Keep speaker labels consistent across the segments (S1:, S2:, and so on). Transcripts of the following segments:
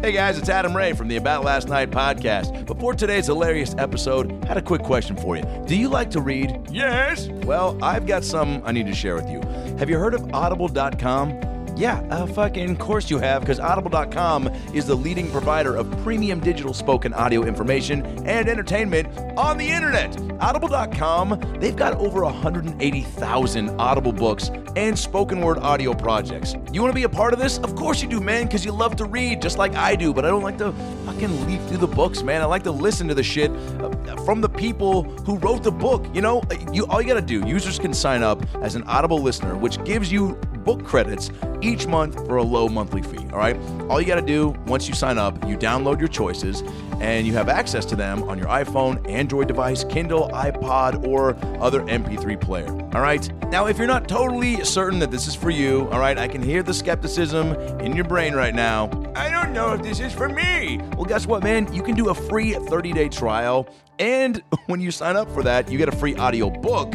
S1: Hey guys, it's Adam Ray from the About Last Night podcast. Before today's hilarious episode, I had a quick question for you. Do you like to read? Yes. Well, I've got some I need to share with you. Have you heard of audible.com? Yeah, uh, fucking course you have, because Audible.com is the leading provider of premium digital spoken audio information and entertainment on the internet. Audible.com, they've got over 180,000 Audible books and spoken word audio projects. You want to be a part of this? Of course you do, man, because you love to read just like I do, but I don't like to fucking leaf through the books, man. I like to listen to the shit uh, from the people who wrote the book. You know, Uh, you all you got to do, users can sign up as an Audible listener, which gives you book credits each month for a low monthly fee. All right. All you got to do once you sign up, you download your choices and you have access to them on your iPhone, Android device, Kindle, iPod, or other MP3 player. All right. Now, if you're not totally certain that this is for you, all right, I can hear the skepticism in your brain right now. I don't know if this is for me. Well, guess what, man? You can do a free 30 day trial. And when you sign up for that, you get a free audio book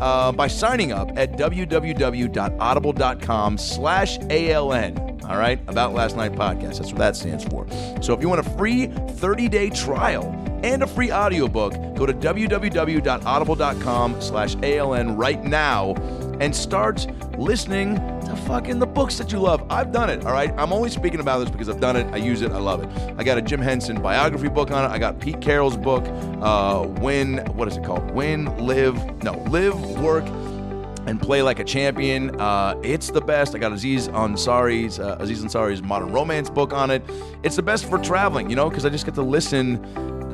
S1: uh, by signing up at www.audible.com slash aln all right about last night podcast that's what that stands for so if you want a free 30-day trial and a free audiobook go to www.audible.com slash aln right now and start listening to fucking the books that you love i've done it all right i'm only speaking about this because i've done it i use it i love it i got a jim henson biography book on it i got pete carroll's book uh, win what is it called win live no live work and play like a champion. Uh, it's the best. I got Aziz Ansari's uh, Aziz Ansari's modern romance book on it. It's the best for traveling, you know, because I just get to listen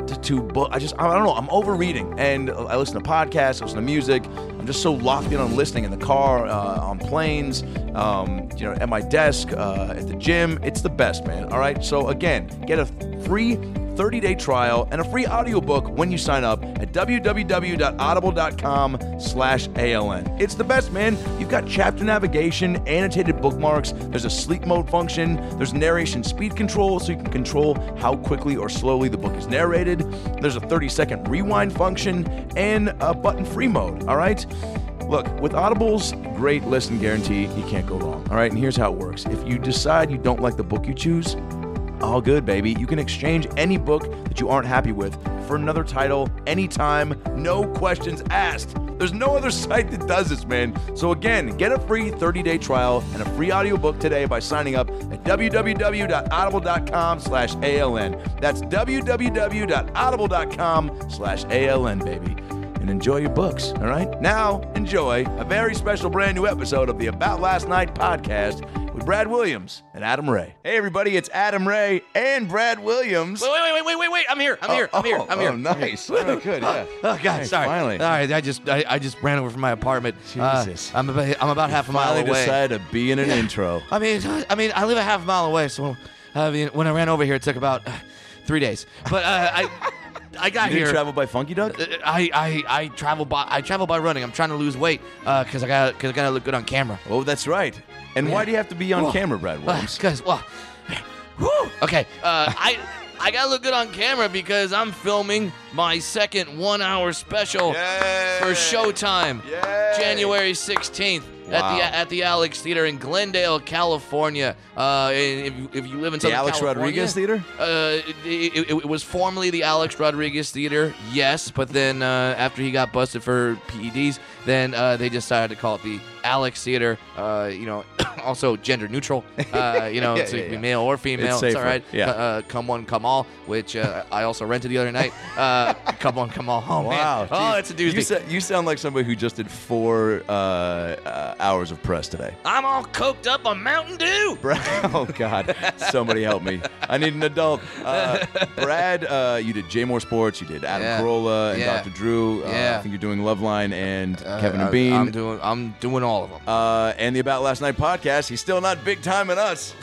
S1: to, to book. I just I don't know. I'm over reading, and I listen to podcasts. I listen to music. I'm just so locked in on listening in the car, uh, on planes, um, you know, at my desk, uh, at the gym. It's the best, man. All right. So again, get a free 30-day trial and a free audiobook when you sign up at www.audible.com slash aln it's the best man you've got chapter navigation annotated bookmarks there's a sleep mode function there's narration speed control so you can control how quickly or slowly the book is narrated there's a 30-second rewind function and a button-free mode all right Look, with Audible's great listen guarantee, you can't go wrong. All right, and here's how it works. If you decide you don't like the book you choose, all good, baby. You can exchange any book that you aren't happy with for another title anytime, no questions asked. There's no other site that does this, man. So again, get a free 30-day trial and a free audiobook today by signing up at www.audible.com slash ALN. That's www.audible.com slash ALN, baby and enjoy your books, all right? Now, enjoy a very special brand new episode of the About Last Night podcast with Brad Williams and Adam Ray. Hey, everybody, it's Adam Ray and Brad Williams.
S2: Wait, wait, wait, wait, wait, wait! I'm here. I'm here. I'm here. I'm here.
S1: Oh, nice.
S3: good, yeah.
S2: Oh God!
S1: Nice,
S2: sorry.
S1: finally.
S2: All right. I just I, I just ran over from my apartment. Uh,
S3: Jesus.
S2: I'm about, I'm about half a mile
S1: Finally
S2: away.
S1: decided to be in an intro.
S2: I mean I mean I live a half mile away, so I mean when I ran over here it took about uh, three days. But uh, I I got
S1: You
S2: here. Uh,
S1: didn't travel by Funky Duck?
S2: I, I I travel by I travel by running. I'm trying to lose weight because I got because I got to look good on camera.
S1: Oh, that's right. And why do you have to be on
S2: Whoa. Uh,
S1: camera, Brad Williams?
S2: Because well, whew, okay. Uh, I I gotta look good on camera because I'm filming my second one-hour special for Showtime, January 16th. At
S1: Wow.
S2: the at the Alex Theater in Glendale, California. Uh, if, you- if you live in
S1: The
S2: Southern
S1: Alex
S2: California-
S1: Rodriguez Theater?
S2: uh, it, it, it was formerly the Alex Rodriguez Theater, yes, but then uh, after he got busted for PEDs, then uh, they decided to call it the Alex Theater. Uh, you know, also gender neutral. Uh, you know,
S1: Yeah,
S2: so
S1: yeah,
S2: you can
S1: yeah.
S2: be male or female. It's,
S1: safer,
S2: all right.
S1: yeah.
S2: Uh, come one, come all, which uh, I also rented the other night. Uh, come one, come all. Oh man.
S1: geez.
S2: Oh, it's a doozy.
S1: You, sa- you sound like somebody who just did four uh, uh, hours of press today.
S2: I'm all coked up on Mountain Dew.
S1: Brad, oh God, somebody help me! I need an adult. Uh, Brad, uh, you did Jay Moore Sports, you did Adam
S2: Yeah.
S1: Carolla and
S2: Yeah.
S1: Dr. Drew. Uh,
S2: Yeah.
S1: I think you're doing Loveline and Kevin and
S2: I-
S1: Bean.
S2: Uh, I'm doing. I'm doing all of them.
S1: uh, and the About Last Night podcast. He's still not big time in us.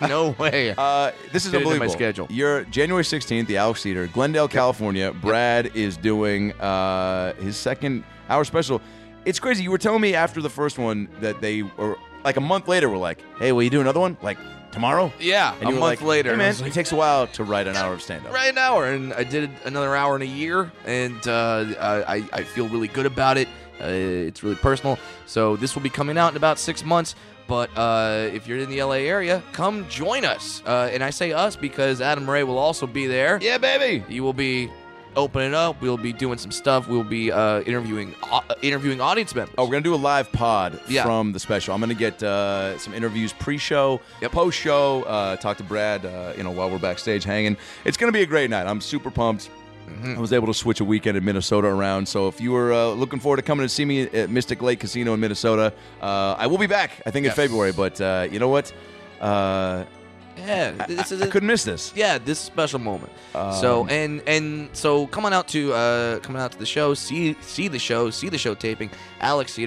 S2: no way.
S1: Uh, this is
S2: Fit it into my
S1: unbelievable.
S2: schedule.
S1: You're January 16th, the Alex Theater, Glendale, California. Brad is doing uh, his second hour special. It's crazy. You were telling me after the first one that they were like a month later. Were like, "Hey, will you do another one? Like tomorrow?"
S2: yeah.
S1: And
S2: a
S1: you were
S2: month
S1: like,
S2: later.
S1: "Hey,
S2: and I
S1: man,
S2: was like,
S1: it takes a while to write an hour of stand up.
S2: right an hour and i did another hour in a year and uh, I, I feel really good about it Uh, it's really personal. So this will be coming out in about six months. But uh, if you're in the LA area, come join us. Uh, and I say us because Adam Ray will also be there.
S1: Yeah, baby.
S2: You will be opening up. We'll be doing some stuff. We'll be uh, interviewing uh, interviewing audience members.
S1: Oh, we're gonna do a live pod
S2: Yeah.
S1: from the special. I'm gonna get uh, some interviews pre-show,
S2: Yep.
S1: post-show. Uh, talk to Brad, uh, you know, while we're backstage hanging. It's gonna be a great night. I'm super pumped.
S2: Mm-hmm.
S1: I was able to switch a weekend in Minnesota around. So if you were uh, looking forward to coming to see me at Mystic Lake Casino in Minnesota, uh, I will be back. I think
S2: Yes.
S1: in February. But uh, you know what? Uh,
S2: yeah, this is
S1: I
S2: a-
S1: couldn't miss this.
S2: yeah this special moment.
S1: Um,
S2: so and and so come on out to uh, come on out to the show. See see the show. See the show taping.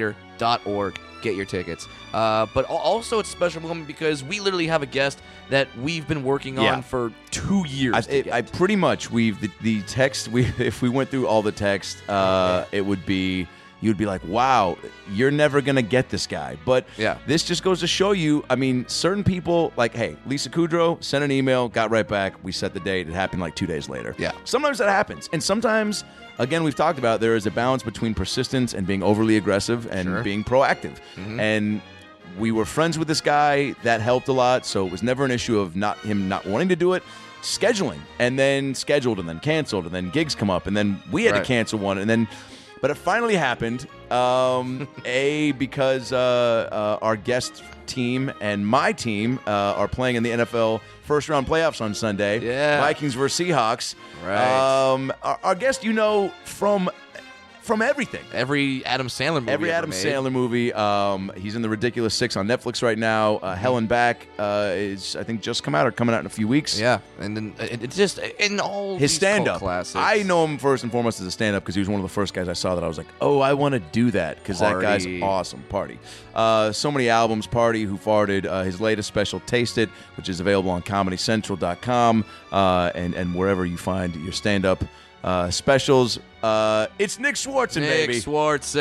S2: AlexCedar.org. Get your tickets. Uh, but al- also it's a special moment because we literally have a guest that we've been working
S1: Yeah.
S2: on for two years.
S1: I,
S2: to
S1: I, I
S2: get.
S1: pretty much we've the, the text we if we went through all the text uh, it would be you'd be like wow you're never gonna get this guy but
S2: Yeah.
S1: this just goes to show you I mean certain people like hey Lisa Kudrow sent an email got right back we set the date it happened like two days later
S2: Yeah.
S1: sometimes that happens and sometimes again we've talked about there is a balance between persistence and being overly aggressive and
S2: Sure. Mm-hmm.
S1: being proactive and we were friends with this guy that helped a lot so it was never an issue of not him not wanting to do it scheduling and then scheduled and then canceled and then gigs come up and then we had
S2: Right.
S1: to cancel one and then but it finally happened um, a because uh, uh, our guest team and my team uh, are playing in the nfl first round playoffs on sunday
S2: Yeah.
S1: vikings versus seahawks
S2: Right.
S1: um, our, our guest you know from from everything
S2: every Adam Sandler movie.
S1: Every
S2: ever
S1: Adam
S2: made.
S1: Sandler movie. Um, he's in the Ridiculous Six on Netflix right now. Uh,
S2: Mm-hmm.
S1: Helen Back uh, is, I think, just come out or coming out in a few weeks.
S2: Yeah, and then it, it's just in all
S1: His
S2: these
S1: stand
S2: cult
S1: up.
S2: classics.
S1: I know him first and foremost as a stand up because he was one of the first guys I saw that I was like, oh, I want to do that because that guy's
S2: Party.
S1: awesome. Party. Uh, so many albums. Party, Who Farted, uh, his latest special, Taste It, which is available on comedycentral.com uh, and, and wherever you find your stand up uh, specials. Uh, it's Nick Swartzen,
S2: Nick
S1: baby.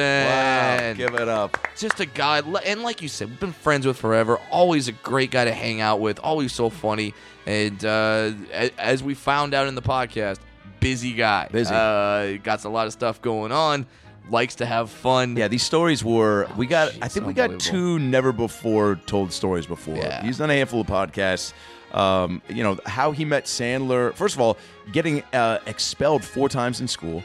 S1: Wow.
S2: Swartzen.
S1: Give it up.
S2: just a guy, li- and like you said, we've been friends with forever. Always a great guy to hang out with. Always so funny, and uh, a- as we found out in the podcast, busy guy.
S1: Busy.
S2: Uh, got a lot of stuff going on. Likes to have fun.
S1: Yeah, these stories were we got. I
S2: jeez,
S1: think we got
S2: unbelievable.
S1: two never before told stories before.
S2: Yeah.
S1: He's done a handful of podcasts. Um, you know how he met Sandler. First of all, getting uh, expelled four times in school,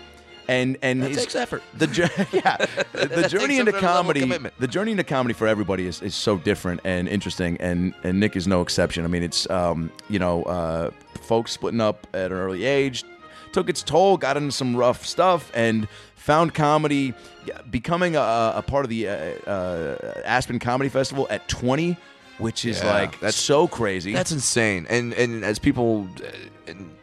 S1: and and
S2: That
S1: his,
S2: takes effort.
S1: The jour- yeah, the
S2: takes
S1: journey
S2: a
S1: into
S2: level of
S1: comedy.
S2: commitment.
S1: The journey into comedy for everybody is, is so different and interesting, and and Nick is no exception. I mean, it's um, you know, uh, folks splitting up at an early age took its toll, got into some rough stuff, and found comedy, becoming a, a part of the uh, uh, Aspen Comedy Festival at 20, which is
S2: Yeah,
S1: like
S2: that's-
S1: so crazy.
S2: That's insane. And and as people, uh, and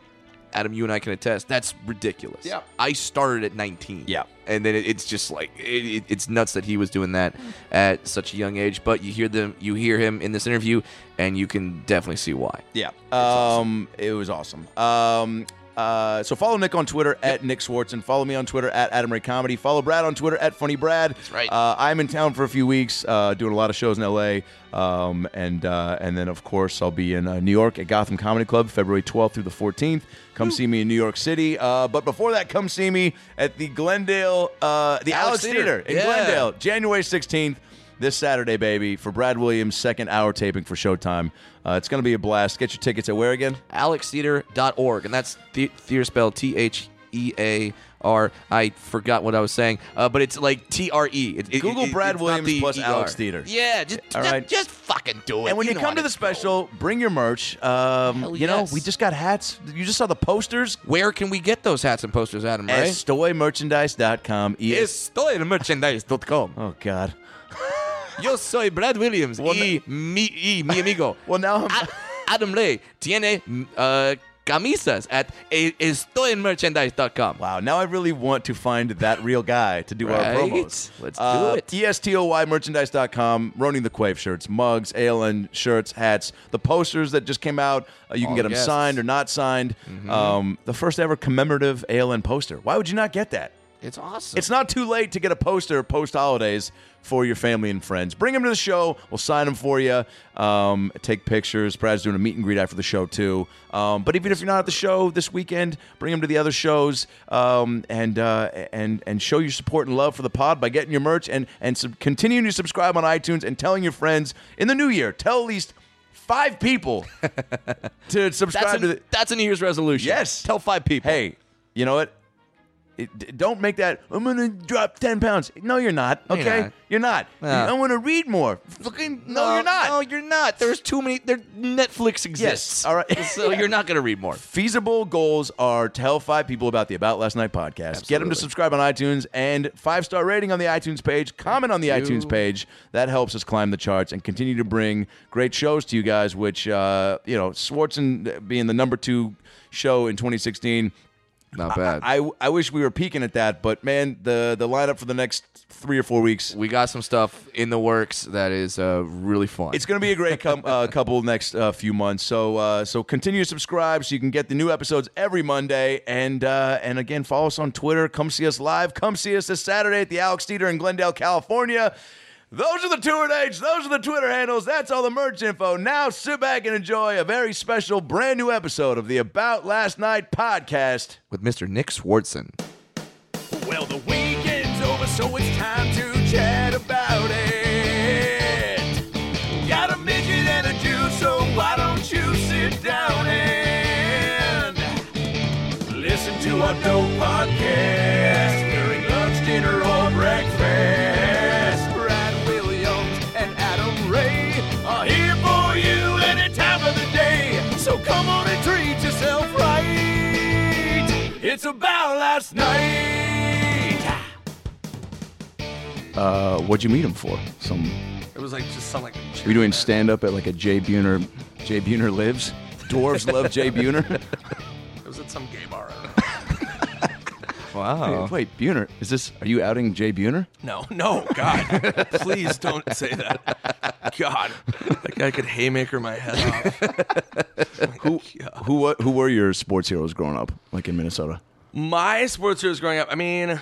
S2: Adam, you and I can attest, that's ridiculous.
S1: Yeah.
S2: I started at 19.
S1: Yeah.
S2: And then it, it's just like it, it, it's nuts that he was doing that at such a young age. But you hear them, you hear him in this interview, and you can definitely see why.
S1: Yeah. Um, It was awesome. Um, uh, so follow Nick on Twitter at Nick Swartzen. Follow me on Twitter at Adam Ray Comedy. Follow Brad on Twitter at Funny Brad. That's
S2: right.
S1: Uh, I'm in town for a few weeks, uh, doing a lot of shows in LA, um, and uh, and then of course I'll be in uh, New York at Gotham Comedy Club February 12th through the 14th. Come see me in New York City. Uh, but before that, come see me at the Glendale, uh, the Alex,
S2: Alex Theater.
S1: Theater, in
S2: Yeah.
S1: Glendale, January 16th, this Saturday, baby, for Brad Williams' second hour taping for Showtime. Uh, it's going to be a blast. Get your tickets at where again?
S2: alextheater.org, and that's the- theater spelled T H E A R. I forgot what I was saying, uh, but it's like T R E. It- it-
S1: Google
S2: it-
S1: Brad
S2: it's not
S1: Williams
S2: the
S1: plus
S2: ER.
S1: Alex Theater.
S2: Yeah, just,
S1: All
S2: just,
S1: right.
S2: just fucking do it.
S1: And when you,
S2: know how
S1: come to
S2: to
S1: the
S2: go.
S1: special, bring your merch. Um,
S2: Hell
S1: you know,
S2: yes.
S1: we just got hats. You just saw the posters.
S2: where can we get those hats and posters, Adam?
S1: At
S2: Right?
S1: stoymerchandise.com. E-
S2: Estoymerchandise.com.
S1: oh, God.
S2: Yo soy Brad Williams
S1: Well,
S2: y, mi, y mi amigo
S1: Well, now I'm.
S2: Ad- Adam Ray tiene uh, camisas at e- estoymerchandise.com.
S1: Wow, now I really want to find that real guy to do
S2: Right?
S1: our promos.
S2: Let's
S1: Uh,
S2: do it.
S1: ESTOYmerchandise.com, Ronin the Quave shirts, mugs, ALN shirts, hats, the posters that just came out. Uh, you can
S2: All
S1: get them
S2: guests. Mm-hmm.
S1: signed or not signed. Um, the first ever commemorative ALN poster. Why would you not get that?
S2: It's awesome.
S1: It's not too late to get a poster post holidays for your family and friends. Bring them to the show. We'll sign them for you. Um, take pictures. Brad's doing a meet and greet after the show too. Um, but even if you're not at the show this weekend, bring them to the other shows um, and uh, and and show your support and love for the pod by getting your merch and and sub- continuing to subscribe on iTunes and telling your friends in the new year. Tell at least five people to
S2: that's,
S1: subscribe
S2: an,
S1: to the.
S2: that's a New Year's resolution.
S1: Yes.
S2: Tell five people.
S1: Hey, you know what? It, d- don't make that. I'm gonna drop ten pounds. No, you're not.
S2: you're
S1: Okay,
S2: not.
S1: you're not.
S2: No.
S1: I want to read more. Fucking no, you're not.
S2: No, you're not. There's too many. There, Netflix exists.
S1: All right.
S2: so you're not going to read more.
S1: Feasible goals are tell five people about the About Last Night podcast. Get them to
S2: Absolutely.
S1: subscribe on iTunes and five star rating on the iTunes page. Comment on the iTunes page. That helps us climb the charts and continue to bring great shows to you guys. Which uh, you know, Swartzen uh, being the number two show in 2016.
S2: Not bad.
S1: I, I wish we were peaking at that, but man, the the lineup for the next three or four weeks,
S2: we got some stuff in the works that is uh, really fun.
S1: it's going to be a great com- uh, couple next uh, few months. So uh, so continue to subscribe so you can get the new episodes every Monday, and uh, and again follow us on Twitter. Come see us live. Come see us this Saturday at the Alex Theater in Glendale, California. Those are the tour dates. Those are the Twitter handles. That's all the merch info. Now sit back and enjoy a very special, brand new episode of the About Last Night podcast.
S2: with Mr. Nick Swartzen.
S1: Well, the weekend's over, so it's time to chat about it. Got a midget and a Jew, so why don't you sit down and listen to our dope podcast during lunch, dinner, or breakfast? Brad Williams and Adam Ray are here for you any time of the day, so come on and treat yourself right. It's about last night. Uh, what'd you meet him for? Some
S2: It was like just something like.
S1: we doing stand up at like a Jay Buhner. Jay Buhner lives. Dwarves love Jay Buhner.
S2: It was at some gay bar. wow.
S1: Wait, Buhner, is this? Are you outing Jay Buhner?
S3: No, no, God, please don't say that. God, that guy could haymaker my head off.
S1: Who who wa- who were your sports heroes growing up, like in Minnesota?
S3: My sports heroes growing up. I mean,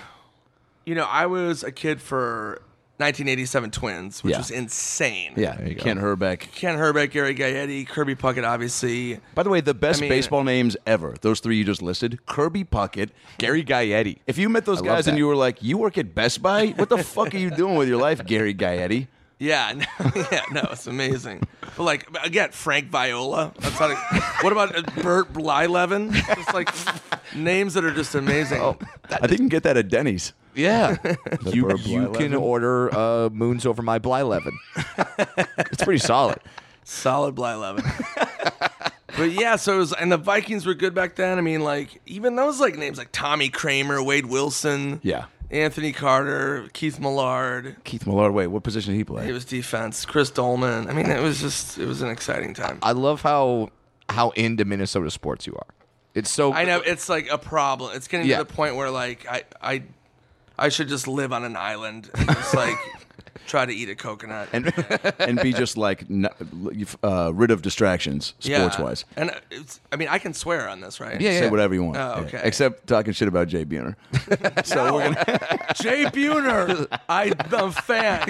S3: you know, I was a kid for 1987 Twins, which
S1: Yeah.
S3: was insane.
S1: Yeah,
S2: go.
S1: Kent Herbeck.
S3: Ken Herbeck, Gary Gaetti, Kirby Puckett, obviously.
S1: By the way, the best
S3: I mean-
S1: baseball names ever. Those three you just listed: Kirby Puckett,
S2: Gary Gaetti.
S1: If you met those
S2: love
S1: guys and
S2: that.
S1: you were like, "You work at Best Buy? What the fuck are you doing with your life, Gary Gaetti?"
S3: Yeah, no, yeah, no, it's amazing. But like again, Frank Viola. That's not. A, what about uh, Bert Blylevin? Just like names that are just amazing.
S1: I think you can get that at Denny's.
S2: Yeah. you
S1: Burb
S2: you
S1: Blyleven.
S2: can order uh, Moons Over My Blyleven. it's pretty solid.
S3: Solid Blylevin. but yeah, so it was, and the Vikings were good back then. I mean, like even those like names like Tommy Kramer, Wade Wilson,
S1: Yeah.
S3: Anthony Carter, Keith Millard.
S1: Keith Millard. Wait, what position did he play?
S3: It was defense. Chris Dolman. I mean, it was just it was an exciting time.
S2: I love how how into Minnesota sports you are. It's so
S3: I know it's like a problem. It's getting
S2: Yeah.
S3: to the point where like I I I should just live on an island and just like try to eat a coconut.
S1: and and be just like n- uh, rid of distractions sports wise.
S3: And uh, it's, I mean, I can swear on this, right?
S2: Yeah, yeah.
S1: Say whatever you want,
S3: Oh, okay.
S1: except talking shit about Jay Buhner. so we're gonna
S3: Jay Buhner, I'm a fan.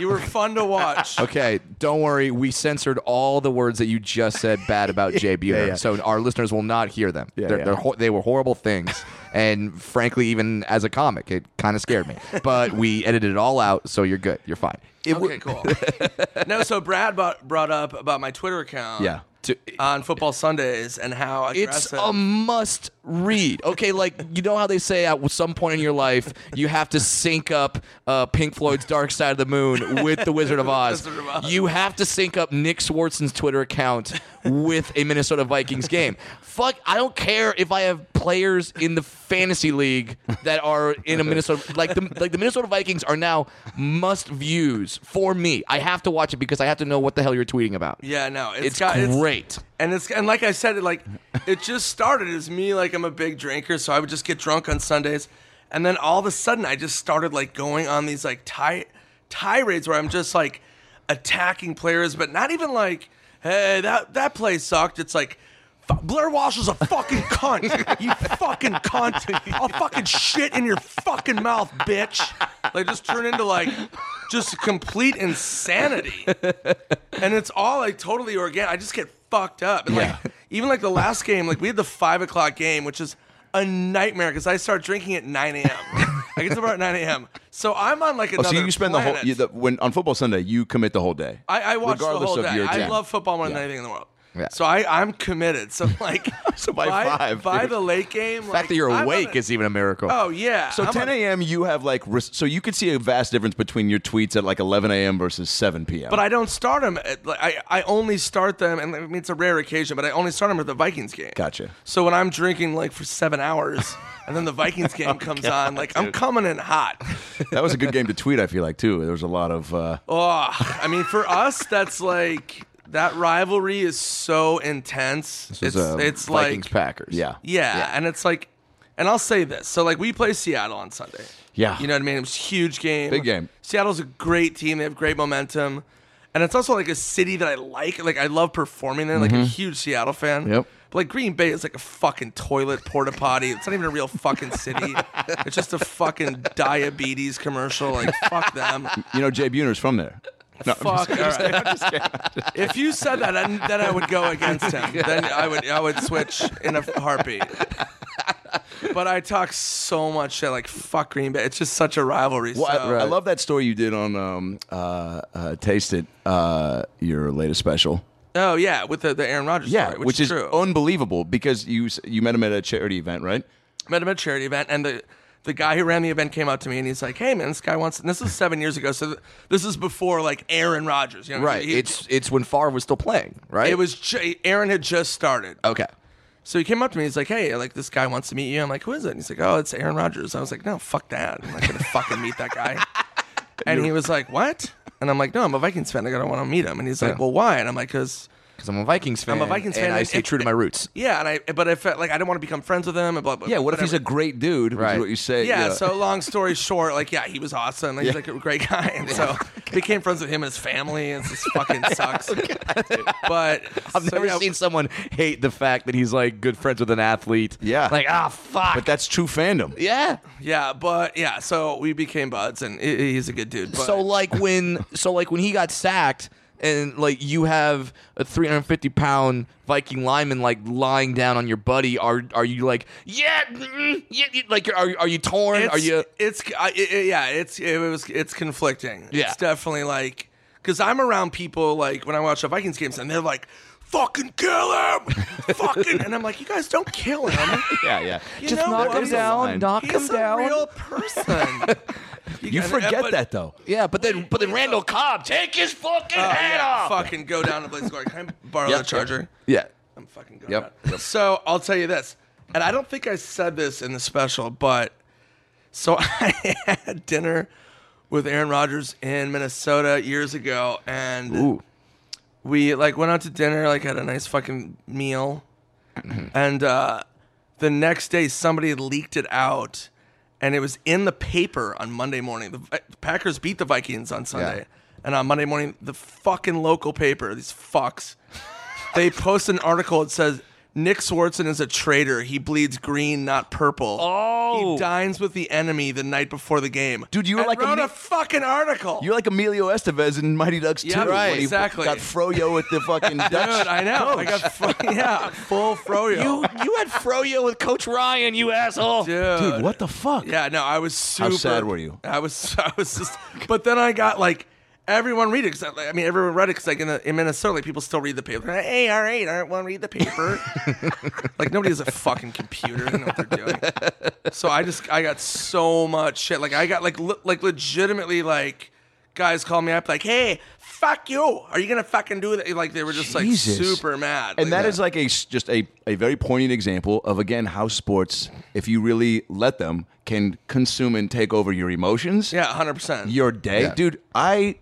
S3: You were fun to watch.
S2: Okay, don't worry. We censored all the words that you just said bad about Jay Buhner,
S1: yeah.
S2: so our listeners will not hear them.
S1: Yeah,
S2: they're,
S1: yeah.
S2: They're ho- they were horrible things, and frankly, even as a comic, it kind of scared me. But we edited it all out, so you're good. You're fine.
S1: it
S3: Okay,
S1: would-
S3: cool. no, so Brad brought, brought up about my Twitter account.
S1: Yeah.
S2: To-
S3: On football Sundays and how
S2: it's um,
S3: aggressive.
S2: a must read. Okay, like you know how they say at some point in your life you have to sync up uh, Pink Floyd's Dark Side of the Moon with The Wizard of Oz.
S3: Wizard of Oz.
S2: You have to sync up Nick Swartzen's Twitter account with a Minnesota Vikings game. Fuck, I don't care if I have players in the fantasy league that are in a Minnesota like the like the Minnesota Vikings are now must views for me. I have to watch it because I have to know what the hell you're tweeting about.
S3: yeah, no,
S2: It's
S3: got,
S2: great.
S3: and it's and like I said, it like it just started as me like I'm a big drinker, so I would just get drunk on Sundays, and then all of a sudden I just started like going on these like ti- tirades where I'm just like attacking players, but not even like hey that that play sucked. It's like fu- Blair Walsh is a fucking cunt. You fucking cunt. I'll fucking shit in your fucking mouth, bitch. Like just turn into like just complete insanity. And it's all like totally organic. I just get fucked up. And like even like the last game, like we had the five o'clock game, which is a nightmare because I start drinking at nine a.m. I get to about nine a.m. So I'm on like
S1: Oh,
S3: another.
S1: so you spend the
S3: planet.
S1: whole you, the, when on football Sunday you commit the whole day.
S3: I, I watch the
S1: regardless
S3: whole
S1: of
S3: day.
S1: your
S3: I
S1: team.
S3: love football more than
S2: Yeah.
S3: anything in the world.
S2: Yeah.
S3: So I, I'm committed. So like,
S1: So by five,
S3: by
S1: dude.
S3: the late game,
S2: The fact that you're awake is even a miracle.
S3: oh yeah.
S1: So
S3: I'm
S1: 10
S3: a-
S1: a.m. you have like res- so you could see a vast difference between your tweets at like 11 a.m. versus 7 p.m.
S3: but I don't start them. At, like, I I only start them, and I mean it's a rare occasion, but I only start them at the Vikings game.
S1: gotcha.
S3: So when I'm drinking like for seven hours, and then the Vikings
S2: Oh,
S3: game comes on, like I'm coming in hot.
S1: That was a good game to tweet. I feel like too. There was a lot of uh,
S3: Oh, I mean for us, that's like that rivalry is so intense.
S2: This is,
S3: it's
S2: uh,
S3: it's
S2: Vikings
S3: like
S2: Packers.
S1: yeah.
S3: Yeah, and it's like, and I'll say this: so like we play Seattle on Sunday.
S1: Yeah.
S3: you know what I mean. It was a huge game,
S1: Big game.
S3: Seattle's a great team; they have great momentum, and it's also like a city that I like. Like I love performing there. Like a huge Seattle fan.
S1: Mm-hmm. Yep.
S3: But like Green Bay is like a fucking toilet porta potty. It's not even a real fucking city. it's just a fucking diabetes commercial. Like fuck them.
S1: You know, Jay Buhner's from there.
S3: Fuck. all right. If you said that, then, then I would go against him. Then I would I would switch in a heartbeat. But I talk so much shit, like fuck Green Bay. It's just such a rivalry.
S1: Well,
S3: so.
S1: I, I love that story you did on um, uh, uh, Taste It, uh, your latest special.
S3: Oh yeah, with the, the Aaron Rodgers
S1: Yeah,
S3: story,
S1: which,
S3: which,
S1: is
S3: true.
S1: unbelievable because you s- you met him at a charity event, right?
S3: Met him at a charity event, and the the guy who ran the event came up to me and he's like, "Hey man, this guy wants." And this is seven years ago, so th- this is before like Aaron Rodgers. You know,
S2: Right.
S3: he-
S2: it's it's when Favre was still playing, right?
S3: it was ju- Aaron had just started.
S2: Okay.
S3: So he came up to me. He's like, "Hey, like this guy wants to meet you." I'm like, "Who is it?" And he's like, "Oh, it's Aaron Rodgers." I was like, "No, fuck that. I'm not gonna fucking meet that guy." And he was like, "What?" And I'm like, "No, I'm a Vikings fan. Like, I don't want to meet him." And he's like, "Well, why?" And I'm like, "Cause
S2: Because I'm a Vikings fan.
S3: a Vikings
S2: and
S3: fan,
S2: I
S3: and-
S2: stay true to my roots.
S3: yeah." And I, but I felt like I didn't want to become friends with him. And blah blah.
S1: Yeah. What if he's a
S3: whatever.
S1: great dude? Which
S2: Right.
S1: is what you say.
S3: Yeah,
S1: you know.
S3: so long story short, like yeah, he was awesome. Like, He's like a great guy, and so became friends with him and his family. And it just fucking sucks. but
S2: I've
S3: so,
S2: never
S3: yeah,
S2: seen someone hate the fact that he's like good friends with an athlete.
S1: Yeah.
S2: Like ah fuck.
S1: but that's true fandom.
S2: yeah.
S3: Yeah, but yeah, so we became buds, and he- he's a good dude. But,
S2: So like when so like when he got sacked and like you have a 350 pound Viking lineman like lying down on your buddy, are are you like yeah, mm, yeah, yeah," like are are you torn?
S3: It's,
S2: are you?
S3: It's I, it, it- yeah. It's it was it's conflicting.
S2: Yeah.
S3: It's definitely like because I'm around people like when I watch the Vikings games and they're like, "Fucking kill him, fucking," and I'm like, "You guys don't kill him.
S1: Yeah, yeah.
S3: You know
S1: knock
S3: what?
S1: him
S3: He's
S1: down,
S3: a-
S1: knock
S3: he's a Real person.
S1: You
S3: gotta-
S1: forget
S3: but-
S1: that though.
S2: Yeah, but then but then Randall Cobb take his fucking
S3: Oh,
S2: head
S3: yeah,
S2: off.
S3: fucking go down to Blaze Glory. Can I borrow
S1: Yep,
S3: the charger?
S2: Yeah.
S3: I'm fucking going.
S1: Yep,
S3: out. So I'll tell you this, and I don't think I said this in the special, but so I had dinner with Aaron Rodgers in Minnesota years ago, and we like went out to dinner, like had a nice fucking meal, and uh, the next day somebody had leaked it out, and it was in the paper on Monday morning. The Vi- Packers beat the Vikings on Sunday, and on Monday morning, the fucking local paper, these fucks they post an article that says Nick Swartzen is a traitor. He bleeds green, not purple.
S2: Oh.
S3: he dines with the enemy the night before the game.
S1: Dude, you were
S3: And
S1: like a
S3: wrote a,
S1: Nick-
S3: fucking article.
S1: You're like Emilio Estevez in Mighty Ducks
S3: Yeah,
S1: 2.
S3: right,
S1: when he
S3: exactly.
S1: Got froyo at the fucking Dutch.
S3: Dude, I know. I got fu- yeah, full froyo.
S2: You you had Froyo with Coach Ryan, you asshole.
S3: dude,
S1: Dude, what the fuck?
S3: Yeah, no, I was super.
S1: sad were you?
S3: I was, I was just. But then I got like everyone read it. 'cause I, like, I mean, everyone read it because like in, the, in Minnesota, like, people still read the paper. Like, hey, all right, all right, well, read the paper. like nobody has a fucking computer. They know what they're doing. So I just, I got so much shit. Like I got like, le- like legitimately like guys call me up like, hey. Fuck you! Are you gonna fucking do that? Like they were just
S1: Jesus.
S3: like super mad.
S1: And
S3: like,
S1: that is like a s- just a, a very poignant example of again how sports, if you really let them, can consume and take over your emotions,
S3: yeah, hundred percent.
S1: your day, dude. I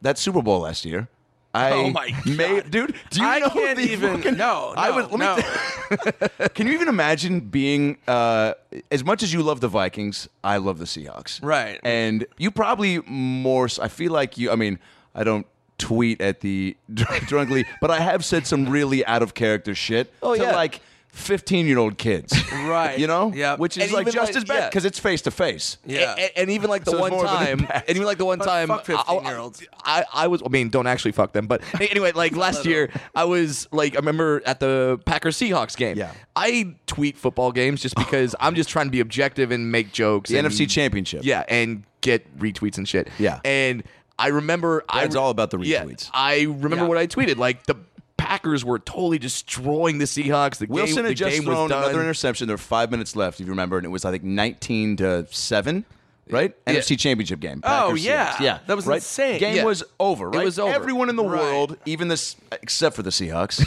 S1: that Super Bowl last year. I
S3: Oh my God.
S1: made- dude. Do you
S3: I
S1: know
S3: can't
S1: the
S3: even-
S1: fucking-
S3: no,
S1: I
S3: no,
S1: was. Let
S3: no.
S1: me. Can you even imagine being uh, as much as you love the Vikings, I love the Seahawks.
S3: Right.
S1: And you probably more. s- I feel like you. I mean, I don't tweet at the drunkly, but I have said some really out of character shit
S2: Oh,
S1: to
S2: yeah.
S1: like 15 year old kids.
S3: Right.
S1: You know?
S3: Yeah.
S1: Which is
S2: And
S1: like
S2: even
S1: just
S2: like-
S1: as bad
S2: yeah.
S1: because it's face to face.
S3: Yeah.
S2: A- a- And, even like the
S1: So it's
S2: one
S1: more of an
S2: time,
S1: impact.
S2: and even like the one
S3: Fuck-
S2: time,
S3: fuck
S2: I- I-
S3: 15-year-olds.
S2: I, I was, I mean, don't actually fuck them, but anyway, like last year, I was like, I remember at the Packers Seahawks game.
S1: Yeah.
S2: I tweet football games just because I'm just trying to be objective and make jokes.
S1: The
S2: and-
S1: NFC Championship.
S2: Yeah, and get retweets and shit.
S1: Yeah.
S2: and I remember, I
S1: Brad's all about the retweets.
S2: Yeah, I remember
S3: Yeah.
S2: what I tweeted. Like the Packers were totally destroying the Seahawks. The
S1: Wilson
S2: game, the
S1: had just
S2: game
S1: thrown
S2: was done.
S1: another interception. There were five minutes left, if you remember, and it was I think nineteen to seven, right?
S2: Yeah.
S1: NFC Championship game.
S3: Oh,
S1: Packers,
S3: yeah.
S1: Seahawks. yeah,
S3: That was
S1: right?
S3: insane.
S1: Game
S2: Yeah.
S1: was over. Right,
S2: was over.
S1: Everyone in the
S3: Right.
S1: world, even this, except for the Seahawks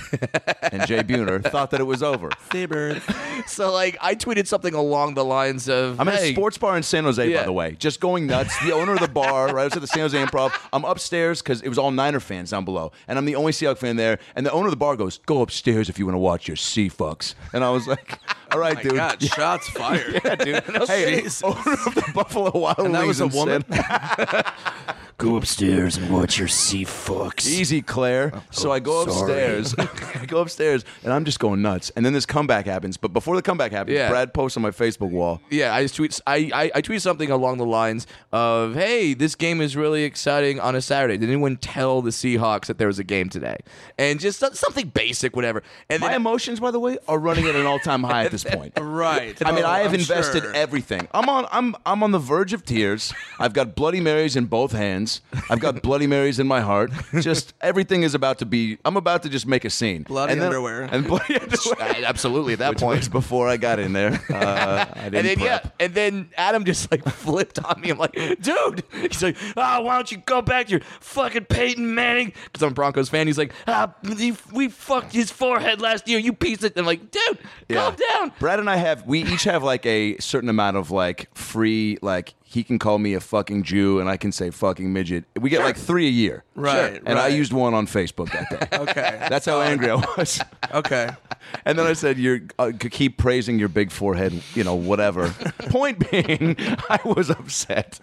S1: and Jay Buhner, thought that it was over.
S3: Sabers.
S2: so like, I tweeted something along the lines of,
S1: I'm at a
S2: "Hey,
S1: sports bar in San Jose, by
S2: Yeah.
S1: the way, just going nuts. The owner of the bar, right? I was at the San Jose Improv. I'm upstairs because it was all Niner fans down below, and I'm the only Seahawks fan there. And the owner of the bar goes, "Go upstairs if you want to watch your Sea Fucks." And I was like, "All right,
S3: My
S1: dude."
S3: God, shots fired.
S1: Yeah, dude. hey,
S3: Jesus.
S1: owner of the Buffalo Wild Wings.
S3: And that was a
S1: in
S3: woman?
S1: San-
S4: Go upstairs and watch your sea fucks.
S1: Easy, Claire. so I go upstairs. I go upstairs, and I'm just going nuts. And then this comeback happens. But before the comeback happens,
S2: Yeah.
S1: Brad posts on my Facebook wall.
S2: Yeah, I just tweet. I, I I tweet something along the lines of, "Hey, this game is really exciting on a Saturday. Did anyone tell the Seahawks that there was a game today?" And just so- something basic, whatever. And
S1: My
S2: then
S1: emotions, by the way, are running at an all-time high at this point.
S3: Right.
S1: I mean,
S3: Oh,
S1: I have
S3: I'm
S1: invested
S3: sure.
S1: everything. I'm on. I'm. I'm on the verge of tears. I've got Bloody Marys in both hands. I've got Bloody Marys in my heart. Just everything is about to be. I'm about to just make a scene.
S3: Bloody
S1: and then-
S3: underwear.
S1: and bloody underwear.
S2: I- absolutely at that
S1: Which
S2: point.
S1: was before I got in there. Uh, I didn't
S2: And then
S1: prep.
S2: yeah, and then Adam just like flipped on me. I'm like, dude. He's like, ah, why don't you go back to your fucking Peyton Manning? Because I'm a Broncos fan. He's like, ah, he- we fucked his forehead last year. You piece of. I'm like, dude, calm down.
S1: Brad and I have we each have like a certain amount of like free like he can call me a fucking Jew and I can say fucking midget. We get like three a year.
S3: Right,
S1: And I
S3: right.
S1: used one on Facebook that day.
S3: Okay.
S1: That's how angry I was.
S3: Okay.
S1: And then I said, "You uh, c- keep praising your big forehead, you know, whatever." Point being, I was upset.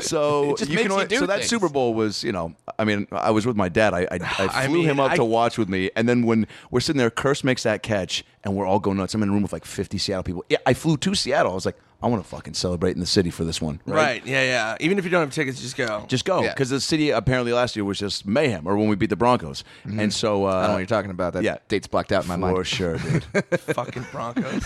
S1: So
S2: It just
S1: you
S2: makes
S1: can
S2: you
S1: only,
S2: do
S1: so that
S2: things.
S1: Super Bowl was, you know, I mean, I was with my dad. I I, I
S3: I
S1: flew him
S3: mean,
S1: up
S3: I-
S1: to watch with me, and then when we're sitting there, Curse makes that catch, and we're all going nuts. I'm in a room with like 50 Seattle people. Yeah, I flew to Seattle. I was like, I want to fucking celebrate in the city for this one,
S3: Right. Yeah. Yeah. Even if you don't have tickets, just go.
S1: Just go
S2: Yeah.
S1: because the city apparently last year was just mayhem, or when we beat the Broncos, and so uh, I
S2: don't Mm-hmm. know what you're talking about. That
S1: yeah.
S2: date's blacked out in my mind.
S1: for sure, dude.
S3: fucking Broncos.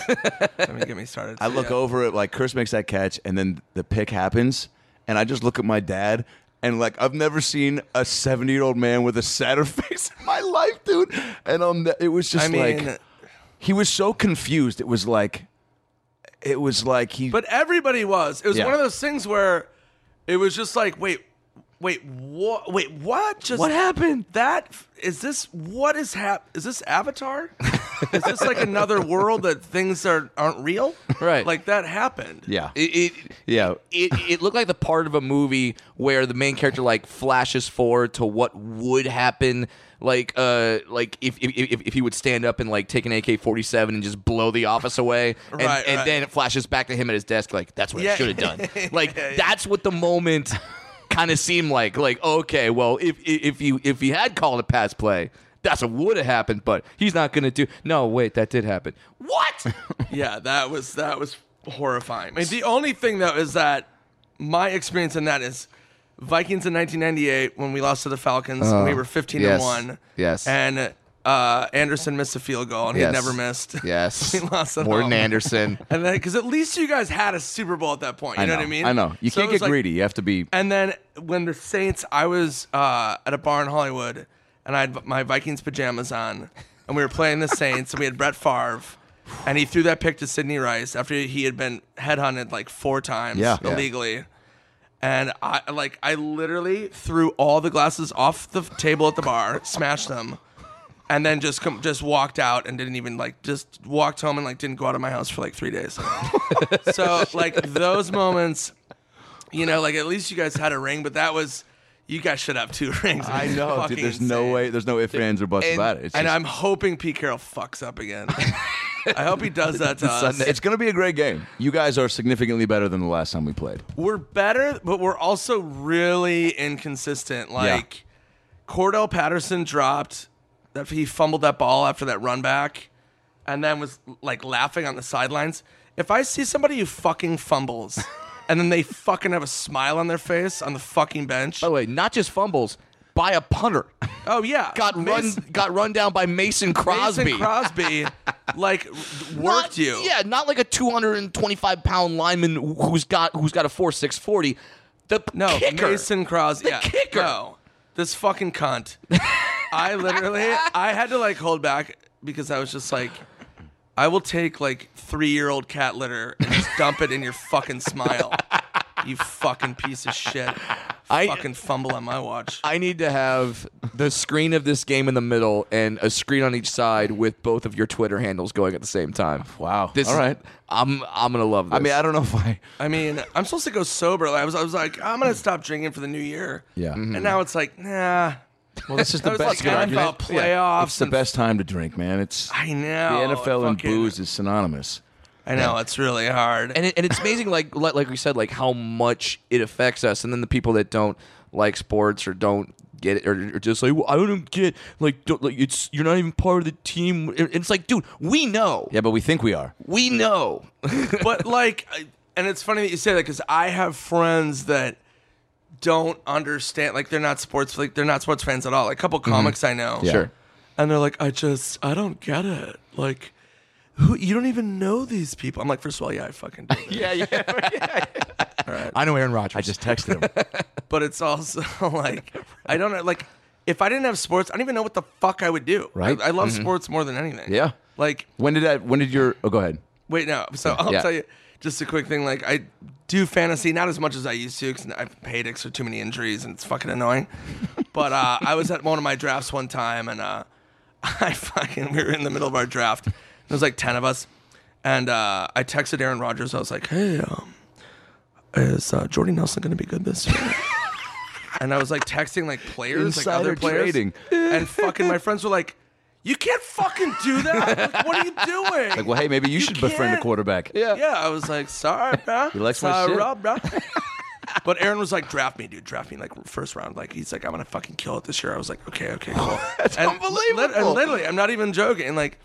S3: Let me get me started.
S1: I look
S3: Yeah.
S1: over at like Chris makes that catch, and then the pick happens, and I just look at my dad, and like I've never seen a seventy year old man with a sadder face in my life, dude. And um, th- it was just
S3: I mean,
S1: like he was so confused. It was like, it was like he.
S3: but everybody was. It was
S1: Yeah.
S3: one of those things where it was just like, wait, wait, what? Wait, what? Just
S2: What happened?
S3: That is this? What is hap? Is this Avatar? is this like another world that things are aren't real?
S2: Right.
S3: Like that happened.
S1: yeah,
S2: It- it,
S1: yeah.
S2: it, it looked like the part of a movie where the main character like flashes forward to what would happen like uh like if if, if, if he would stand up and like take an AK-47 and just blow the office away and,
S3: Right,
S2: and
S3: right.
S2: then it flashes back to him at his desk like that's what I
S3: Yeah.
S2: should have done like that's what the moment kind of seemed like like okay well if if if you if he had called a pass play that's what would have happened but he's not going to do no wait that did happen what
S3: Yeah, that was that was horrifying. I mean, the only thing though is that my experience in that is Vikings in 1998 when we lost to the Falcons. and we were 15
S2: yes,
S3: and one.
S2: yes.
S3: And uh, Anderson missed a field goal and
S2: Yes.
S3: he never missed.
S2: yes
S3: we lost at
S2: Morton
S3: home.
S2: Anderson
S3: And then because at least you guys had a Super Bowl at that point. You know, what I mean?
S1: I know. You
S3: So it
S1: can't
S3: was
S1: get
S3: like-
S1: greedy. You have to be.
S3: and then when the Saints, I was uh, at a bar in Hollywood, and I had my Vikings pajamas on, and we were playing the Saints, and we had Brett Favre, and he threw that pick to Sidney Rice after he had been headhunted like four times
S1: Yeah. Yeah.
S3: illegally. And I like I literally threw all the glasses off the table at the bar, smashed them, and then just com- just walked out and didn't even like just walked home and like didn't go out of my house for like three days. so like those moments, you know, like at least you guys had a ring, but that was you guys should have two rings.
S1: I know, dude.
S3: Fucking
S1: There's no
S3: insane.
S1: way. There's no ifs, ands, or buts
S2: And-
S1: about it. It's
S3: And
S1: just-
S3: I'm hoping Pete Carroll fucks up again. I hope he does that to us.
S1: it's going to be a great game. You guys are significantly better than the last time we played.
S3: we're better, but we're also really inconsistent. Like, Cordell Patterson dropped that he fumbled that ball after that run back and then was like laughing on the sidelines. If I see somebody who fucking fumbles and then they fucking have a smile on their face on the fucking bench.
S2: By the way, not just fumbles by a punter.
S3: Oh yeah.
S2: Got run
S3: Mason-
S2: got run down by Mason Crosby.
S3: Mason Crosby like
S2: Not-
S3: worked you.
S2: Yeah, not like a 225 pound lineman who's got who's got a four six forty. The p-
S3: No,
S2: kicker.
S3: Mason Crosby.
S2: The
S3: yeah,
S2: kicker.
S3: No, this fucking cunt. I literally, I had to like hold back because I was just like, I will take like three year old cat litter and just dump it in your fucking smile. You fucking piece of shit.
S2: I-
S3: fucking fumble on my watch.
S2: I need to have the screen of this game in the middle and a screen on each side with both of your Twitter handles going at the same time.
S1: Wow.
S2: This
S1: All
S2: is-
S1: right.
S2: I'm I'm gonna love this.
S1: I mean, I don't know if I.
S3: I mean, I'm supposed to go sober. Like, I was, I was like, I'm gonna stop drinking for the new year.
S1: Yeah.
S3: And now it's like, nah.
S1: Well, this is
S3: That
S1: the
S3: was
S1: best.
S3: like
S1: argument.
S3: NFL
S1: Yeah.
S3: playoffs
S1: It's the
S3: and-
S1: best time to drink, man. It's
S3: I
S1: the
S3: know.
S1: NFL and
S3: fucking-
S1: booze is synonymous.
S3: I know it's really hard.
S2: and it, and it's amazing like like like we said like how much it affects us and then the people that don't like sports or don't get it or, or just like well, I don't get like don't, like it's you're not even part of the team It- it's like dude we know
S1: Yeah, but we think we are.
S2: we know
S3: but like I- and it's funny that you say that because i have friends that don't understand like they're not sports like they're not sports fans at all like a couple comics i know
S1: Mm-hmm. Yeah. Sure.
S3: and they're like i just i don't get it like who you don't even know these people i'm like first of all yeah i fucking do
S1: Yeah, yeah.
S2: I know Aaron Rodgers
S1: I just texted him.
S3: but it's also like i don't know like if i didn't have sports i don't even know what the fuck i would do
S1: Right. Mm-hmm.
S3: i, I love sports more than anything
S1: Yeah.
S3: like
S1: When did I? When did your? Oh, go ahead.
S3: Wait, no. So I'll
S2: Yeah.
S3: tell you just a quick thing. Like I do fantasy, not as much as I used to, because I've paid extra too many injuries, and it's fucking annoying. but uh, I was at one of my drafts one time, and uh, I fucking we were in the middle of our draft. There was like ten of us, and uh, I texted Aaron Rodgers. I was like, "Hey, um, is uh, Jordy Nelson going to be good this year?" and I was like texting like players, like
S1: Insider
S3: other players,
S1: trading.
S3: and fucking my friends were like. You can't fucking do that. Like, what are you doing?
S1: Like, well, hey, maybe you, should befriend a
S3: can't-
S1: quarterback.
S3: Yeah, I was like, sorry, bro.
S1: He likes my
S3: sorry,
S1: shit.
S3: bro. But Aaron was like, draft me, dude. Draft me, like first round. Like he's like, I'm gonna fucking kill it this year. I was like, okay, okay, cool. That's
S2: unbelievable.
S3: and literally, I'm not even joking. Like,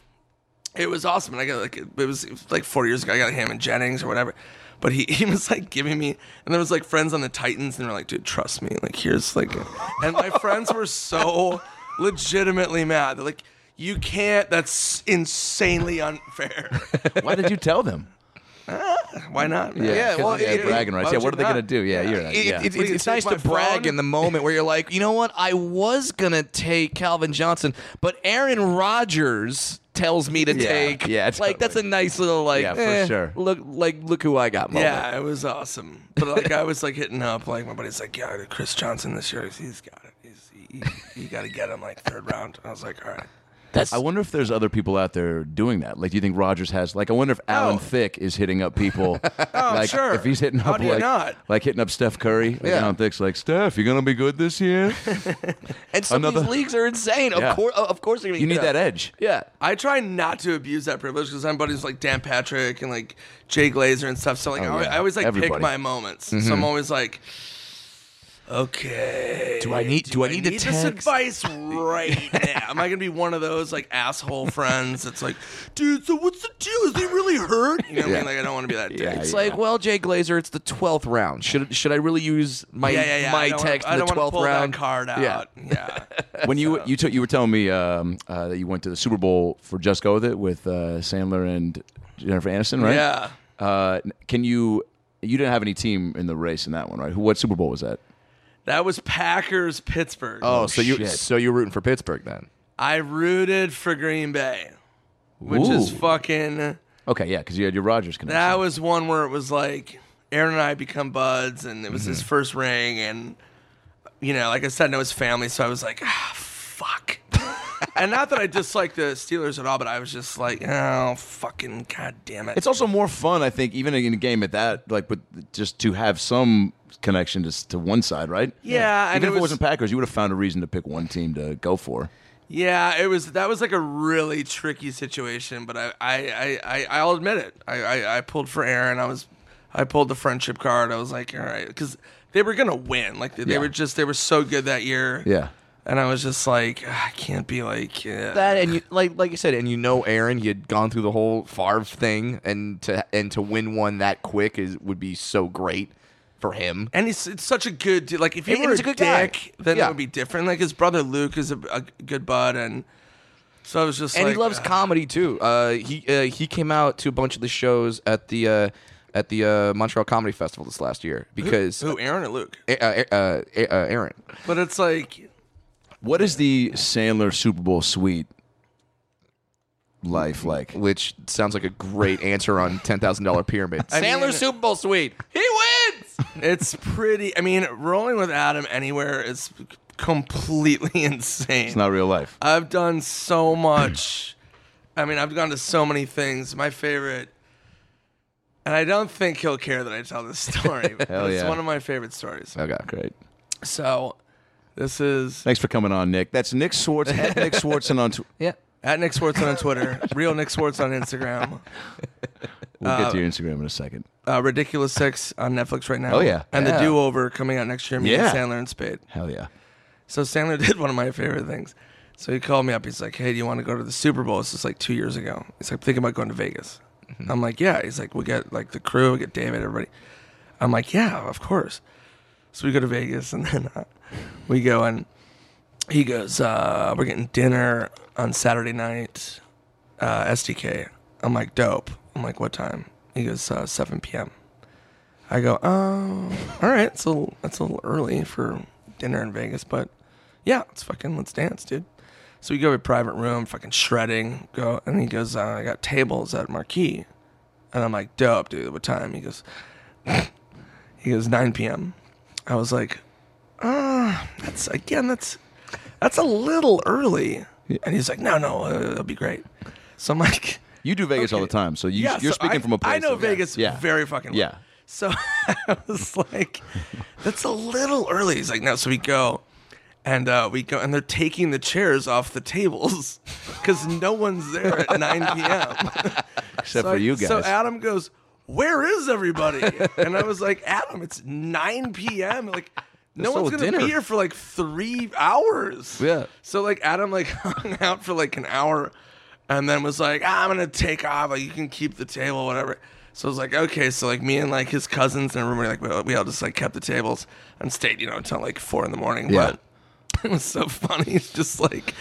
S3: it was awesome. And I got like, it was, it was, like four years ago. I got him and Jennings or whatever. But he, he was like giving me, and there was like friends on the Titans, and they're like, dude, trust me. Like here's like, and my friends were so legitimately mad. They're like, you can't. That's insanely unfair.
S1: Why did you tell them?
S3: Why not? man?
S2: Yeah,
S1: 'cause,
S2: well,
S1: yeah,
S2: it-
S1: bragging rights.
S3: why
S1: Yeah,
S3: would
S1: what are
S3: you
S1: they
S3: not?
S1: gonna do? Yeah, you're right.
S2: It-
S1: yeah.
S2: it-
S3: What, you
S2: it's
S3: take
S2: nice
S3: my
S2: to brag
S3: phone?
S2: in the moment where you're like, you know what? I was gonna take Calvin Johnson, but Aaron Rodgers tells me to
S1: Yeah,
S2: take.
S1: yeah,
S2: like that's a nice little like.
S1: Yeah, for
S2: eh,
S1: sure.
S2: Look, like look who I got. Moment.
S3: Yeah, it was awesome. But like I was like hitting up like my buddy's like, yeah, Chris Johnson this year, he's got it. He's, he, he, you got to get him like third round. I was like, all right.
S2: that's
S1: I wonder if there's other people out there doing that. Like, do you think Rogers has? Like, I wonder if Alan
S3: Oh.
S1: Thick is hitting up people. oh, like,
S3: sure.
S1: If he's hitting
S3: How
S1: up,
S3: do you
S1: like,
S3: not?
S1: like hitting up Steph Curry. Like,
S2: Yeah.
S1: Alan Thick's like, Steph, you gonna be good this year.
S2: and some of
S1: another-
S2: these leagues are insane.
S1: Yeah.
S2: Of course, of course they're gonna.
S1: you
S2: get
S1: need
S2: up.
S1: that edge.
S2: Yeah.
S3: I try not to abuse that privilege because I'm buddies with, like Dan Patrick and like Jay Glazer and stuff. So
S2: Oh,
S3: like I, always,
S1: yeah.
S3: I always like pick
S1: Everybody.
S3: my moments. So
S2: Mm-hmm.
S3: I'm always like, okay.
S2: Do I need- do I need to
S3: this
S2: text?
S3: advice right now? Am I gonna be one of those like asshole friends that's like, dude? So what's the deal? Is he really hurt? You know what I mean? Like I don't want to be that dick.
S1: Yeah,
S2: It's
S1: yeah.
S2: like, well, Jay Glazer, it's the twelfth round. Should should I really use my
S3: yeah, yeah, yeah. I
S2: my
S3: don't wanna-
S2: text
S3: I
S2: in
S3: don't
S2: the
S3: wanna
S2: twelfth
S3: pull
S2: round?
S3: That card out.
S2: Yeah.
S3: Yeah.
S1: When you you took you were telling me um, uh, that you went to the Super Bowl for Just Go With It with uh, Sandler and Jennifer Aniston, right?
S3: Yeah.
S1: Uh, can you? You didn't have any team in the race in that one, right? Who? What Super Bowl was that?
S3: That was Packers Pittsburgh.
S2: Oh, so you
S1: shit.
S2: so you're rooting for Pittsburgh then?
S3: I rooted for Green Bay, which is
S1: Ooh.
S3: fucking.
S1: Okay, yeah, because you had your Rogers connection.
S3: That was one where it was like Aaron and I become buds, and it was his first ring, and you know, like I said, I know his family, so I was like, ah, fuck. and not that I dislike the Steelers at all, but I was just like, oh, fucking goddamn it.
S1: It's also more fun, I think, even in a game at that, like, but just to have some connection to, s- to one side, right?
S3: Yeah, and
S1: Even
S3: it
S1: if it
S3: was-
S1: wasn't Packers, you would have found a reason to pick one team to go for.
S3: Yeah, it was that was like a really tricky situation, but I I I, I I'll admit it. I, I I pulled for Aaron. I was I pulled the friendship card. I was like, all right, because they were gonna win. Like they, they
S1: Yeah.
S3: were just they were so good that year.
S1: Yeah.
S3: and I was just like, "Ah, I can't be like yeah.
S2: that and you like like you said and you know Aaron you had gone through the whole Favre thing and to and to win one that quick is would be so great for him.
S3: And he's it's such a good dude. Like if he
S2: And
S3: were
S2: he's
S3: a,
S2: a good guy.
S3: dick, then
S2: Yeah.
S3: it would be different. Like his brother Luke is a, a good bud, and so I was just
S2: and
S3: like,
S2: he loves
S3: "Ah."
S2: comedy too. Uh, he uh, he came out to a bunch of the shows at the uh, at the uh, Montreal Comedy Festival this last year because
S3: who Aaron or Luke,
S2: uh, uh, uh, uh, Aaron.
S3: but it's like
S1: What is the Sandler Super Bowl suite life like?
S2: which sounds like a great answer on ten thousand dollar pyramid. Sandler
S3: mean-
S2: Super Bowl suite. He wins.
S3: it's pretty. I mean, rolling with Adam anywhere is completely insane.
S1: It's not real life.
S3: I've done so much. I mean, I've gone to so many things. My favorite, and I don't think he'll care that I tell this story. but
S1: Hell
S3: It's
S1: yeah.
S3: one of my favorite stories.
S2: Okay.
S1: Great.
S3: So, this is
S1: Thanks for coming on, Nick. That's Nick Swartz at Nick Swartzen on. Tw-
S2: Yeah.
S3: at Nick Swartzen on Twitter, real Nick Swartz on Instagram,
S1: we'll get to your Instagram in a second.
S3: uh, Ridiculous Six on Netflix right now.
S1: Oh, yeah.
S3: and
S1: Yeah.
S3: the Do Over coming out next year. Me and
S1: Yeah.
S3: Sandler and Spade.
S1: Hell yeah.
S3: So Sandler did one of my favorite things. So he called me up. He's like, "Hey, do you want to go to the Super Bowl?" This is like two years ago. He's like, "Thinking about going to Vegas." I'm like, "Yeah." He's like, "We got like the crew. We got David. Everybody." I'm like, "Yeah, of course." So we go to Vegas, and then uh, we go and he goes, uh, "We're getting dinner on Saturday night, uh, SDK." I'm like, "Dope." I'm like, "What time?" He goes, uh, "7 p.m." I go, "Oh, all right. It's a little, it's a little early for dinner in Vegas, but yeah, let's fucking let's dance, dude." So we go to a private room, fucking shredding. Go, and he goes, uh, "I got tables at Marquee," and I'm like, "Dope, dude. What time?" He goes, "He goes 9 p.m." I was like, "Ah, that's again, that's that's a little early." And he's like, "No, no, uh, it'll be great." So I'm like.
S1: You do Vegas all the
S3: Okay.
S1: time, so you,
S3: Yeah,
S1: you're
S3: so
S1: speaking
S3: I-
S1: from a place.
S3: I know
S1: of-
S3: Vegas
S1: Yeah.
S3: very fucking well.
S1: Yeah.
S3: So I was like, that's a little early. He's like, no. So we go, and uh, we go, and they're taking the chairs off the tables because no one's there at 9 p.m.
S1: Except
S3: So
S1: for
S3: I-
S1: you guys.
S3: So Adam goes, "Where is everybody?" and I was like, "Adam, it's 9 p.m. Like." No
S1: It's all
S3: one's gonna
S1: dinner.
S3: be here for like three hours.
S1: Yeah.
S3: So like Adam like hung out for like an hour, and then was like, "Ah, "I'm gonna take off. Like you can keep the table, whatever." So I was like, "Okay." So like me and like his cousins and everybody like we all, we all just like kept the tables and stayed, you know, until like four in the morning.
S1: Yeah.
S3: But it was so funny. It's just like.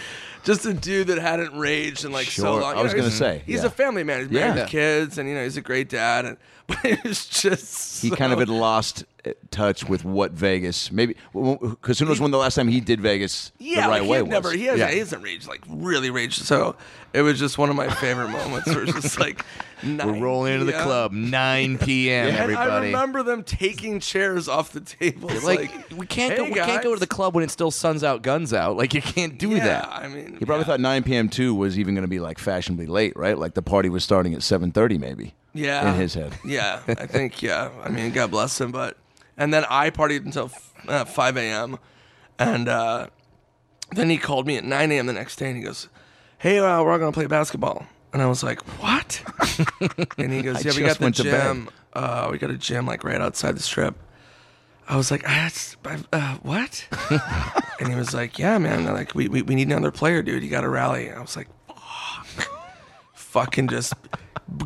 S3: Just a dude that hadn't raged in like so
S1: Sure.
S3: long.
S1: I
S3: You
S1: was
S3: know,
S1: gonna
S3: he's-
S1: say,
S3: he's
S1: yeah.
S3: a family man. He's married
S1: Yeah.
S3: with kids, and you know he's a great dad. And but it was just
S1: he
S3: so-
S1: kind of had lost uh, touch with what Vegas maybe because who knows when the last time he did Vegas the
S3: yeah,
S1: right
S3: like,
S1: way
S3: he had
S1: was.
S3: never he has
S1: yeah.
S3: he hasn't raged like really raged. So it was just one of my favorite moments. Where it's just like
S2: We're rolling into the club, 9 p.m.
S1: Yeah.
S3: And
S2: Everybody.
S3: I remember them taking chairs off the tables.
S2: like,
S3: Like,
S2: we can't go.
S3: "Hey,
S2: We can't go to
S3: guys."
S2: the club when it's still suns out, guns out. Like you can't do
S3: yeah,
S2: that.
S3: I mean,
S1: He probably thought 9 p.m. too was even going to be like fashionably late, right? Like the party was starting at 7:30 maybe.
S3: yeah,
S1: in his head.
S3: Yeah, I think yeah. I mean, God bless him. But and then I partied until f- uh, 5 a.m. and uh, then he called me at 9 a.m. the next day and he goes, "Hey, uh, we're all gonna play basketball." And I was like, "What?" and he goes, "Yeah, we
S1: just
S3: got the
S1: went to bed."
S3: gym. Uh, we got a gym like right outside the strip." I was like, I, just- I, uh, "What?" and he was like, "Yeah, man. They're Like, we, we we need another player, dude. You got to rally." And I was like, fucking just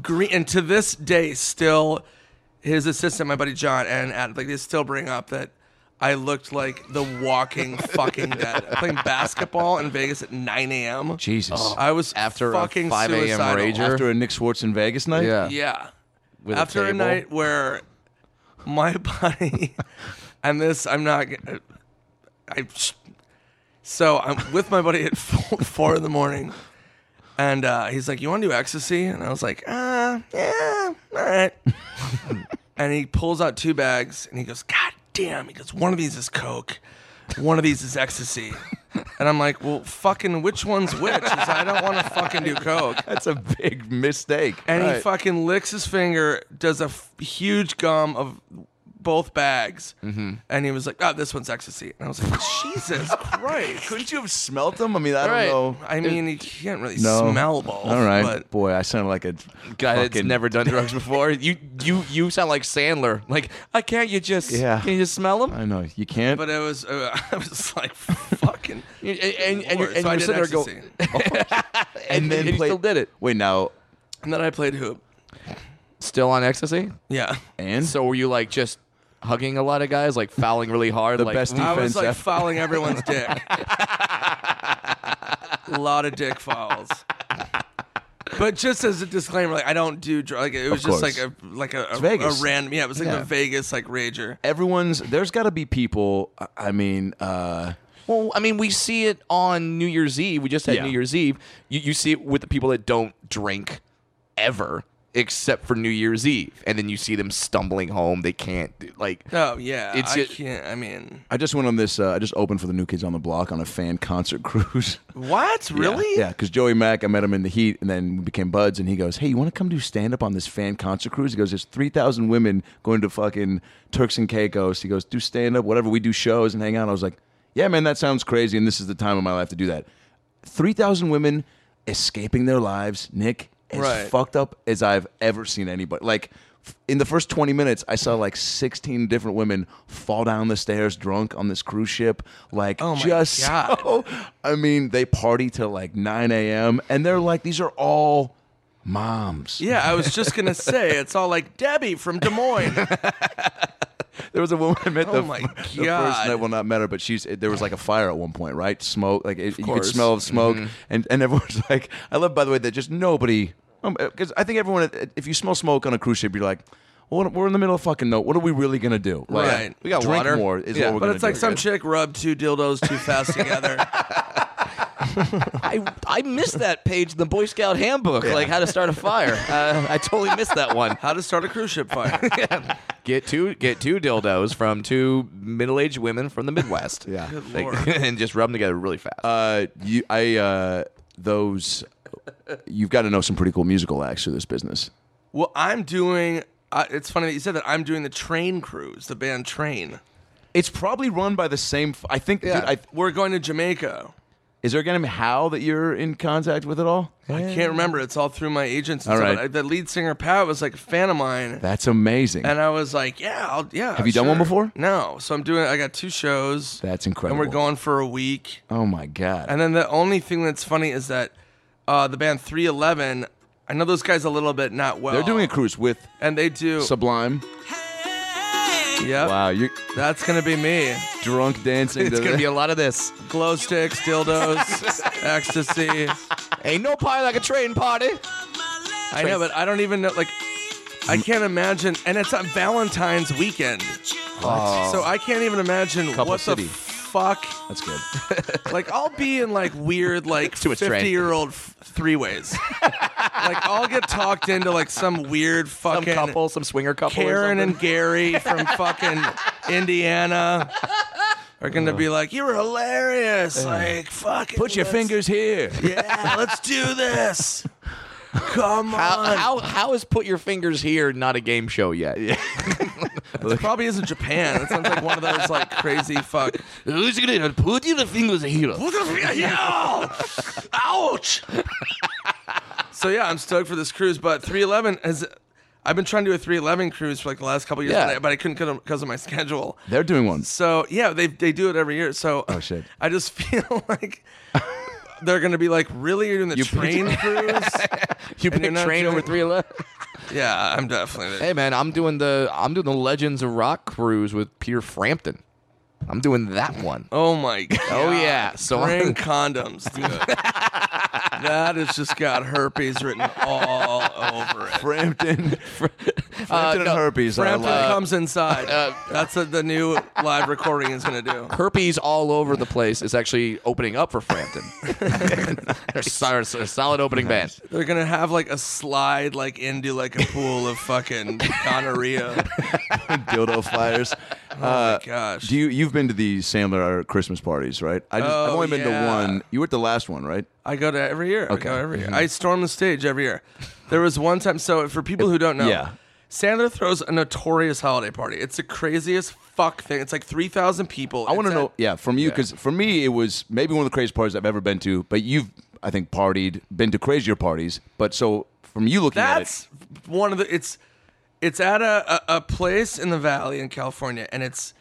S3: green. And to this day, still, his assistant, my buddy John, and Adam, like they still bring up that I looked like the walking fucking dead. Playing basketball in Vegas at 9 a.m.
S1: Jesus.
S3: I was
S2: After a
S3: fucking
S2: 5 a.m.
S3: suicidal.
S2: rager?
S1: After a Nick Swartz in Vegas night?
S2: Yeah.
S3: Yeah.
S2: With
S3: After a,
S2: table.
S3: night where my body and this, I'm not. g- I so I'm with my buddy at four, four in the morning, and uh, he's like, "You want to do ecstasy?" And I was like, "Uh, yeah, all right." and he pulls out two bags and he goes, "God damn!" He goes, "One of these is coke, one of these is ecstasy." And I'm like, well, fucking, which one's which? 'Cause I don't want to fucking do coke.
S1: That's a big mistake.
S3: And he
S1: Right.
S3: fucking licks his finger, does a f- huge gum of both bags. Mm-hmm. And he was like, oh, this one's ecstasy. And I was like, Jesus Christ.
S1: Couldn't you have smelt them? I mean, I don't
S2: Right.
S1: know.
S3: I mean, you can't really
S1: No.
S3: smell balls.
S1: All right,
S3: But
S1: boy, I sound like a
S2: guy that's
S1: fucking-
S2: never done drugs before. You you you sound like Sandler. Like, I can't you just
S1: Yeah.
S2: can you just smell them?
S1: I know you can't.
S3: but it was, uh, I was like, fucking.
S2: And and, and, you're,
S3: Lord.
S2: and
S3: So I
S2: you're
S3: did
S2: sitting there going,
S3: ecstasy.
S2: and then you
S1: play-
S2: still did it.
S1: Wait now,
S3: And then I played hoop.
S2: Still on ecstasy.
S3: Yeah.
S1: and
S2: So were you like just hugging a lot of guys, like fouling really hard?
S1: The
S2: like,
S1: best
S3: I was
S1: defense
S3: like
S1: eff-
S3: fouling everyone's dick. A lot of dick fouls. But just as a disclaimer, like I don't do drugs. Like, it was
S1: Of
S3: just like
S1: course.
S3: a like a, a,
S1: Vegas.
S3: a random. Yeah, it was like
S1: Yeah.
S3: the Vegas like rager.
S1: everyone's there's got to be people. I- I mean, uh,
S2: Well, I mean, we see it on New Year's Eve. We just had
S1: Yeah.
S2: New Year's Eve. You, you see it with the people that don't drink ever, except for New Year's Eve, and then you see them stumbling home. They can't do- like.
S3: Oh yeah,
S2: It's
S3: I
S2: a-
S3: can't. I mean,
S1: I just went on this. Uh, I just opened for the New Kids on the Block on a fan concert cruise.
S3: what really?
S1: Yeah, because Joey Mack, I met him in the heat, and then we became buds. And he goes, "Hey, you want to come do stand up on this fan concert cruise?" He goes, "There's three thousand women going to fucking Turks and Caicos." He goes, "Do stand up, whatever. We do shows and hang out." I was like, "Yeah, man, that sounds crazy." And this is the time of my life to do that. Three thousand women escaping their lives, Nick, as
S3: Right.
S1: fucked up as I've ever seen anybody. Like. f- In the first 20 minutes, I saw like 16 different women fall down the stairs drunk on this cruise ship. Like,
S3: Oh my
S1: just
S3: God.
S1: so- I mean, they party till like 9 a.m. and they're like, these are all moms.
S3: Yeah, I was just gonna say it's all like Debbie from Des Moines.
S1: There was a woman I met
S3: Oh
S1: the,
S3: my
S1: the first
S3: God.
S1: night. Well, not met her, but she's there was like a fire at one point, right? Smoke, like it, you could
S3: course. Mm-hmm.
S1: smell of smoke, and and everyone's like, I love by the way that just nobody, because I think everyone, uh, if you smell smoke on a cruise ship, you're like. Well, we're in the middle of fucking no. What are we really gonna do? Like,
S3: Right.
S2: We got
S1: drink
S2: water.
S1: more. Is
S2: Yeah.
S1: what we're
S3: but
S1: gonna
S3: it's like
S1: do.
S3: some chick rubbed two dildos too fast together.
S2: I I missed that page in the Boy Scout handbook, like how to start a fire. Uh, I totally missed that one.
S3: How to start a cruise ship fire?
S2: Get two get two dildos from two middle aged women from the Midwest.
S1: Yeah.
S3: Good
S2: Like,
S3: lord.
S2: and just rub them together really fast.
S1: Uh, you, I, uh, those, you've got to know some pretty cool musical acts for this business.
S3: Well, I'm doing. Uh, it's funny that you said that. I'm doing the Train Cruise, the band Train.
S1: It's probably run by the same. f- I think. Dude, I,
S3: we're going to Jamaica.
S1: is there a guy named Hal that you're in contact with at all?
S3: I can't remember. It's all through my agents. And
S1: All
S3: stuff,
S1: right.
S3: but I- the lead singer Pat was like a fan of mine,
S1: That's amazing.
S3: and I was like, "Yeah, I'll, yeah."
S1: Have you done one
S3: sure.
S1: before?
S3: No. So I'm doing. I got two shows,
S1: That's
S3: and
S1: incredible.
S3: we're going for a week.
S1: Oh my god.
S3: And then the only thing that's funny is that uh, the band 311. I know those guys a little bit not well.
S1: They're doing a cruise with
S3: and they do.
S1: Sublime.
S3: yep.
S1: Wow, you're
S3: That's gonna be me.
S1: drunk dancing.
S2: it's
S1: to
S2: gonna be a lot of this.
S3: Glow sticks, dildos, ecstasy.
S2: Ain't no pie like a train party.
S3: I know, but I don't even know. Like, I can't imagine. And it's on Valentine's weekend, so I can't even imagine
S1: Oh. Couple
S3: what
S1: city.
S3: the fuck.
S1: That's good.
S3: Like, I'll be in like weird, like
S2: To a train.
S3: fifty-year-old f- three ways. like, I'll get talked into like some weird
S2: Some
S3: fucking
S2: couple, some swinger couple. or
S3: Karen
S2: something.
S3: and Gary from fucking Indiana. Are gonna be like, you were hilarious. Like, fucking
S1: Put your
S3: let's-
S1: fingers here.
S3: Yeah, let's do this. Come
S2: How,
S3: on.
S2: how how is put your fingers here not a game show yet?
S3: It probably isn't Japan. It sounds like one of those like crazy fuck.
S2: Who's gonna put your fingers here?
S3: Yo! Ouch! so yeah, I'm stoked for this cruise, but 311 has. I've been trying to do a 311 cruise for like the last couple years,
S2: Yeah.
S3: but I- but I couldn't because of my schedule.
S1: They're doing one.
S3: So yeah, they they do it every year. So
S1: Oh, shit.
S3: I just feel like they're gonna be like, really, you're doing the
S1: You-
S3: train cruise?
S2: You
S3: And you're
S2: pick
S3: not
S2: train over
S3: doing-
S2: three eleven.
S3: yeah, I'm definitely.
S2: Hey man, I'm doing the I'm doing the Legends of Rock cruise with Peter Frampton. I'm doing that one.
S3: Oh my god.
S2: Oh, yeah. So-
S3: bring condoms, dude. that has just got herpes written all over it.
S1: Frampton. Frampton and
S2: Uh, no,
S1: herpes. I
S3: Frampton
S1: love.
S3: comes inside. That's what the new live recording is gonna do.
S2: Herpes all over the place is actually opening up for Frampton. They're so- so- solid opening band.
S3: They're gonna have like a slide like into like a pool of fucking gonorrhea.
S1: dildo fires. Uh,
S3: Gosh.
S1: do you? You've been to the Sandler Christmas parties, right? I just, I've
S3: Oh,
S1: only been to
S3: yeah.
S1: one. You were at the last one, right?
S3: I go to every year. I
S1: Okay. Mm-hmm.
S3: go every year. I storm the stage every year. There was one time. So for people who don't know,
S1: Yeah.
S3: Sandler throws a notorious holiday party. It's the craziest fuck thing. It's like three thousand people.
S1: I want to
S3: It's
S1: know,
S3: at-
S1: yeah, from you, because for me, it was maybe one of the craziest parties I've ever been to, but you've, I think, partied, been to crazier parties. But so from you looking
S3: That's one of the. It's it's at a, a a place in the valley in California, and it's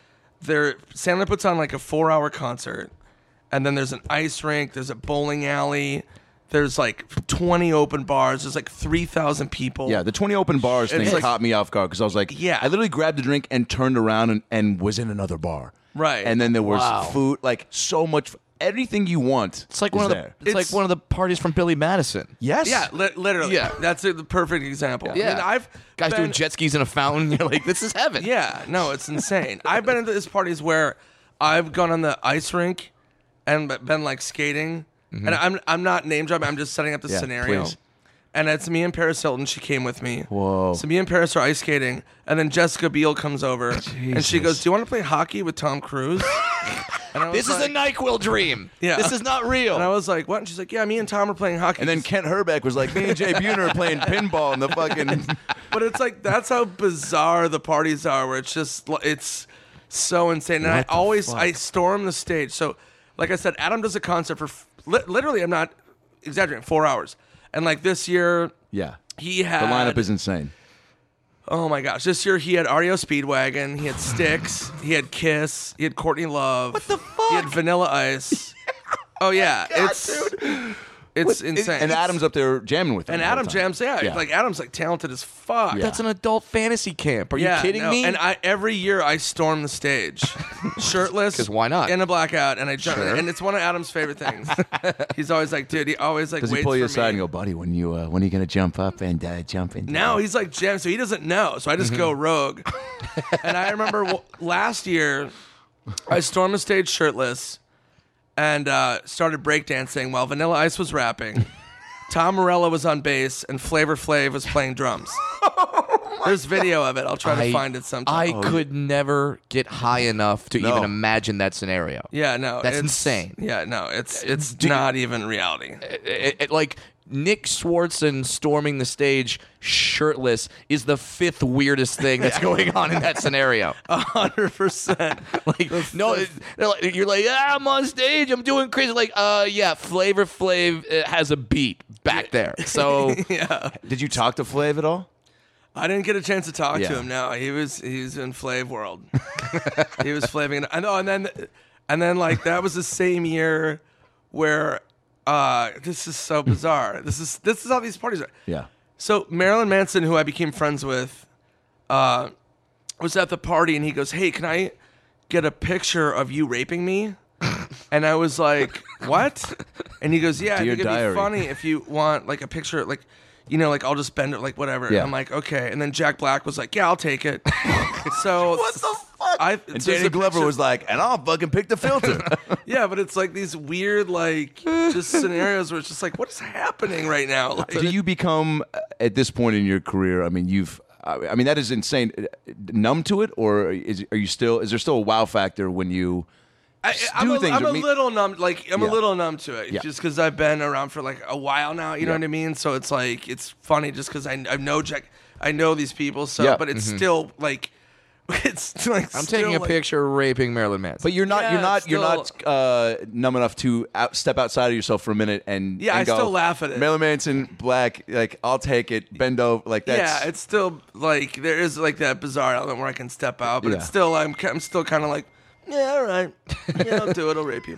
S3: there. Sandler puts on like a four hour concert, and then there's an ice rink. There's a bowling alley. There's like twenty open bars. There's like three thousand people.
S1: at it, yeah, the 20 open bars thing
S3: It's like-
S1: caught me off guard because I was like,
S3: Yeah.
S1: I literally grabbed a drink and turned around and, and was in another bar.
S3: Right.
S1: And then there was
S2: Wow.
S1: food, like so much, everything you want.
S2: It's like one
S1: is
S2: of the
S1: there.
S2: it's,
S3: It's-
S2: like one of the parties from Billy Madison.
S1: Yes.
S3: Yeah, li- literally.
S2: Yeah.
S3: that's a, the perfect example. I mean, I've
S2: guys
S3: been-
S2: doing jet skis in a fountain. You're like, this is heaven.
S3: Yeah, no, it's insane. I've been into these parties where I've gone on the ice rink and b- been like skating, and I'm I'm not name dropping. I'm just setting up the
S1: Mm-hmm. Yeah,
S3: scenario.
S1: please.
S3: And it's me and Paris Hilton. She came with me.
S1: Whoa.
S3: So me and Paris are ice skating, and then Jessica Biel comes over, and she
S1: Jesus.
S3: goes, "Do you want to play hockey with Tom Cruise?" and I was
S2: This is
S3: like,
S2: a Nyquil dream.
S3: Yeah.
S2: This is not
S3: And I
S2: real.
S3: was like, "What?" And she's like, "Yeah, me and Tom are playing hockey."
S1: And then Kent Herbeck was like, me and Jay Buhner are playing pinball in the fucking.
S3: but it's like that's how bizarre the parties are where it's just li- it's so insane and i always i storm the stage so like i said adam does a concert for f- li- literally i'm not exaggerating four hours and like this year
S1: Yeah.
S3: he
S1: The
S3: had
S1: lineup is insane.
S3: oh my gosh this year he had REO speedwagon he had sticks he had kiss he had courtney love what the fuck he had vanilla ice oh yeah it's it's insane
S1: And Adam's up there jamming with him.
S3: and
S1: the whole
S3: adam
S1: time.
S3: jams yeah,
S1: Yeah.
S3: like adam's like talented as fuck
S1: Yeah.
S2: That's an adult fantasy camp. Are you kidding
S3: no,
S2: me?
S3: And I every year I storm the stage, shirtless,
S2: 'Cause why not?
S3: In a blackout, and I jump, and it's one of Adam's favorite things. He's always like, dude, he always like
S1: Does
S3: waits
S1: he pull you
S3: for
S1: aside and
S3: me.
S1: go, buddy, when you uh, when are you gonna jump up and uh, jump in?
S3: Now he's like Jim, so he doesn't know. So I just go rogue. and I remember w- last year, I stormed the stage shirtless, and uh, started breakdancing while Vanilla Ice was rapping. Tom Morello was on bass, and Flavor Flav was playing drums. There's video of it. I'll try to find it
S2: I
S3: sometime.
S2: could never get high enough to
S1: No.
S2: even imagine that scenario.
S3: Yeah, no,
S2: That's
S3: it's-
S2: insane. Uh,
S3: Yeah, no, it's it's not even reality.
S2: It- it- it- like Nick Swartzen storming the stage shirtless is the fifth weirdest thing that's going on in that scenario.
S3: Hundred percent.
S2: Like no, it- they're like, you're like ah, I'm on stage, I'm doing crazy. Like uh, yeah, Flavor Flav uh, has a beat back there, so
S1: Did you talk to Flav at all?
S3: I didn't get a chance to talk
S1: Yeah.
S3: to him. No, he was he was in Flav world. he was flaving. it. I know, and then and then like that was the same year where uh this is so bizarre. This is this is how these parties are.
S1: Yeah.
S3: So Marilyn Manson, who I became friends with, uh, was at the party, and he goes, "Hey, can I get a picture of you raping me?" and I was like, "What?" And he goes, "Yeah, I
S1: Dear
S3: think it'd
S1: diary."
S3: be funny if you want like a picture, like." You know, like I'll just bend it, like whatever.
S1: Yeah.
S3: I'm like, okay. And then Jack Black was like, yeah, I'll take it. so what the fuck? I,
S1: And
S3: so there's
S1: Danny
S3: a
S1: Glover
S3: picture-
S1: was like, and I'll fucking pick the filter.
S3: yeah, but it's like these weird, like just scenarios where it's just like, what is happening right now? Like,
S1: Do you become uh, at this point in your career? I mean, you've. I I mean, that is insane. Uh, Numb to it, or is are you still? Is there still a wow factor when you?
S3: I, I'm,
S1: do
S3: a,
S1: things
S3: I'm
S1: with
S3: a
S1: me-
S3: little numb. Like I'm
S1: Yeah.
S3: a little numb to it,
S1: Yeah.
S3: just because I've been around for like a while now. You know
S1: Yeah.
S3: what I mean? So it's like it's funny, just because I, I know Jack, I know these people. So,
S1: Yeah. Mm-hmm.
S3: but it's still like it's like
S2: I'm taking a picture raping Marilyn Manson.
S1: But you're not.
S3: Yeah,
S1: you're not.
S3: it's
S1: You're not uh, numb enough to out, step outside of yourself for a minute and.
S3: Yeah,
S1: and
S3: I
S1: go,
S3: still laugh at it.
S1: Marilyn Manson, black. Like I'll take it. Bend over. Like that's.
S3: yeah, it's still like there is like that bizarre element where I can step out, but
S1: Yeah.
S3: it's still I'm ki- I'm still kind of like yeah, all right, yeah, I'll do it. I'll rape you.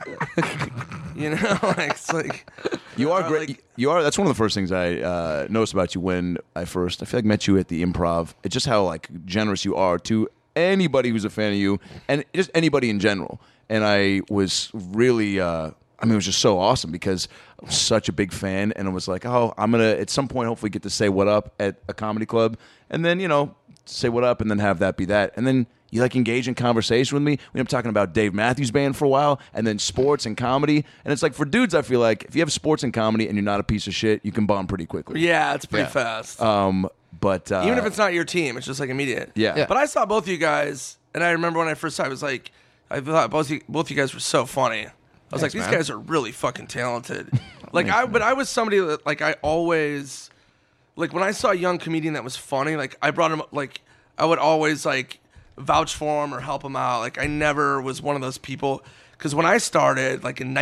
S3: you know, like it's like
S1: You are
S3: Uh,
S1: great.
S3: like-
S1: you are. That's one of the first things I uh, noticed about you when I first, I feel like, met you at the improv. It's just how like generous you are to anybody who's a fan of you, and just anybody in general. And I was really, uh, I mean, it was just so awesome because I'm such a big fan, and I was like, oh, I'm gonna at some point hopefully get to say what up at a comedy club, and then you know say what up, and then have that be that, and then you like engage in conversation with me. We end up talking about Dave Matthews Band for a while, and then sports and comedy. And it's like for dudes, I feel like if you have sports and comedy and you're not a piece of shit, you can bond pretty quickly.
S3: yeah, it's pretty
S2: Yeah.
S3: fast.
S1: Um. But uh,
S3: Even if it's not your team, it's just like immediate.
S1: Yeah. Yeah.
S3: But I saw both you guys, and I remember when I first saw, it, I was like, I thought both you, both you guys were so funny. I was like, these
S2: man.
S3: guys are really fucking talented. like I, but I was somebody that like I always like when I saw a young comedian that was funny, like I brought him like I would always like vouch for him or help him out. Like I never was one of those people because when I started, like in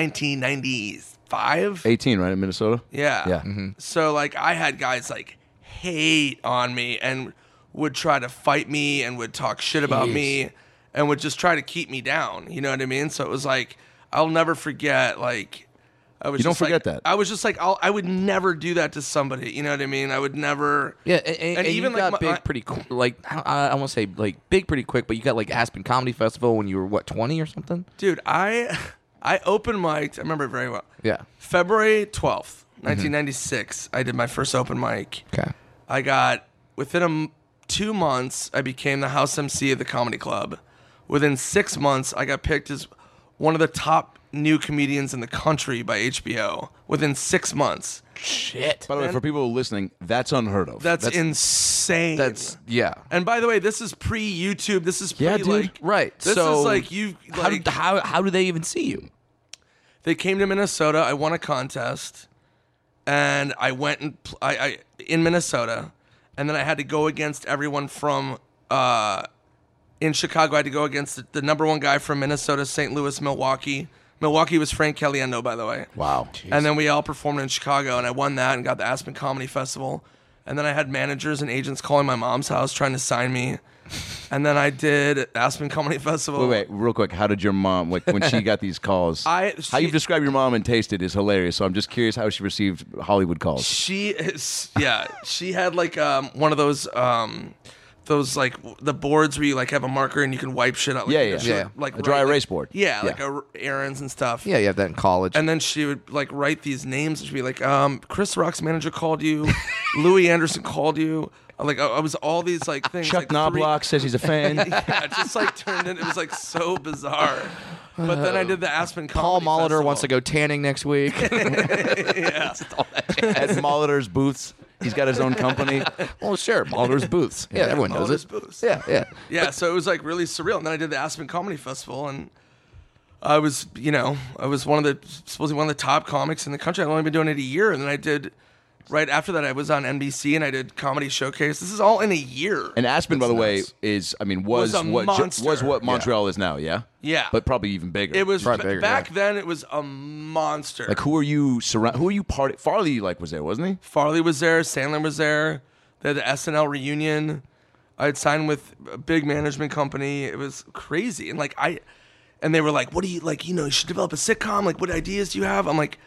S3: 1995,
S1: 18, right in Minnesota.
S3: yeah,
S1: Yeah.
S3: So like I had guys like hate on me and would try to fight me and would talk shit about me and would just try to keep me down. You know what I mean? So it was like I'll never forget like I was
S1: You don't
S3: just, like-
S1: forget that.
S3: I was just like I'll, I would never do that to somebody. You know what I mean? I would never
S2: Yeah, and, and,
S3: And
S2: even
S3: even,
S2: you
S3: like,
S2: got
S3: my-
S2: big
S3: my-
S2: pretty qu- like I, I- I won't say like big pretty quick, but you got like Aspen Comedy Festival when you were what twenty or something.
S3: Dude, I I open mic. I remember it very well.
S2: Yeah.
S3: February 12th,
S1: Mm-hmm.
S3: 1996, I did my first open mic.
S2: Okay.
S3: I got within a m- two months, I became the house MC of the comedy club. Within six months, I got picked as one of the top new comedians in the country by HBO. Within six months,
S2: Shit.
S1: By the way, for people listening, that's unheard of.
S3: that's, insane.
S2: That's yeah.
S3: and by the way, this is pre YouTube. This is pre
S1: Yeah, dude.
S3: like
S2: Right.
S3: This
S2: so
S3: is like you.
S2: how, do,
S3: Like,
S2: how how do they even see you?
S3: they came to Minnesota. I won a contest, and I went and pl- I, I in Minnesota, and then I had to go against everyone from uh, in Chicago. I had to go against the, the number one guy from Minnesota, St. Louis, Milwaukee. Milwaukee was Frank Caliendo, by the way.
S1: wow.
S3: And then we all performed in Chicago, and I won that and got the Aspen Comedy Festival. And then I had managers and agents calling my mom's house trying to sign me. And then I did Aspen Comedy Festival.
S1: Wait, wait, real quick. How did your mom like when she got these calls?
S3: I-
S1: how
S3: she-
S1: you've described your mom and tasted is hilarious. So I'm just curious how she received Hollywood calls.
S3: She is yeah. she had like um one of those um those like w- the boards where you like have a marker and you can wipe shit out. Like,
S1: Yeah,
S3: you know,
S1: yeah.
S3: she'll,
S2: Yeah.
S3: Like
S1: A dry
S3: write, like-
S1: erase board.
S3: Yeah,
S1: Yeah.
S3: like a, errands and stuff.
S2: Yeah, you have that in college.
S3: And then she would like write these names and she'd be like, um, Chris Rock's manager called you, Louis Anderson called you. Uh, Like I, I was all these like things.
S1: Chuck
S3: like, three-
S1: Knobloch says he's a fan.
S3: yeah, it just like turned in. It was like so bizarre. But then I
S1: Uh,
S3: did the Aspen
S2: Paul
S3: Comedy
S2: Molitor wants to go
S3: Festival.
S2: tanning next week.
S1: At Molitor's booths, he's got his own company.
S2: well, sure, Molitor's booths. Yeah, everyone knows
S3: Molitor's
S2: it.
S3: booths.
S2: Yeah, yeah.
S3: yeah, so it was like really surreal. And then I did the Aspen Comedy Festival, and I was, you know, I was one of the supposedly one of the top comics in the country. I've only been doing it a year, and then I did. Right after that, I was on NBC and I did Comedy Showcase. This is all in a year.
S1: And Aspen, by the way,
S2: nuts.
S1: is I mean was,
S3: Was a
S1: what Ju-
S3: monster.
S1: was what Montreal is now. Yeah.
S3: Yeah.
S1: But probably even bigger.
S3: it was
S2: Probably bigger,
S3: back
S2: yeah.
S3: then. It was a monster.
S1: like who are you surround? Who are you party? Farley like was there, wasn't he?
S3: Farley was there. Sandler was there. They had the SNL reunion. I had signed with a big management company. It was crazy. And like I, and they were like, "What do you like? You know, you should develop a sitcom. Like, what ideas do you have?" I'm like,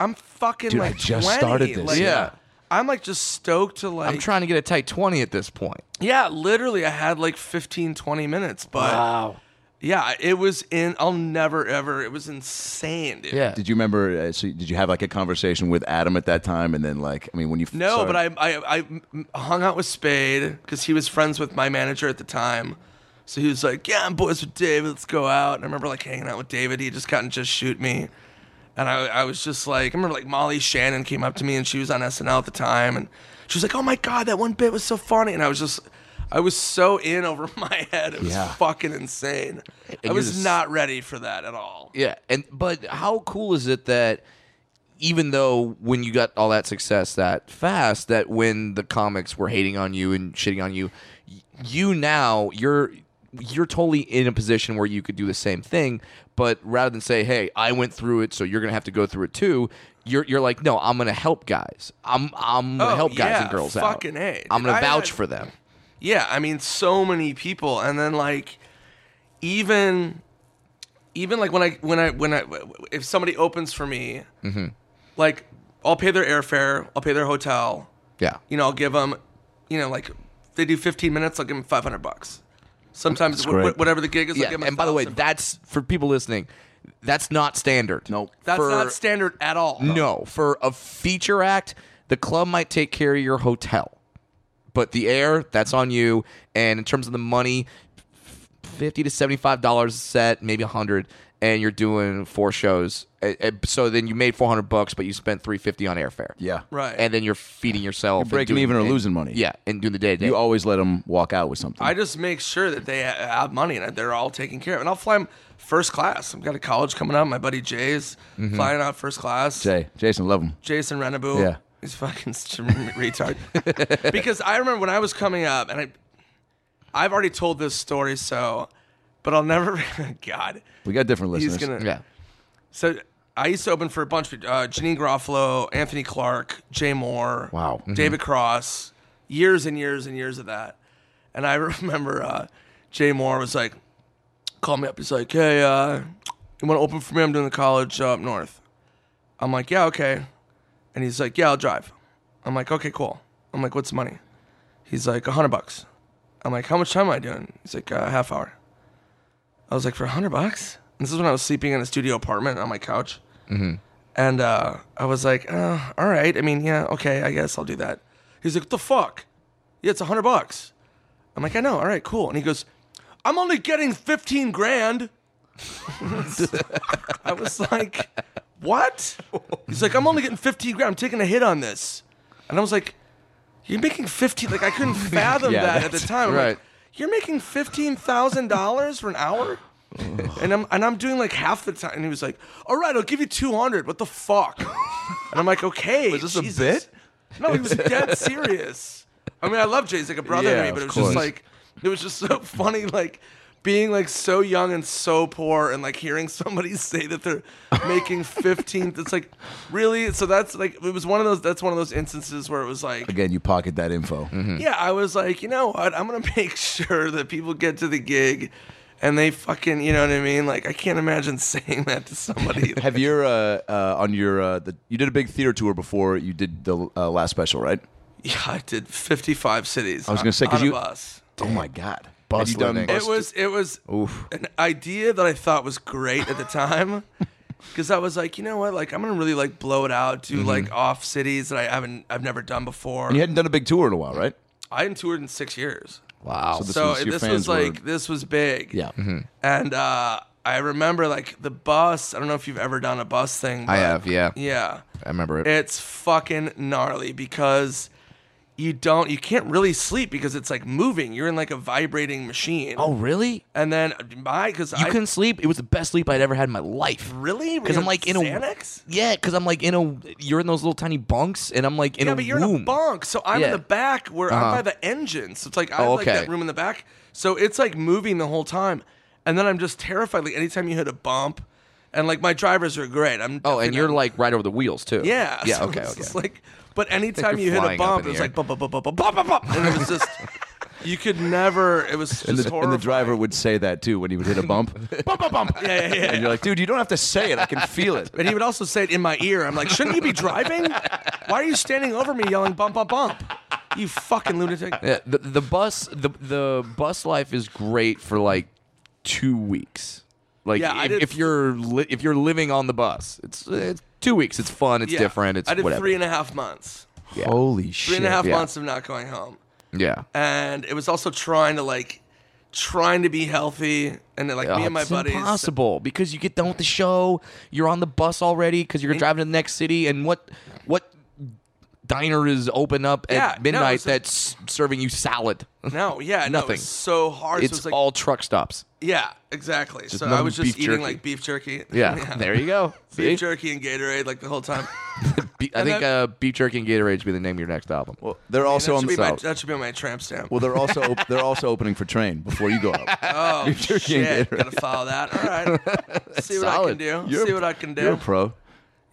S3: "I'm fucking
S1: Dude, I
S3: like
S1: just
S3: 20.
S1: started this.
S3: Like,
S2: Yeah.
S3: I'm like just stoked to like.
S2: I'm trying to get a tight twenty at this point.
S3: Yeah, literally, I had like 15, 20 minutes. But
S4: Wow.
S3: yeah, it was in. I'll never ever. It was insane, dude.
S2: Yeah.
S1: Did you remember? Uh, so did you have like a conversation with Adam at that time? And then like I mean when you
S3: No,
S1: started-
S3: but I, I I m- hung out with Spade because he was friends with my manager at the time. So he was like, "Yeah, I'm boys with David. Let's go out." And I remember like hanging out with David. He had just gotten just shoot me, and I I was just like, I remember like Molly Shannon came up to me and she was on SNL at the time, and she was like, "Oh my god, that one bit was so funny," and I was just. I was so in over my head. It was
S1: Yeah.
S3: fucking insane. I
S2: you're
S3: was
S2: just-
S3: not ready for that at all.
S2: Yeah, and but how cool is it that even though when you got all that success that fast, that when the comics were hating on you and shitting on you, y- you now you're you're totally in a position where you could do the same thing, but rather than say, "Hey, I went through it, so you're gonna have to go through it too," you're you're like, "No, I'm gonna help guys. I'm I'm gonna
S3: Oh,
S2: help guys and
S3: yeah,
S2: girls
S3: fucking
S2: out.
S3: A,
S2: I'm
S3: dude.
S2: gonna
S3: I
S2: vouch
S3: had-
S2: for them."
S3: Yeah, I mean, so many people, and then like, even, even like when I when I when I if somebody opens for me,
S2: Mm-hmm.
S3: like I'll pay their airfare, I'll pay their hotel,
S2: Yeah,
S3: you know, I'll give them, you know, like if they do 15 minutes, I'll give them 500 bucks. Sometimes wh-
S1: great.
S3: wh- whatever the gig is, I'll
S2: yeah.
S3: give 'em
S2: And by the way,
S3: 1,000
S2: that's for people listening. That's not standard.
S1: Nope.
S3: that's
S2: For-
S3: not standard at all.
S2: No, for a feature act, the club might take care of your hotel, but the air that's on you. And in terms of the money, f- fifty to seventy-five dollars a set, maybe a hundred, and you're doing four shows. Eh, eh, So then you made four hundred bucks, but you spent three fifty on airfare.
S1: yeah
S3: right?
S2: and then you're feeding yourself, and
S1: breaking
S2: doing-
S1: even or
S2: and-
S1: losing money.
S2: Yeah, and doing the day to
S1: You
S2: day.
S1: always let them walk out with something.
S3: I just make sure that they ha- have money and they're all taken care of. And I'll fly them first class. I've got
S2: Mm-hmm.
S3: a college coming up. My buddy Jay's flying out first class.
S1: Jay, Jason, love him.
S3: Jason Renaboo.
S1: Yeah.
S3: He's fucking st- retard. because I remember when I was coming up, and I, I've already told this story, so, but I'll never. God,
S1: We got different listeners.
S3: he's gonna.
S2: Yeah.
S3: So I used to open for a bunch of uh, Janine Garofalo, Anthony Clark, Jay Moore,
S1: Wow. Mhm.
S3: David Cross, years and years and years of that. And I remember uh, Jay Moore was like, called me up. He's like, hey, uh, you want to open for me? I'm doing the college uh, up north. I'm like, yeah, okay. And he's like, yeah, I'll drive. I'm like, okay, cool. I'm like, what's the money? He's like, a hundred bucks. I'm like, how much time am I doing? He's like, uh, half hour. I was like, for a hundred bucks? And This is when I was sleeping in a studio apartment on my couch.
S1: Mm-hmm.
S3: And uh, I was like, uh, all right. I mean, yeah, okay, I guess I'll do that. He's like, what the fuck? Yeah, it's a hundred bucks. I'm like, I know. All right, cool. And he goes, I'm only getting 15 grand. I was like, what? He's like, I'm only getting 15 grand. I'm taking a hit on this. And I was like, you're making 15. Like, I couldn't fathom
S1: Yeah,
S3: that at the
S1: that's-
S3: time. I'm like,
S2: right.
S3: you're making $15,000 for an hour? and I'm and I'm doing like half the time. And he was like, "All right, I'll give you 200. What the fuck?" and I'm like, "Okay." Was
S1: this a bit?
S3: No, he was dead serious. I mean, I love Jay. He's like a brother
S1: Yeah,
S3: to me, but
S1: of
S3: it was
S1: course.
S3: just like it was just so funny, like being like so young and so poor, and like hearing somebody say that they're making 15th. It's like really. So that's like it was one of those. That's one of those instances where it was like,
S1: Again, you pocket that info.
S3: yeah, I was like, you know what? I'm gonna make sure that people get to the gig. And they fucking, you know what I mean? Like, I can't imagine saying that to somebody.
S1: Have your uh, uh, on your uh, the, you did a big theater tour before you did the uh, last special, right?
S3: Yeah, I did 55 cities. I
S1: was gonna say, 'cause
S3: on a
S1: you-
S3: bus.
S1: Oh my god,
S4: Bus
S1: Had you done
S4: living.
S1: bus- Oh.
S3: It was it was
S1: Oof.
S3: an idea that I thought was great at the time, because I was like, you know what, like I'm gonna really like blow it out, do like off cities that I haven't I've never done before.
S1: Mm-hmm. And you hadn't done a big tour in a while, right?
S3: I hadn't toured in six years,
S2: Wow.
S1: this
S3: so
S1: was- your
S3: this
S1: fans
S3: was
S1: were- Mm-hmm.
S3: like this was big.
S1: Yeah.
S3: and uh, I remember like the bus. I don't know if you've ever done a bus thing.
S2: I
S3: but-
S2: have. Yeah.
S3: Yeah,
S2: I remember it.
S3: It's fucking gnarly because you don't you can't really sleep because it's like moving. You're in like a vibrating machine.
S2: Oh, really?
S3: And then my because
S2: You
S3: I
S2: couldn't sleep. It was the best sleep I'd ever had in my life.
S3: really
S2: Because I'm like in a
S3: Xanax.
S2: Yeah, because I'm like in a. You're in those little tiny bunks, and I'm like in
S3: Yeah,
S2: a
S3: but you're
S2: room.
S3: in a bunk, so I'm in
S2: Yeah.
S3: the back where
S2: Uh-huh.
S3: I'm by the engine. So it's like I
S2: Oh,
S3: like that
S2: okay.
S3: room in the back. So it's like moving the whole time, and then I'm just terrified. Like anytime you hit a bump, and like my drivers are great. I'm
S2: Oh, and
S3: definitely
S2: you're
S3: not-
S2: like right over the wheels too.
S3: Yeah.
S2: Yeah.
S3: so
S2: okay.
S3: it's
S2: Okay.
S3: just like, but anytime
S2: you're
S3: you hit a
S2: flying up
S3: bump,
S2: in
S3: it was
S2: the
S3: like bump, bump, bump, bump, bump, bump, bump, bump, and it was just you could never. It was just
S1: And the, and
S3: horrible.
S1: the driver would say that too when he would hit a bump, bump, bump, bump.
S3: Yeah, yeah, yeah.
S1: And you're like, dude, you don't have to say it. I can feel it.
S3: And he would also say it in my ear. I'm like, shouldn't you be driving? Why are you standing over me yelling bump, bump, bump? You fucking lunatic.
S2: Yeah, the, the bus the the bus life is great for like two weeks. Like
S3: Yeah, I
S2: if,
S3: did-
S2: if you're li- if you're living on the bus, it's, it's two weeks. It's fun. It's
S3: Yeah.
S2: different. It's
S3: I did
S2: whatever.
S3: three and a half months.
S1: Holy
S3: Three
S1: shit.
S3: and a half
S2: yeah.
S3: months of not going home.
S2: yeah.
S3: And it was also trying to like, trying to be healthy. And then, like me
S2: Oh,
S3: and my
S2: it's
S3: buddies.
S2: impossible because you get done with the show, you're on the bus already because you're driving to the next city, and what what diner is open up at
S3: Yeah, no,
S2: midnight
S3: it's a-
S2: that's serving you salad?
S3: No, yeah, no,
S2: Nothing.
S3: It was so hard. so
S2: it's
S3: it was like,
S2: all truck stops.
S3: Yeah, exactly. so I
S2: nothing
S3: was just
S2: beef
S3: eating
S2: jerky.
S3: like beef jerky.
S2: Yeah, there you go. See?
S3: beef jerky and Gatorade like the whole time.
S2: Be- I
S3: And
S2: think
S3: that-
S2: uh, beef jerky and Gatorade should be the name of your next album.
S1: Well, they're also
S3: that,
S1: on
S3: should
S1: the
S3: be my,
S1: south.
S3: that should be on my tramp stamp.
S1: Well, they're also op- they're also opening for Train before you go up.
S3: oh
S1: jerky and
S3: shit,
S1: Gatorade.
S3: gotta follow that. All right, see
S2: solid.
S3: what I can do.
S1: You're-
S3: see what I can
S1: You're a
S3: do.
S1: pro.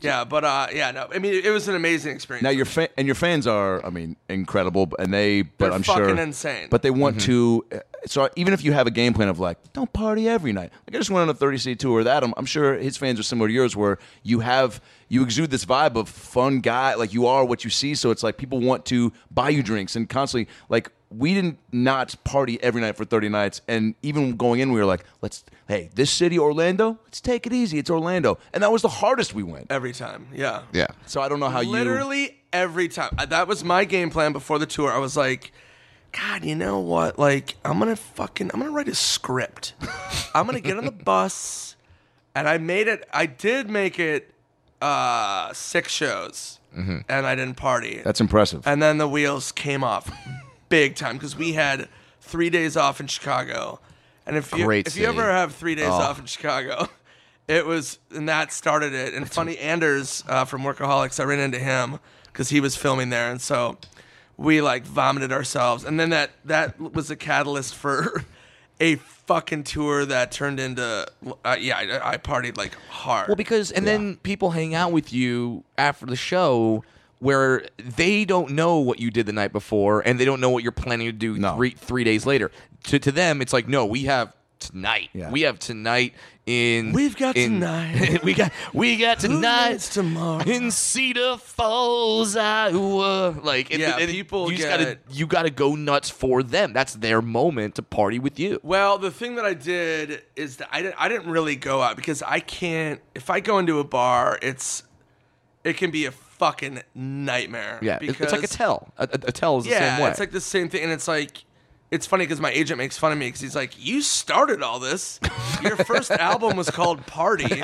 S3: Yeah, but uh, yeah, no. I mean, it was an amazing experience.
S1: Now your fa- and your fans are, I mean, incredible, b- and they, but
S3: They're
S1: I'm
S3: fucking
S1: sure
S3: insane.
S1: But they want to. uh, So even if you have a game plan of like, don't party every night. Like I just went on a 30 city tour with Adam. I'm sure his fans are similar to yours, where you have you exude this vibe of fun guy, like you are what you see. So it's like people want to buy you drinks and constantly like. We didn't not party every night for 30 nights. And even going in, we were like, let's, hey, this city, Orlando, let's take it easy. It's Orlando. And that was the hardest we went.
S3: every time, yeah,
S2: Yeah.
S1: So I don't know how you.
S3: Literally every time. Uh, That was my game plan before the tour. I was like, God, you know what? Like, I'm gonna fucking, I'm gonna write a script. I'm gonna get on the bus, and I made it. I did make it uh six shows,
S1: Mm-hmm.
S3: and I didn't party.
S1: That's impressive.
S3: and then the wheels came off big time because we had three days off in Chicago. And if you
S2: Great
S3: if you
S2: city. Oh.
S3: ever have three days off in Chicago, it was and that started it. And Funny Anders uh, from Workaholics, I ran into him because he was filming there, and so we like vomited ourselves, and then that that was the catalyst for a fucking tour that turned into uh, yeah, I, I partied like hard.
S2: Well, because and then people hang out with you after the show where they don't know what you did the night before and they don't know what you're planning to do
S1: No.
S2: three three days later. To to them, it's like no, we have tonight.
S1: Yeah.
S2: We have tonight in
S3: We've got
S2: in-
S3: tonight.
S2: we got we got tonight
S3: needs tomorrow?
S2: in Cedar Falls, Iowa. Like and-
S3: Yeah,
S2: and
S3: people
S2: You just
S3: get-
S2: gotta you gotta go nuts for them. That's their moment to party with you.
S3: Well, the thing that I did is that I didn't, I didn't really go out because I can't. If I go into a bar, it's it can be a fucking nightmare.
S2: Yeah, it-
S3: because,
S2: it's like a tell. A, a, a tell is the
S3: Yeah,
S2: same way.
S3: it's like the same thing, and it's like it's funny because my agent makes fun of me because he's like, "You started all this. Your first album was called Party.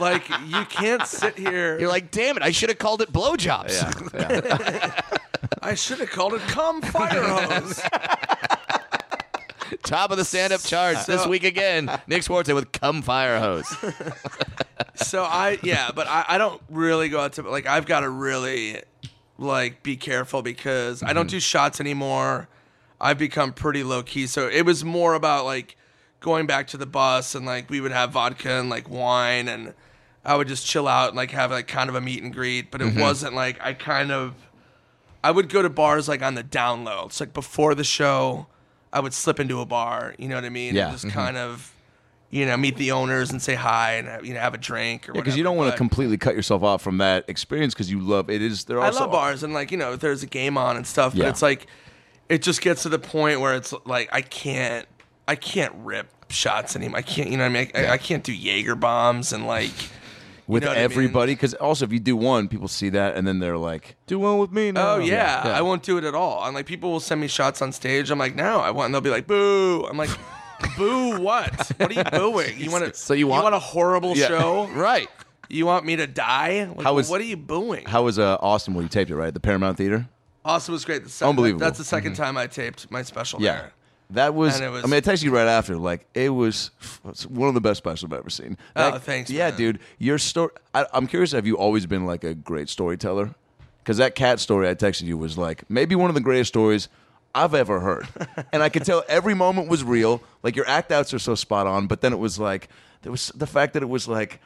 S3: like you can't sit here.
S2: You're like, damn it, I should have called it blowjobs.
S3: I should have called it Come Fire Hose."
S2: Top of the stand up charts this
S3: So-
S2: week again. Nick Swartzen with Come Fire Hose.
S3: so I yeah, but I, I don't really go out to like I've got to really like be careful because I don't do shots anymore. I've become pretty low key, so it was more about like going back to the bus and like we would have vodka and like wine and I would just chill out and like have like kind of a meet and greet, but it wasn't like I kind of I would go to bars like on the down low. It's like before the show, I would slip into a bar. You know what I mean?
S1: Yeah.
S3: And just kind of, you know, meet the owners and say hi and uh, you know have a drink or
S1: Because
S3: whatever.
S1: you don't want to
S3: But
S1: completely cut yourself off from that experience because you love it. Is there
S3: I
S1: also
S3: love bars and like you know if there's a game on and stuff, but
S1: Yeah.
S3: it's like it just gets to the point where it's like I can't, I can't rip shots anymore. I can't, you know what I mean? I, I can't do Jaeger bombs and like
S1: with
S3: know what I mean?
S1: everybody? Because also, if you do one, people see that and then they're like,
S2: Do one with me now.
S3: Oh yeah, I won't do it at all. And like people will send me shots on stage. I'm like, no, I want. And they'll be like, boo. I'm like, boo what? What are you booing? You want to?
S2: So you want-
S3: a horrible show?
S2: Right.
S3: You want me to die? Like,
S1: How is-
S3: what are you booing?
S1: "How was uh, Austin when you taped it? Right, the Paramount Theater.
S3: Austin was great. The sec-
S1: Unbelievable. Mm-hmm.
S3: That's the 2nd time I taped my special.
S1: Yeah,
S3: there.
S1: that was,
S3: And it was-
S1: I mean, I texted you right after. Like, it was f- it's one of the best specials I've ever seen.
S3: Oh,
S1: Like,
S3: thanks,
S1: Yeah,
S3: man.
S1: dude, your story. I, I'm curious. Have you always been like a great storyteller? Because that cat story I texted you was like maybe one of the greatest stories I've ever heard, and I could tell every moment was real. Like your act outs are so spot on, but then it was like there was the fact that it was like.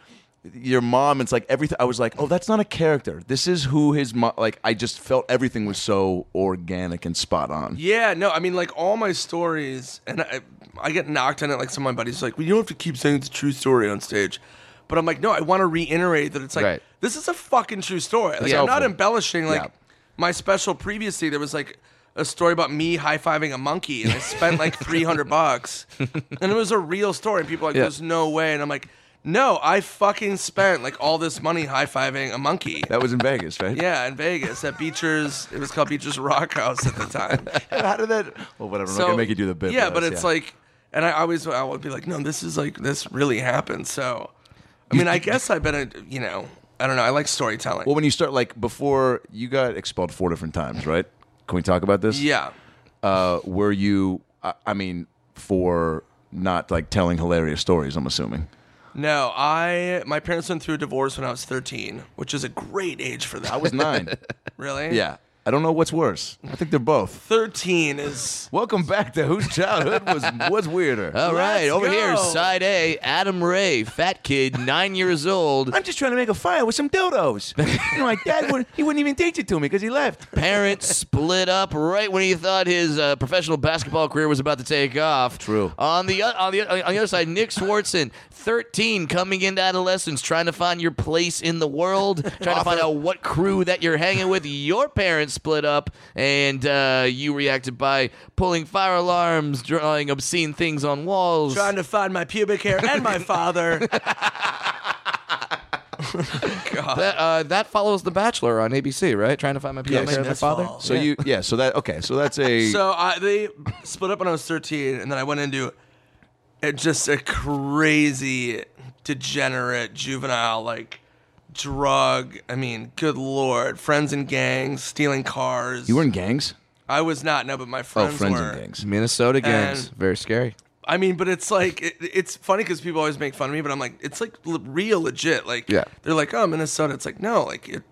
S1: Your mom, it's like everything. I was like, oh, that's not a character. This is who his mom. Like, I just felt everything was so organic and spot on.
S3: Yeah, no, I mean, like all my stories, and I, I get knocked on it. Like some of my buddies are like, well, you don't have to keep saying it's a true story on stage. But I'm like, no, I want to reiterate that it's like,
S2: Right.
S3: this is a fucking true story. Like,
S1: Yeah.
S3: I'm not embellishing. Like
S1: Yeah.
S3: my special previously, there was like a story about me high fiving a monkey, and I spent like 300 bucks, and it was a real story. And people are like, there's no way. And I'm like, no, I fucking spent like all this money high fiving a monkey.
S1: That was in Vegas, right?
S3: Yeah, in Vegas at Beecher's. It was called Beecher's Rock House at the time.
S1: How did that? Well, whatever. I'm not gonna make you do the bit.
S3: Yeah,
S1: for
S3: but
S1: this,
S3: it's like, and I always I would be like, no, this is like this really happened. So, I mean, I guess I've been a you know I don't know. I like storytelling.
S1: well, when you start like before you got expelled four different times, right? Can we talk about this?
S3: yeah,
S1: Uh, were you? I, I mean, for not like telling hilarious stories, I'm assuming.
S3: no, I my parents went through a divorce when I was thirteen, which is a great age for that.
S1: I was nine.
S3: really
S1: yeah. I don't know what's worse. I think they're both.
S3: Thirteen is
S1: Welcome back to whose childhood was was weirder.
S2: All right,
S3: Let's
S2: over here,
S3: go.
S2: side A, Adam Ray, fat kid, nine years old,
S1: I'm just trying to make a fire with some dildos. You know, my dad would he wouldn't even teach it to me because he left.
S2: parents split up right when he thought his uh, professional basketball career was about to take off.
S1: True.
S2: On the o- on the uh, on the other side, Nick Swartzen, thirteen, coming into adolescence, trying to find your place in the world, trying to find out what crew that you're hanging with. Your parents split up, and uh, you reacted by pulling fire alarms, drawing obscene things on walls.
S3: trying to find my pubic hair and my father.
S2: that, uh, that follows The Bachelor on ABC, right? Trying to find my pubic hair and my
S3: that's
S2: father.
S3: false.
S1: Oh, So you yeah. So that okay. So that's a
S3: So I, they split up when I was 13, and then I went into a, just a crazy, degenerate, juvenile, like drug. I mean, good lord, friends and gangs, stealing cars.
S1: you were in gangs.
S3: I was not. No, but my
S1: Oh,
S3: friends,
S1: friends
S3: were.
S1: and gangs.
S2: Minnesota gangs,
S3: And-
S2: very scary.
S3: I mean, but it's like it, it's funny because people always make fun of me, but I'm like, it's like le- real legit. Like,
S2: Yeah.
S3: they're like, oh, Minnesota. It's like no, like it,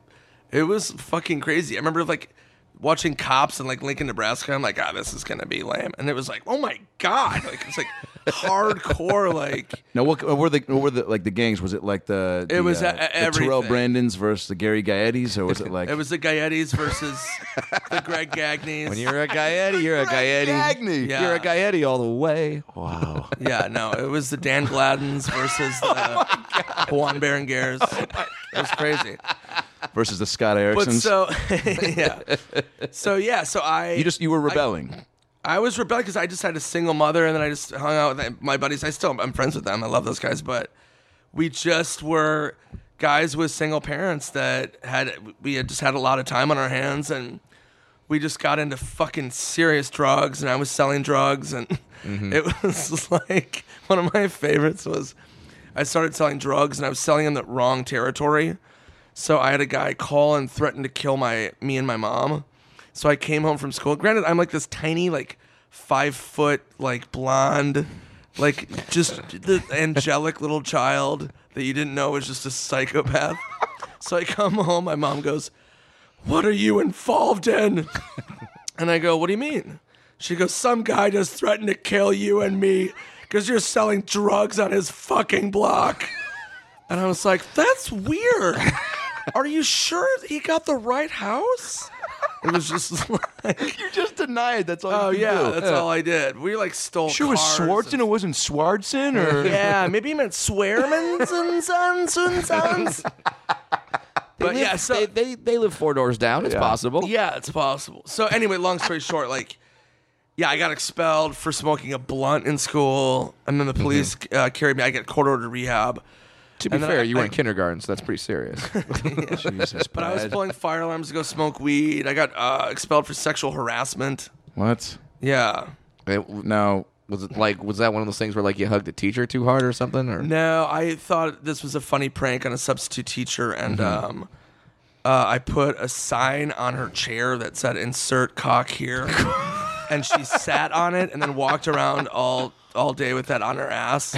S3: It was fucking crazy. I remember like watching Cops in like Lincoln, Nebraska. I'm like, ah, this is gonna be lame. And it was like, oh my god, like it's like hardcore. Like
S1: Now, what what were the what were the like the gangs? Was it like the the,
S3: was
S1: uh,
S3: a- a-
S1: the Terrell
S3: everything.
S1: Brandons versus the Gary Gaettis, or was it like
S3: it was the Gaettis versus the Greg Gagneys.
S2: When you're a Gaetti, you're a
S1: Greg
S2: Gaetti.
S1: Gagne?
S3: Yeah.
S2: You're a Gaetti all the way.
S1: Wow.
S3: yeah, no, it was the Dan Gladdens versus
S2: Oh
S3: the Juan Berenguers. It was crazy.
S1: versus the Scott
S3: But
S1: Ericksons.
S3: so yeah, so yeah, so I
S1: you just you were rebelling.
S3: I was rebelling because I just had a single mother, and then I just hung out with my buddies. I still I'm friends with them. I love those guys, but we just were guys with single parents that had we had just had a lot of time on our hands, and we just got into fucking serious drugs. And I was selling drugs, and
S1: Mm-hmm.
S3: it was just like one of my favorites was I started selling drugs, and I was selling in the wrong territory. So I had a guy call and threaten to kill my me and my mom. So I came home from school. Granted, I'm like this tiny, like five foot, like blonde, like just the angelic little child that you didn't know was just a psychopath. So I come home. My mom goes, "What are you involved in?" And I go, "What do you mean?" She goes, "Some guy just threatened to kill you and me because you're selling drugs on his fucking block." And I was like, that's weird. Are you sure he got the right house? It was just like,
S1: You just denied. That's all.
S3: oh yeah, that's all I did. We like stole.
S1: Sure, it was
S3: cars
S1: Swartzen.
S3: and-
S1: It wasn't Swartzen, or
S3: Yeah, maybe he meant Swearmans and Sons and Sons. But yeah, so
S2: they, they they live four doors down. It's
S1: Yeah.
S2: possible.
S3: Yeah, it's possible. So anyway, long story short, like, yeah, I got expelled for smoking a blunt in school, and then the police uh, carried me. I got court ordered rehab.
S2: Mm-hmm. To be
S3: And then
S2: fair,
S3: I-
S2: you were in
S3: I-
S2: kindergarten, so that's pretty serious.
S1: Jesus,
S3: But I was
S1: Brad.
S3: pulling fire alarms to go smoke weed. I got uh, expelled for sexual harassment.
S1: what?
S3: Yeah.
S2: It- now, was it like was that one of those things where like you hugged the teacher too hard or something? Or
S3: No, I thought this was a funny prank on a substitute teacher, and
S1: Mm-hmm.
S3: um, uh, I put a sign on her chair that said "Insert cock here," and she sat on it and then walked around all all day with that on her ass.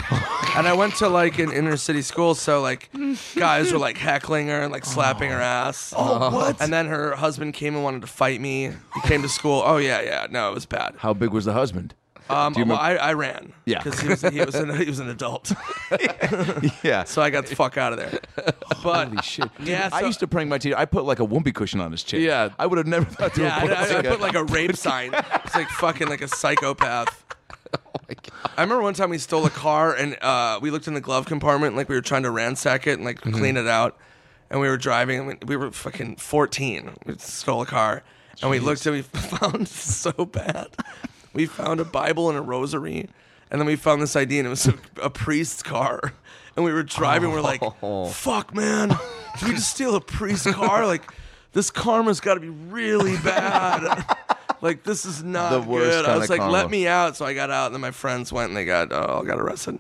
S3: And I went to like an inner city school, so like guys were like heckling her and like slapping her ass. Oh, what? And then her husband came and wanted to fight me. He came to school. Oh yeah, yeah. No, it was bad.
S1: How big was the husband?
S3: Um,
S1: you
S3: well,
S1: remem-
S3: I, I ran.
S1: Yeah.
S3: because he was he was an, he was an adult.
S1: Yeah.
S3: So I got the fuck out of there. But
S1: Holy shit.
S3: Yeah,
S1: I
S3: so-
S1: used to prank my teacher. I put like a whoopee cushion on his chair.
S2: Yeah.
S1: I would have never thought to
S3: yeah, I,
S1: have
S3: I- I
S1: like
S3: put like a rape sign. It's like fucking like a psychopath. I remember one time we stole a car and uh, we looked in the glove compartment like we were trying to ransack it and like clean it out. And we were driving and we, we were fucking 14. We stole a car and we looked and we found so bad. We found a Bible and a rosary. And then we found this ID and it was a, a priest's car. And we were driving. We're like, fuck, man. Did we just steal a priest's car? Like, this karma's got to be really bad. like, this is not
S1: The worst
S3: good. I
S1: kinda
S3: was like,
S1: karma.
S3: let me me out, so I got out, and then my friends went and they got uh, all got arrested.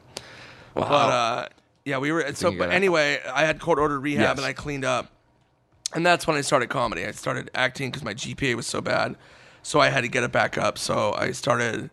S3: But uh, yeah, we were so.
S2: you
S3: But
S2: got out.
S3: anyway, I had court ordered rehab,
S1: Yes.
S3: and I cleaned up, and that's when I started comedy. I started acting because my GPA was so bad, so I had to get it back up. So I started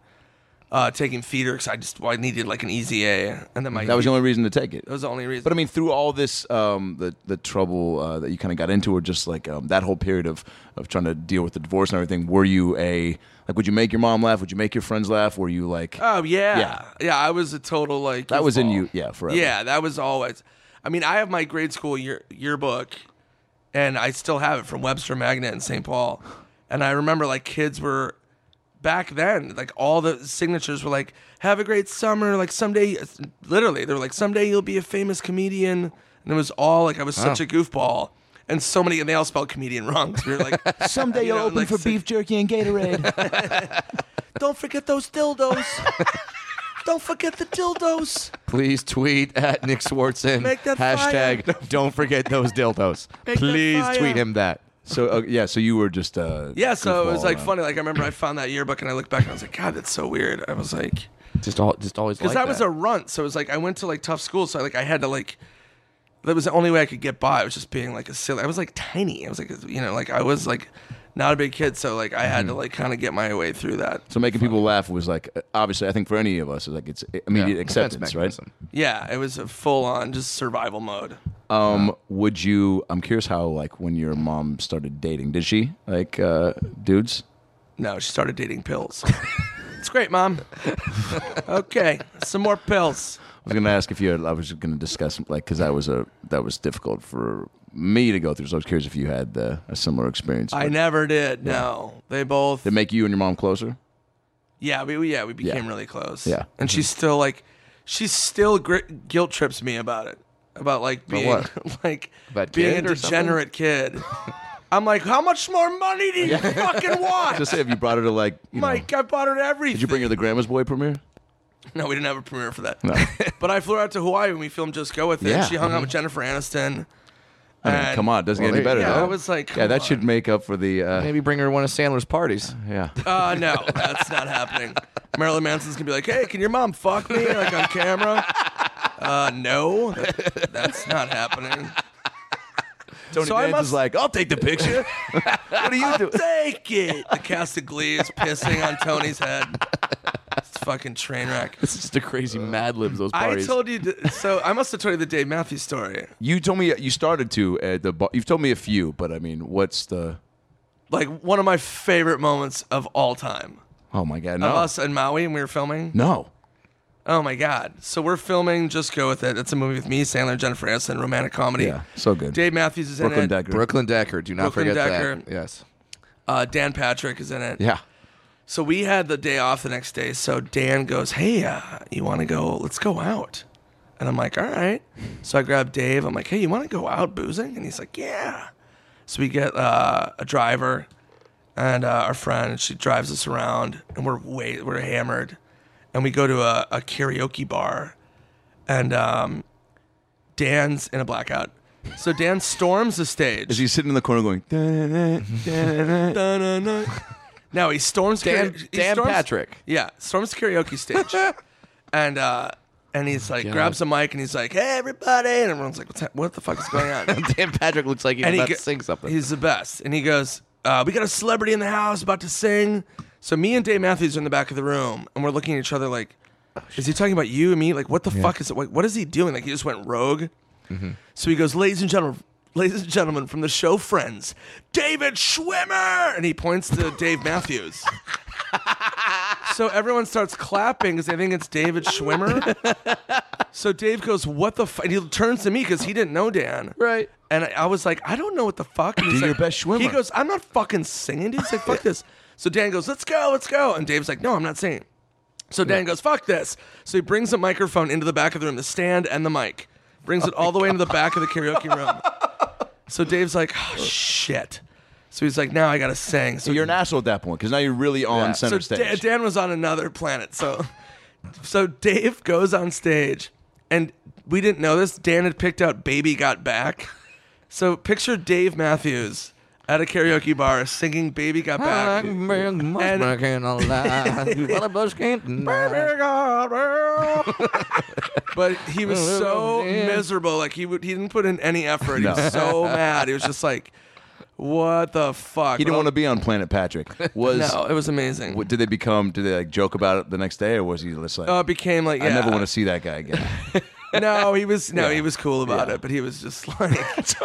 S3: uh, taking theater because I just well, I needed like an easy A, Uh, and then my
S1: That was the only reason to take it.
S3: that was the only reason.
S1: But I mean, through all this, um, the the trouble uh, that you kind of got into, or just like um, that whole period of of trying to deal with the divorce and everything, were you a like? Would you make your mom laugh? Would you make your friends laugh? Were you like
S3: oh yeah.
S1: Yeah.
S3: yeah, I was a total like
S1: that was in
S3: goofball.
S1: you? Yeah, forever.
S3: Yeah, that was always. I mean, I have my grade school year, yearbook, and I still have it from Webster Magnet in St. Paul. And I remember like kids were back then, like all the signatures were like, "Have a great summer." Like someday, literally, they were like, "Someday you'll be a famous comedian." And it was all like I was such a goofball, and so many, and they all spelled comedian wrong. So we were like,
S1: Someday
S3: You
S1: you'll
S3: know,
S1: open
S3: like
S1: for
S3: sick-
S1: beef jerky and Gatorade.
S3: "Don't forget those dildos." Don't forget the dildos.
S2: please tweet at Nick Swartzen.
S3: Make that
S2: hashtag. Don't forget those dildos.
S3: Make that
S2: please
S3: fire.
S2: tweet him that.
S1: so uh, yeah, so you were just uh,
S3: Yeah, so it was
S1: goofball
S3: like
S1: around.
S3: funny. Like I remember I found that yearbook and I looked back and I was like, God, that's so weird. I was like,
S2: Just all, just always
S3: because
S2: like
S3: I was a runt, so it was like I went to like tough school, so I, like I had to like that was the only way I could get by. It was just being like a silly. I was like tiny. I was like you know like I was like not a big kid, so like I had to like kind of get my way through that.
S1: So making people laugh was like uh, obviously I think for any of us it's like it's immediate
S2: defense
S1: acceptance, right?
S2: mechanism.
S3: Yeah, it was a full on just survival mode.
S1: Um, Would you? I'm curious how like when your mom started dating, did she like uh, dudes?
S3: No, she started dating pills. it's great, mom. okay, some more pills.
S1: I was gonna ask if you. Had, I was gonna discuss like because that was a that was difficult for me to go through. So I was curious if you had uh, a similar experience.
S3: I
S1: but-
S3: never did. No, they both.
S1: Did it make you and your mom closer?
S3: Yeah, we we- yeah we became
S1: Yeah.
S3: really close.
S1: Yeah. Mm-hmm.
S3: and she's still like, she still gri- guilt trips me about it, about like being like
S2: About
S3: being a
S2: kid or something?
S3: degenerate kid. I'm like, how much more money do you fucking want?
S1: Just say if you brought her to like. You know,
S3: Mike, I bought her everything.
S1: did you bring her to the Grandma's Boy premiere?
S3: No, we didn't have a premiere for that. but I flew her out to Hawaii and we filmed Just Go With It.
S1: Yeah. Mm-hmm.
S3: She hung out with Jennifer Aniston.
S1: I mean,
S3: And-
S1: come on, it doesn't
S2: Well,
S1: get any
S2: there
S1: better.
S2: you
S3: Yeah,
S1: though.
S3: I was like,
S1: yeah,
S3: come
S1: that
S3: on.
S1: should make up for the. Uh,
S2: Maybe bring her to one of Sandler's parties.
S1: Yeah.
S3: Uh, no, that's not happening. Marilyn Manson's gonna be like, "Hey, can your mom fuck me like on camera?" Uh, no, that- that's not happening.
S1: Tony
S3: so I
S1: Danza's
S3: must-
S1: like, I'll take the picture. what do you do?
S3: Take it. The cast of Glee is pissing on Tony's head. It's a fucking train wreck.
S2: It's just a
S1: Uh,
S2: crazy Mad Libs. Those
S3: I
S2: parties.
S3: told you, th- so I must have told you the Dave Matthews story.
S1: You told me you started to at the. Bar- You've told me a few, but I mean, what's the?
S3: Like one of my favorite moments of all time.
S1: Oh my God,
S3: Of
S1: no,
S3: us in Maui, and we were filming.
S1: no.
S3: Oh my God! So we're filming. Just go with it. It's a movie with me, Sandler, Jennifer Aniston, romantic comedy.
S1: Yeah, so good.
S3: Dave Matthews is
S1: Brooklyn
S3: in it.
S1: Decker.
S2: Brooklyn Decker. Do not
S3: Brooklyn
S2: forget
S3: Decker.
S2: that. Yes.
S3: Uh, Dan Patrick is in it.
S1: yeah.
S3: So we had the day off the next day. So Dan goes, "Hey, uh, you want to go? Let's go out." And I'm like, "All right." So I grab Dave. I'm like, "Hey, you want to go out boozing?" And he's like, "Yeah." So we get uh, a driver and uh, our friend. She drives us around, and we're way we're hammered, and we go to a, a karaoke bar, and um, Dan's in a blackout. So Dan storms the stage.
S1: Is he sitting in the corner going? "Da-da-da, da-da-da."
S3: Dun-dun-dun. No, he storms
S2: Dan-
S3: he
S2: Dan
S3: storms-
S2: Patrick.
S3: Yeah, storms the karaoke stage, and uh, and he's like grabs the mic and he's like, "Hey, everybody!" And everyone's like, What's ha- "What the fuck is going on?"
S2: Dan Patrick looks like he's
S3: and
S2: about
S3: go-
S2: to sing something.
S3: He's the best. And he goes, uh, "We got a celebrity in the house about to sing." So me and Dave Matthews are in the back of the room, and we're looking at each other like,
S2: Oh,
S3: "Is he talking about you and me? Like, what the fuck is it? Like, what is he doing? Like, he just went rogue."
S2: Mm-hmm.
S3: So he goes, "Ladies and gentlemen." Ladies and gentlemen, from the show Friends, David Schwimmer! And he points to Dave Matthews. so everyone starts clapping because they think it's David Schwimmer. so Dave goes, What the fuck? And he turns to me because he didn't know Dan.
S2: right.
S3: And I, I was like, I don't know what the fuck. And he's
S1: your
S3: like-
S1: best swimmer.
S3: He goes, I'm not fucking singing, dude. He's like, fuck this. So Dan goes, let's go, let's go. And Dave's like, no, I'm not singing. So Dan goes, fuck this. So he brings the microphone into the back of the room, the stand and the mic. Brings it all the way into the back of the karaoke room. so Dave's like, oh, shit. So he's like, now I gotta sing. So
S1: You're an asshole at that point because now you're really on center
S3: so
S1: stage.
S3: Da- Dan was on another planet. So, so Dave goes on stage, and we didn't know this. Dan had picked out "Baby Got Back." So picture Dave Matthews at a karaoke bar singing "Baby Got Back." but he was so miserable. Like he would, he didn't put in any effort. He was so mad. He was just like, "What the fuck?"
S1: he didn't want to be on Planet Patrick. Was
S3: No, it was amazing.
S1: what, did they become? Did they like joke about it the next day, or was he just like,
S3: Uh, it became like
S1: I
S3: yeah.
S1: never want to see that guy again?
S3: No, he was no, he was cool about it, but he was just like just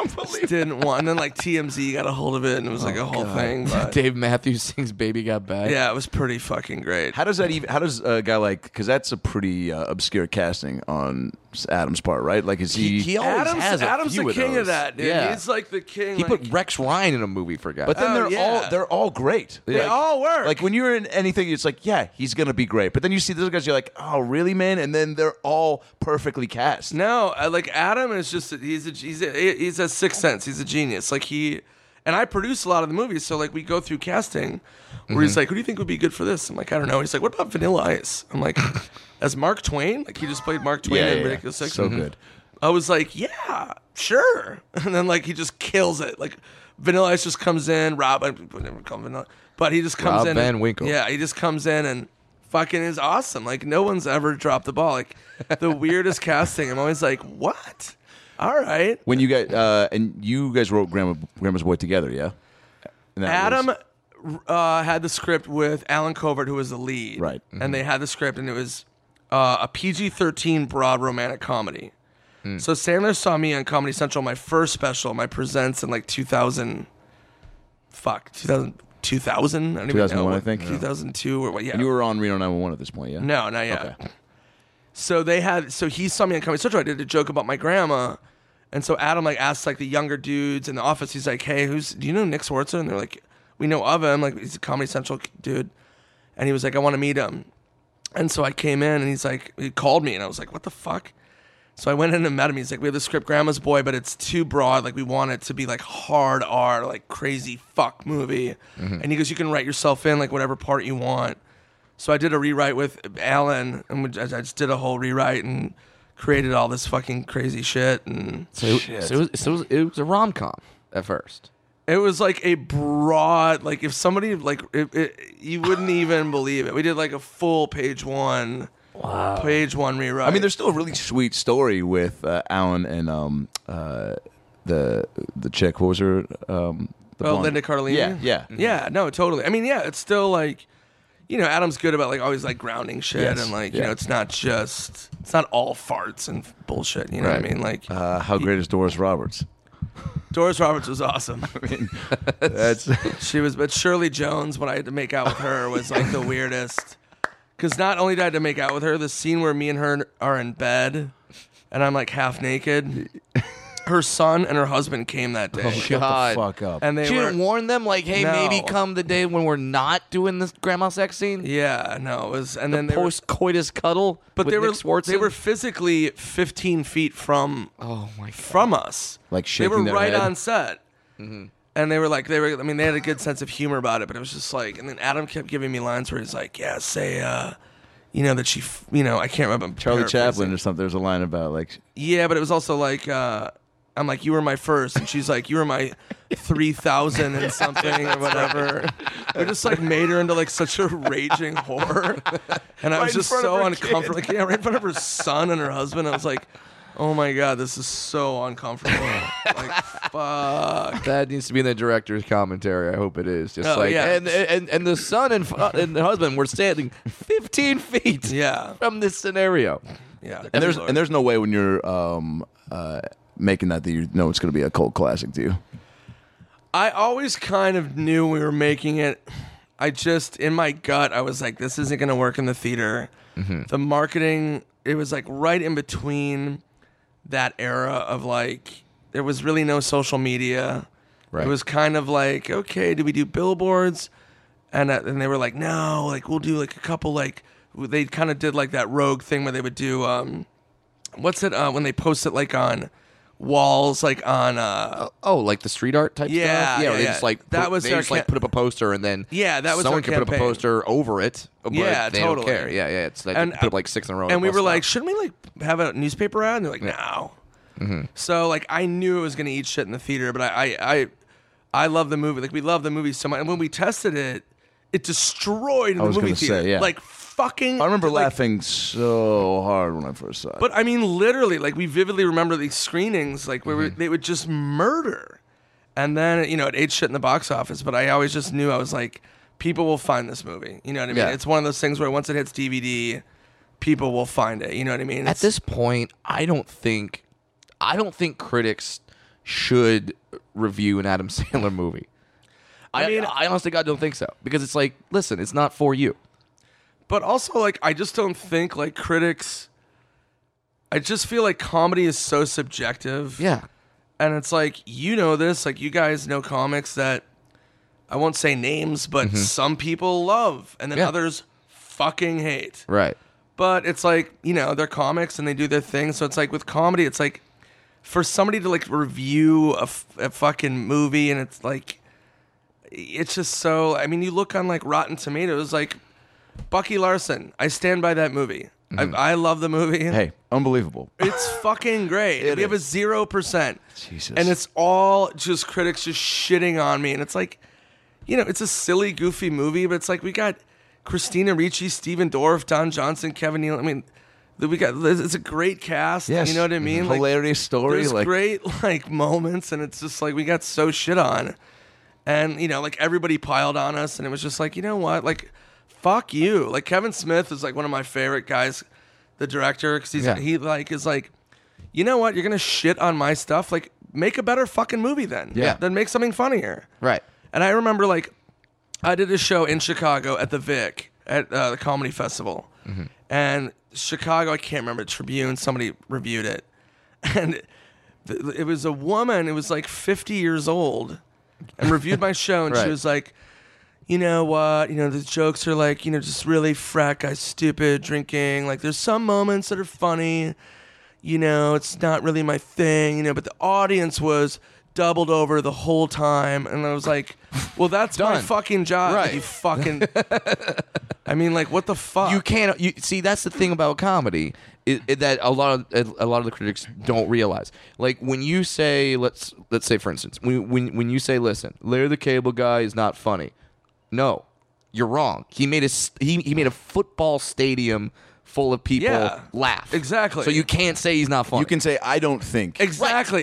S3: didn't want. And then like TMZ got a hold of it, and it was like
S2: Oh,
S3: a whole thing. But
S2: Dave Matthews sings "Baby Got Back."
S3: yeah, it was pretty fucking great.
S1: How does that even? How does a guy like? Because that's a pretty uh, obscure casting on Adam's part, right? Like, is he?
S2: He, he always
S3: Adam's,
S2: has a
S3: Adam's
S2: few
S3: the
S2: of
S3: king
S2: those.
S3: of that, dude.
S2: Yeah.
S3: He's like the king.
S2: he
S3: like,
S2: put Rex Ryan in a movie for God.
S1: but then
S3: Oh,
S1: they're all
S3: yeah.
S1: they're all great.
S3: they all work.
S1: Like when you're in anything, it's like, yeah, he's gonna be great. But then you see those guys, you're like, oh, really, man? And then they're all perfectly cast.
S3: no, I, like Adam is just he's a he's a, he's a sixth sense. He's a genius. Like he and I produce a lot of the movies, so like we go through casting where he's
S2: Mm-hmm.
S3: like, "Who do you think would be good for this?" I'm like, "I don't know." He's like, "What about Vanilla Ice?" I'm like, "As Mark Twain?" Like he just played Mark Twain in Ridiculous Six. Mm-hmm.
S1: so good.
S3: I was like, yeah, sure. And then like he just kills it. Like Vanilla Ice just comes in, Rob, I never call him Vanilla, but he just comes
S2: Rob
S3: in.
S2: Van
S3: and-
S2: Winkle.
S3: Yeah, he just comes in and fucking is awesome. Like no one's ever dropped the ball. Like the weirdest casting. I'm always like, what? All right.
S1: When you guys uh, and you guys wrote Grandma Grandma's Boy together, yeah. And that
S3: Adam
S1: was-
S3: uh, had the script with Alan Covert, who was the lead.
S1: Right. Mm-hmm.
S3: And they had the script, and it was uh, a PG 13 broad romantic comedy.
S1: Hmm.
S3: So Sandler saw me on Comedy Central, my first special, my presents in like 2000. Fuck, 2000, 2000? I don't
S1: 2001,
S3: even know.
S1: I think.
S3: 2002 or what? Yeah.
S1: And you were on Reno 911 at this point, yeah?
S3: No, not yet.
S1: Okay.
S3: So they had. So he saw me on Comedy Central. I did a joke about my grandma, and so Adam like asked like the younger dudes in the office. He's like, "Hey, who's? Do you know Nick Swartzen?" And they're like, "We know of him. Like he's a Comedy Central dude." And he was like, "I want to meet him." And so I came in, and he's like, he called me, and I was like, "What the fuck?" So I went in and met him. He's like, "We have the script, Grandma's Boy, but it's too broad. Like we want it to be like hard R, like crazy fuck movie."
S1: Mm-hmm.
S3: And he goes, "You can write yourself in like whatever part you want." So I did a rewrite with Alan, and we, I I just did a whole rewrite and created all this fucking crazy shit. And
S2: So, it- so, it, was, so it, was, it was a rom com at first.
S3: it was like a broad, like if somebody like it, it, you wouldn't even believe it. We did like a full page one, wow. page one rewrite.
S1: I mean, there's still a really sweet story with uh, Alan and um, uh, the the chick. What was her? Um, the
S3: Oh,
S1: blonde-
S3: Linda Carlini. Mm-hmm.
S1: Yeah, yeah.
S3: yeah. No, totally. I mean, yeah, it's still like, you know, Adam's good about like always like grounding shit
S1: Yes,
S3: and like you
S1: yeah.
S3: know, it's not just it's not all farts and bullshit. You know what I
S1: Right.
S3: mean? Like
S1: Uh, how great is Doris Roberts?
S3: Doris Roberts was awesome.
S1: That's
S3: She was, but Shirley Jones, when I had to make out with her, was like the weirdest. Because not only did I have to make out with her, the scene where me and her are in bed and I'm like half naked, her son and her husband came that day.
S2: God.
S1: fuck up.
S3: And they
S2: Oh, She
S3: were.
S2: didn't warn them, like, hey,
S3: No.
S2: maybe come the day when we're not doing this grandma sex scene?
S3: yeah, no, it was. And then they were.
S2: Post coitus cuddle?
S3: But
S2: with
S3: they
S2: Nick
S3: were
S2: Swartzen?
S3: they were physically 15 feet from
S2: Oh, my God.
S3: from us.
S1: Like
S3: they were
S1: shaking their
S3: right
S1: head.
S3: on set. And they were like, they were. I mean, they had a good sense of humor about it, but it was just like. And then Adam kept giving me lines where he's like, "Yeah, say, uh, you know that she, f- you know, I can't remember." I'm
S1: Charlie
S3: paraphrasing.
S1: Chaplin or something. There's a line about like
S3: Yeah, but it was also like, uh, I'm like, "You were my first. and she's like, "You were my three thousand and something or whatever." We just like made her into like such a raging whore, and I was
S1: in
S3: just
S1: front of her
S3: so uncomfortable. Like, yeah, right in front of her son and her husband. I was like. Oh my god, this is so uncomfortable. like, fuck.
S2: That needs to be in the director's commentary. I hope it is. Just
S3: Oh,
S2: like
S3: yeah.
S2: and, and and the son and fa- and the husband were standing 15 feet
S3: Yeah,
S2: from this scenario.
S3: yeah.
S1: and there's and there's no way when you're um, uh, making that that you know it's going to be a cult classic to you.
S3: I always kind of knew we were making it. I just in my gut, I was like, this isn't gonna work in the theater. The marketing, it was like right in between that era of like there was really no social media.
S1: Right.
S3: It was kind of like, okay, do we do billboards? And uh, and they were like, no, like we'll do like a couple like they kind of did like that rogue thing where they would do um, what's it uh, when they post it like on walls like on uh
S2: Oh, like the street art type
S3: Yeah,
S2: stuff.
S3: yeah,
S2: yeah. They
S3: yeah.
S2: just like
S3: That
S2: put,
S3: was
S2: they
S3: their
S2: just like
S3: cam-
S2: put up a poster and then
S3: Yeah, that was
S2: someone
S3: their
S2: can put up a
S3: campaign.
S2: poster over it. But
S3: Yeah,
S2: they Don't
S3: totally.
S2: care. Yeah, yeah. It's like
S3: And-
S2: put up like six in a row. at a
S3: and we
S2: bus
S3: were
S2: stop.
S3: like, shouldn't we like have a newspaper ad? And they're like, no.
S1: Mm-hmm.
S3: So like, I knew it was gonna eat shit in the theater, but I, I, I, I love the movie. Like, we love the movie so much. And when we tested it, it destroyed in the
S1: was
S3: movie
S1: gonna say,
S3: theater.
S1: yeah.
S3: Like fucking.
S1: I remember
S3: like,
S1: laughing so hard when I first saw it.
S3: But I mean, literally, like we vividly remember these screenings, like where
S1: Mm-hmm.
S3: we, they would just murder, and then you know it ate shit in the box office. But I always just knew I was like, people will find this movie. You know what I mean?
S2: Yeah.
S3: It's one of those things where once it hits DVD, people will find it. You know what I mean?
S2: at
S3: It's-
S2: this point, I don't think I don't think critics should review an Adam Sandler movie. I,
S3: mean-
S2: mean, I honestly God don't think so because it's like, listen, it's not for you.
S3: but also like I just don't think like critics. I just feel like comedy is so subjective.
S2: Yeah,
S3: and it's like you know this, like you guys know comics that I won't say names, but some people love and then
S2: Mm-hmm. Yeah.
S3: others fucking hate.
S2: right.
S3: But it's like you know they're comics and they do their thing, so it's like with comedy, it's like for somebody to like review a, f- a fucking movie and it's like it's just so i mean you look on like rotten tomatoes like bucky larson i stand by that movie I, I love the movie
S1: hey, unbelievable!
S3: it's fucking great we have a zero percent
S1: Jesus.
S3: and it's all just critics just shitting on me and it's like you know it's a silly goofy movie but it's like we got christina ricci steven dorff don johnson kevin neal i mean we got it's a great cast
S1: Yes. Mm-hmm.
S3: you know what i mean Like,
S1: Hilarious story.
S3: there's
S1: Like
S3: great like moments, and it's just like we got so shit on, and you know, like everybody piled on us, and it was just like, you know what, like, fuck you. Like Kevin Smith is like one of my favorite guys, the director, because he's
S2: Yeah.
S3: he like is like, you know what? You're gonna shit on my stuff. Like, make a better fucking movie then.
S2: Yeah.
S3: Then make something funnier.
S2: Right.
S3: And I remember like I did a show in Chicago at the Vic at uh, the comedy festival, and Chicago. I can't remember Tribune. Somebody reviewed it, and th- it was a woman. It was like 50 years old, and reviewed my show, and
S2: Right.
S3: she was like. You know what? You know the jokes are like you know just really frat guy stupid drinking. Like there's some moments that are funny, you know, it's not really my thing, you know, but the audience was doubled over the whole time. And I was like, well, that's my
S2: Done.
S3: fucking job.
S2: Right.
S3: You fucking. I mean, like, what the fuck?
S2: you can't you see that's the thing about comedy i i that a lot of a lot of the critics don't realize like when you say let's let's say for instance when when, when you say listen larry the cable guy is not funny no you're wrong he made a s- he, he made a football stadium full of people
S3: Yeah.
S2: laugh
S3: Exactly.
S2: so you can't say he's not funny
S1: You can say, I don't think.
S3: Exactly.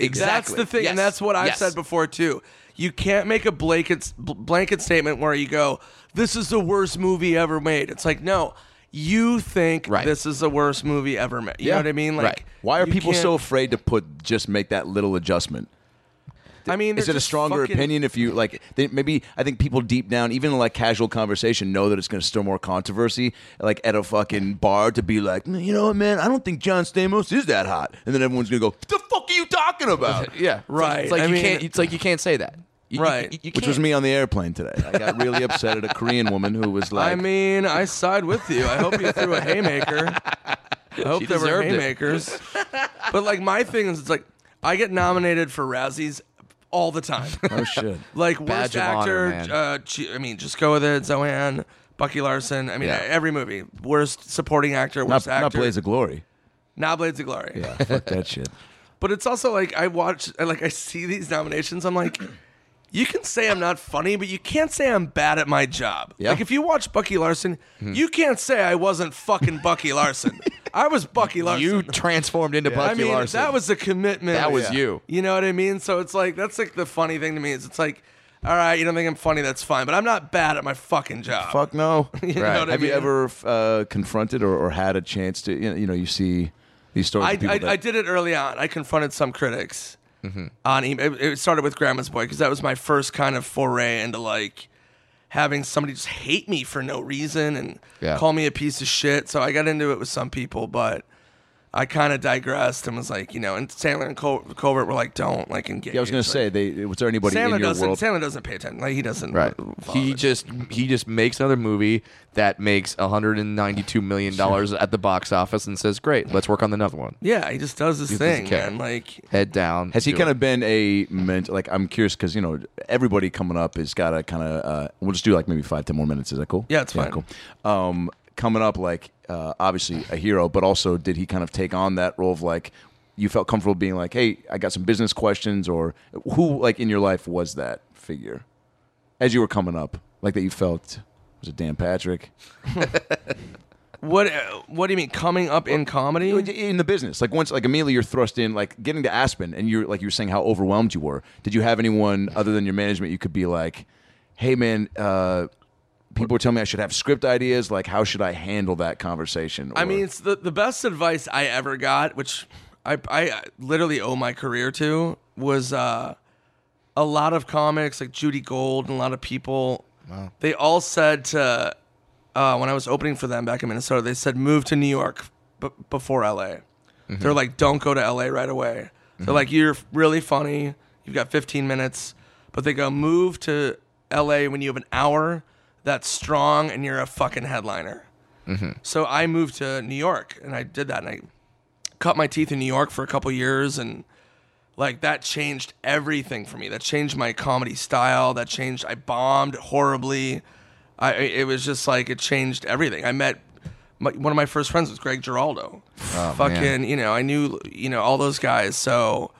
S2: Right,
S3: That's
S2: exactly.
S3: the thing, and
S2: Yes,
S3: that's what I've
S2: yes.
S3: said before too. You can't make a blanket bl- blanket statement where you go, "This is the worst movie ever made." It's like, no, you think
S2: Right.
S3: this is the worst movie ever made. You
S2: Yeah.
S3: know what I mean? Like,
S2: Right.
S1: Why are
S3: you
S1: people
S3: can't-
S1: so afraid to put just make that little adjustment?
S3: I mean,
S1: Is
S3: they're
S1: it a
S3: just
S1: stronger
S3: fucking-
S1: opinion if you like? They, maybe I think people deep down, even in like casual conversation, know that it's going to stir more controversy. Like at a fucking bar, to be like, "Mm, you know what, man, I don't think John Stamos is that hot, and then everyone's going to go, "What "The fuck are you talking about?"
S2: yeah It's like-
S3: Right.
S2: it's like
S3: I
S2: you
S3: mean-
S2: can't it's like you can't say that You- you-
S3: Right.
S2: you, you
S1: Which was
S2: can't.
S1: me on the airplane today. I got really upset at a Korean woman who was like,
S3: I mean, I side with you. I hope you threw a haymaker. I hope there were
S2: deserved it.
S3: haymakers. but like my thing is, it's like I get nominated for Razzies all the time.
S1: "Oh shit."
S3: Like
S2: Badge
S3: worst
S2: of honor, man.
S3: actor, uh, G- I mean, just go with it. Zoanne, Bucky Larson. I mean,
S2: Yeah.
S3: every movie. Worst supporting actor,
S1: Not,
S3: worst actor.
S1: not Blaze of Glory.
S3: Not Blades of Glory.
S1: Yeah, fuck that shit.
S3: But it's also like I watch, I, like I see these nominations. I'm like, you can say I'm not funny, but you can't say I'm bad at my job.
S1: Yeah.
S3: Like if you watch Bucky Larson,
S2: Hmm.
S3: you can't say I wasn't fucking Bucky Larson. I was Bucky Larson.
S2: you transformed into Bucky
S3: I mean,
S2: Larson.
S3: that was a commitment.
S2: That was Yeah. you.
S3: You know what I mean? So it's like that's like the funny thing to me is it's like, all right, you don't think I'm funny? That's fine, but I'm not bad at my fucking job.
S1: Fuck no.
S3: You
S2: Right.
S3: know what I
S1: Have you
S3: mean?
S1: ever uh, confronted or, or had a chance to, you know, you, know, you see these stories?
S3: I,
S1: of people
S3: I,
S1: that- Mm-hmm.
S3: I did it early on. I confronted some critics on email. It, it started with Grandma's Boy because that was my first kind of foray into like having somebody just hate me for no reason and
S2: Yeah.
S3: call me a piece of shit. So I got into it with some people, but I kind of digressed and was like, you know, and Sandler and Col- Colbert were like, don't like engage.
S1: Yeah, I was gonna
S3: Like,
S1: say they. Was there anybody
S3: Sandler
S1: in your
S3: doesn't.
S1: world?
S3: Sandler doesn't pay attention. Like he doesn't.
S2: Right.
S3: follow
S2: He
S3: it.
S2: just he just makes another movie that makes 192 million dollars at the box office and says, "Great, let's work on another one."
S3: yeah, he just does his
S2: doesn't
S3: thing,
S2: care.
S3: man. Like
S2: Head down.
S3: Um,
S1: Has he
S2: do
S1: kind
S2: it.
S1: of been a mentor? Like, I'm curious because you know everybody coming up has got to kind of. Uh, we'll just do like maybe five, ten more minutes. Is that cool?
S3: Yeah, it's fine.
S1: Cool. Um, coming up, like uh, obviously a hero, but also did he kind of take on that role of like you felt comfortable being like, hey, I got some business questions, or who like in your life was that figure as you were coming up, like that you felt was it Dan Patrick
S3: what? What do you mean coming up in comedy?
S1: in in the business? Like once, like immediately you're thrust in, like getting to Aspen, and you're like you were saying how overwhelmed you were. Did you have anyone other than your management you could be like, hey man, uh, people were telling me I should have script ideas. Like how should I handle that conversation?
S3: I
S1: Or-
S3: mean, it's the, the best advice I ever got, which I, I literally owe my career to, was uh, a lot of comics like Judy Gold and a lot of people. They all said to, uh, when I was opening for them back in Minnesota, they said, move to New York b- before LA. They're like, don't go to LA right away. They're like, you're really funny. You've got 15 minutes. But they go, move to LA when you have an hour that's strong and you're a fucking headliner. So I moved to New York and I did that and I cut my teeth in New York for a couple years and like that changed everything for me. That changed my comedy style. That changed I bombed horribly. I I- it was just like it changed everything. I met my, one of my first friends was Greg Giraldo.
S2: Oh,
S3: Fucking, you know, I knew you know all those guys. So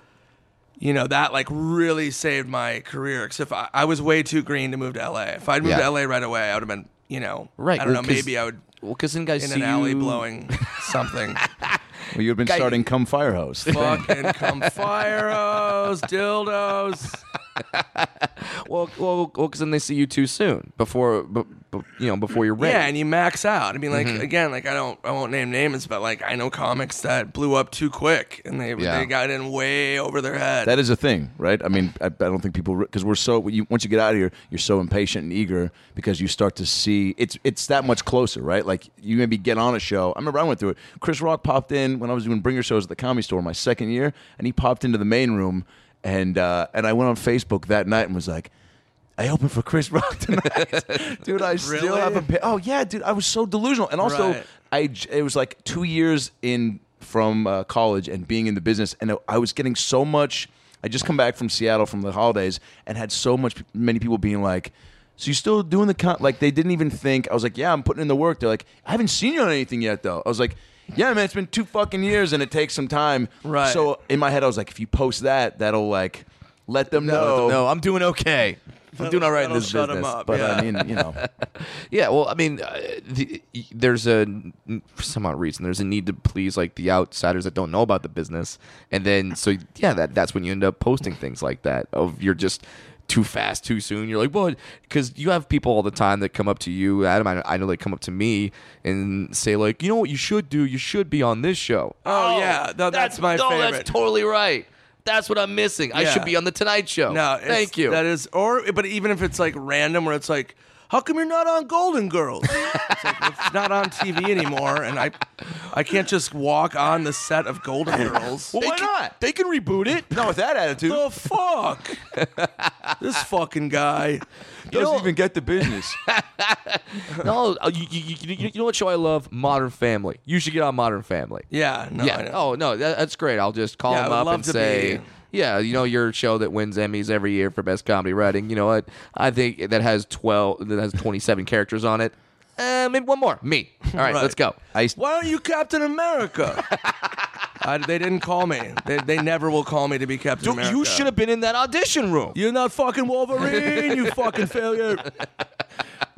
S3: you know that like really saved my career. Because if I, I was way too green to move to LA, if I'd moved
S2: Yeah.
S3: to LA right away, I would have been you know
S2: Right,
S3: I don't
S2: well,
S3: know.
S2: 'cause-
S3: Maybe I would
S2: well, because then guys
S3: in
S2: see
S3: an alley
S2: you-
S3: blowing something.
S1: well, you've been starting Come Firehouse.
S3: Fucking come fireos, dildos.
S2: well, well, well, because then they see you too soon before, b- b- you know, before you're ready.
S3: Yeah, and you max out. I mean, like
S2: Mm-hmm.
S3: again, like I don't, I won't name names, but like I know comics that blew up too quick, and they
S2: Yeah.
S3: they got in way over their head.
S1: That is a thing, right? I mean, I, I don't think people because we're so you, once you get out of here, you're so impatient and eager because you start to see it's it's that much closer, right? Like you maybe get on a show. I remember I went through it. Chris Rock popped in when I was doing bringer shows at the Comedy Store my second year, and he popped into the main room, and uh, and I went on Facebook that night and was like. I opened for Chris Rock tonight, dude. I still
S3: Really?
S1: have a. pa- Oh yeah, dude. I was so delusional, and also
S3: Right.
S1: I j- it was like two years in from uh, college and being in the business, and I was getting so much. I just come back from Seattle from the holidays and had so much many people being like, "So you still doing the con?" Like they didn't even think. I was like, "Yeah, I'm putting in the work." They're like, "I haven't seen you on anything yet, though." I was like. Yeah, man, it's been two fucking years, and it takes some time.
S3: Right.
S1: So in my head, I was like, if you post that, that'll like let them know.
S2: no, I'm doing okay. I'm doing all right in
S3: That'll
S2: this
S3: shut 'em
S2: business.
S3: up,
S1: But
S3: yeah.
S1: I mean, you know,
S2: Yeah, well, I mean, uh, the, there's a for some odd reason there's a need to please like the outsiders that don't know about the business, and then so yeah, that that's when you end up posting things like that of you're just too fast, too soon. You're like, well, because you have people all the time that come up to you, Adam. I, I know they come up to me and say like, you know what you should do? You should be on this show.
S3: Oh, yeah. No, that's my
S2: no,
S3: favorite.
S2: that's totally right. That's what I'm missing. I
S3: Yeah.
S2: should be on the Tonight Show.
S3: no, it's-
S2: thank you.
S3: That is, or but even if it's like random, where it's like, how come you're not on Golden Girls? it's, like, it's not on TV anymore, and I, I can't just walk on the set of Golden Girls.
S1: why not?
S2: they can reboot it.
S1: not with that attitude.
S3: the fuck? this fucking guy.
S1: doesn't
S2: know-
S1: even get the business.
S2: No, uh, you, you, you, you know what show I love? Modern Family. You should get on Modern Family.
S3: Yeah, no, I
S2: yeah.
S3: know.
S2: Oh no, that, that's great. I'll just call
S3: Yeah, I
S2: him
S3: would
S2: up
S3: love
S2: and
S3: to
S2: say, yeah, you know your show that wins Emmys every year for best comedy writing. You know what? I think that has twelve, that has twenty seven characters on it. Uh, maybe one more. Me. All right,
S3: Right.
S2: let's go.
S1: I
S3: Why aren't you Captain America? I, they didn't call me. They, they never will call me to be Captain
S2: Dude,
S3: America.
S2: you should have been in that audition room.
S3: You're not fucking Wolverine, you fucking failure.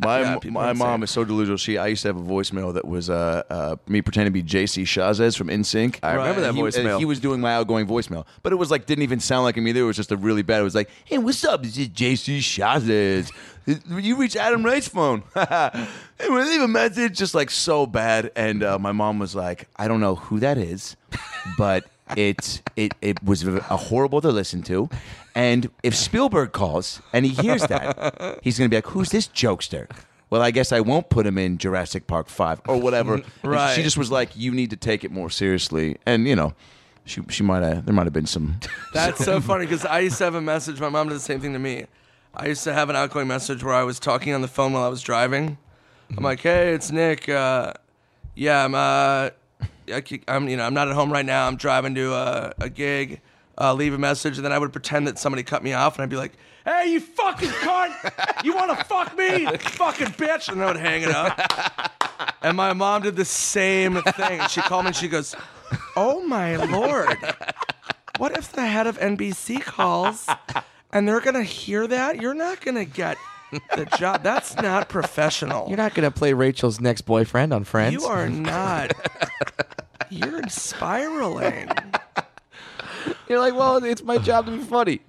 S1: My,
S3: Yeah, people
S1: my
S3: would say.
S1: mom is so delusional. She I used to have a voicemail that was uh, uh, me pretending to be JC Chazes from NSYNC. I
S2: remember that voicemail.
S1: He was doing my outgoing voicemail, but it was like didn't even sound like him either. It was just a really bad. It was like, hey, what's up? This is JC Chazes. You reached Adam Wright's phone. hey, we leave a message. Just like so bad. And uh, my mom was like, I don't know who that is, but it it it was a horrible to listen to. And if Spielberg calls and he hears that, he's gonna be like, "Who's this jokester?" Well, I guess I won't put him in Jurassic Park Five or whatever. And
S3: Right.
S1: She just was like, "You need to take it more seriously," and you know, she she might have there might have been some.
S3: That's so funny because I used to have a message. My mom did the same thing to me. I used to have an outgoing message where I was talking on the phone while I was driving. I'm like, hey, it's Nick. Uh, yeah, I'm. Uh, I keep- I'm, you know, I'm not at home right now. I'm driving to a, a gig. Uh, leave a message, and then I would pretend that somebody cut me off, and I'd be like, "Hey, you fucking cunt! You want to fuck me, fucking bitch!" And I would hang it up. And my mom did the same thing. She called me and she goes, Oh my lord. What if the head of NBC calls and they're going to hear that? You're not going to get the job. That's not professional.
S2: You're not gonna play Rachel's next boyfriend on Friends.
S3: You are not. You're spiraling.
S2: You're like, well, it's my job to be funny.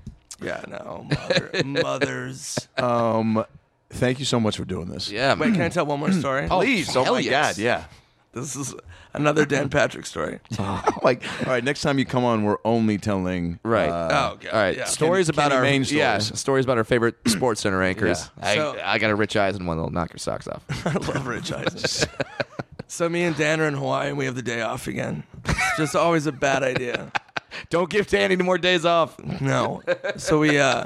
S3: Yeah, no, mother, mothers.
S1: Um, thank you so much for doing this.
S2: Yeah.
S3: Wait, can I tell one more story?
S1: please. Oh
S2: hell
S1: my
S2: yes.
S1: god, yeah.
S3: This is another Dan Patrick story.
S2: Oh,
S1: like, all right, next time you come on, we're only telling
S2: Right.
S1: uh,
S3: Oh, God.
S2: All right,
S3: yeah.
S2: stories
S1: Kenny-
S2: about
S1: Kenny
S2: our
S1: Mayne
S2: yeah,
S1: stories.
S2: stories about our favorite Sports Center anchors.
S1: Yeah.
S2: I,
S3: So-
S2: I got a rich eyes and one that'll knock your socks off.
S3: I love Rich Eisen. so me and Dan are in Hawaii and we have the day off again. It's just always a bad idea.
S2: Don't give Danny any more days off.
S3: No. So we uh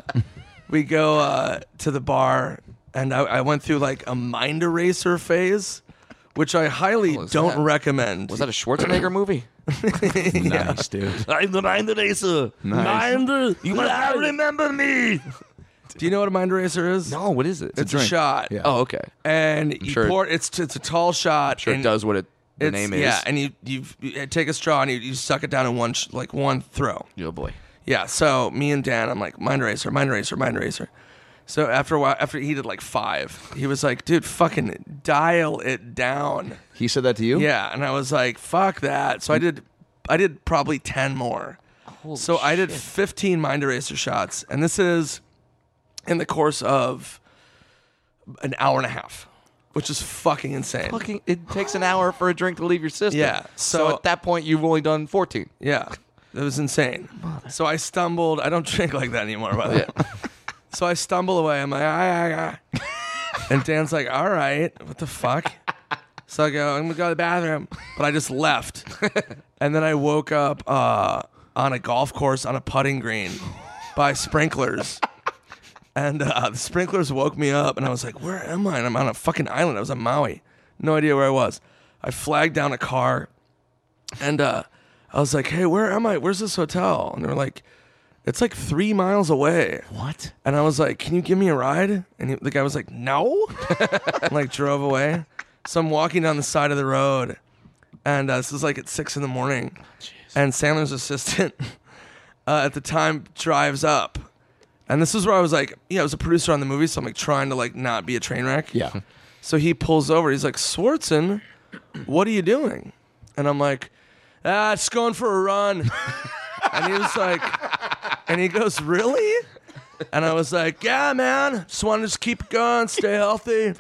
S3: we go uh to the bar and I, I went through like a mind eraser phase, which I highly
S2: was
S3: don't
S2: that?
S3: recommend.
S2: Was that a Schwarzenegger movie?
S1: nice, dude.
S2: I'm the Mind Eraser.
S1: Nice.
S2: You must remember me.
S3: Do you know what a mind eraser is?
S2: No, what is it?
S3: It's a, shot.
S1: Yeah.
S2: Oh, okay.
S3: And you
S2: sure it-
S3: pour it's it's a tall shot.
S2: Sure, it
S3: and
S2: does what it the
S3: it's-
S2: name is.
S3: Yeah, and you, you you take a straw and you, you suck it down in one sh- like one throw.
S2: oh boy.
S3: Yeah, so me and Dan, I'm like, mind racer, mind racer, mind racer. So after a while, after he did like five, he was like, dude, fucking dial it down.
S1: He said that to you.
S3: Yeah, and I was like, fuck that. So I did, I did probably ten more. so I did fifteen mind eraser shots, and this is in the course of an hour and a half, which is fucking insane.
S2: Fucking, it takes an hour for a drink to leave your system.
S3: Yeah,
S2: So,
S3: so-
S2: at that point, you've only done 14.
S3: Yeah, it was insane. So I stumbled. I don't drink like that anymore, by the way. So I stumble away. I'm like, ah, ah, ah. and Dan's like, all right, what the fuck? So I go, I'm gonna go to the bathroom, but I just left. And then I woke up uh, on a golf course on a putting green by sprinklers. And uh, the sprinklers woke me up, and I was like, "Where am I?" And I'm on a fucking island. I was on Maui, no idea where I was. I flagged down a car, and uh, I was like, "Hey, where am I? Where's this hotel?" And they were like, "It's like three miles away."
S2: What?
S3: And I was like, "Can you give me a ride?" And he, the guy was like, "No," and, like drove away. So I'm walking down the side of the road, and uh, this is like at six in the morning. And Sandler's assistant uh, at the time drives up, and this is where I was like, "Yeah, I was a producer on the movie, so I'm like trying to like not be a train wreck."
S5: Yeah.
S3: So he pulls over. He's like, Swartzen, what are you doing? And I'm like, ah, just going for a run. and he was like, and he goes, really? And I was like, yeah, man. Just want to just keep going, stay healthy.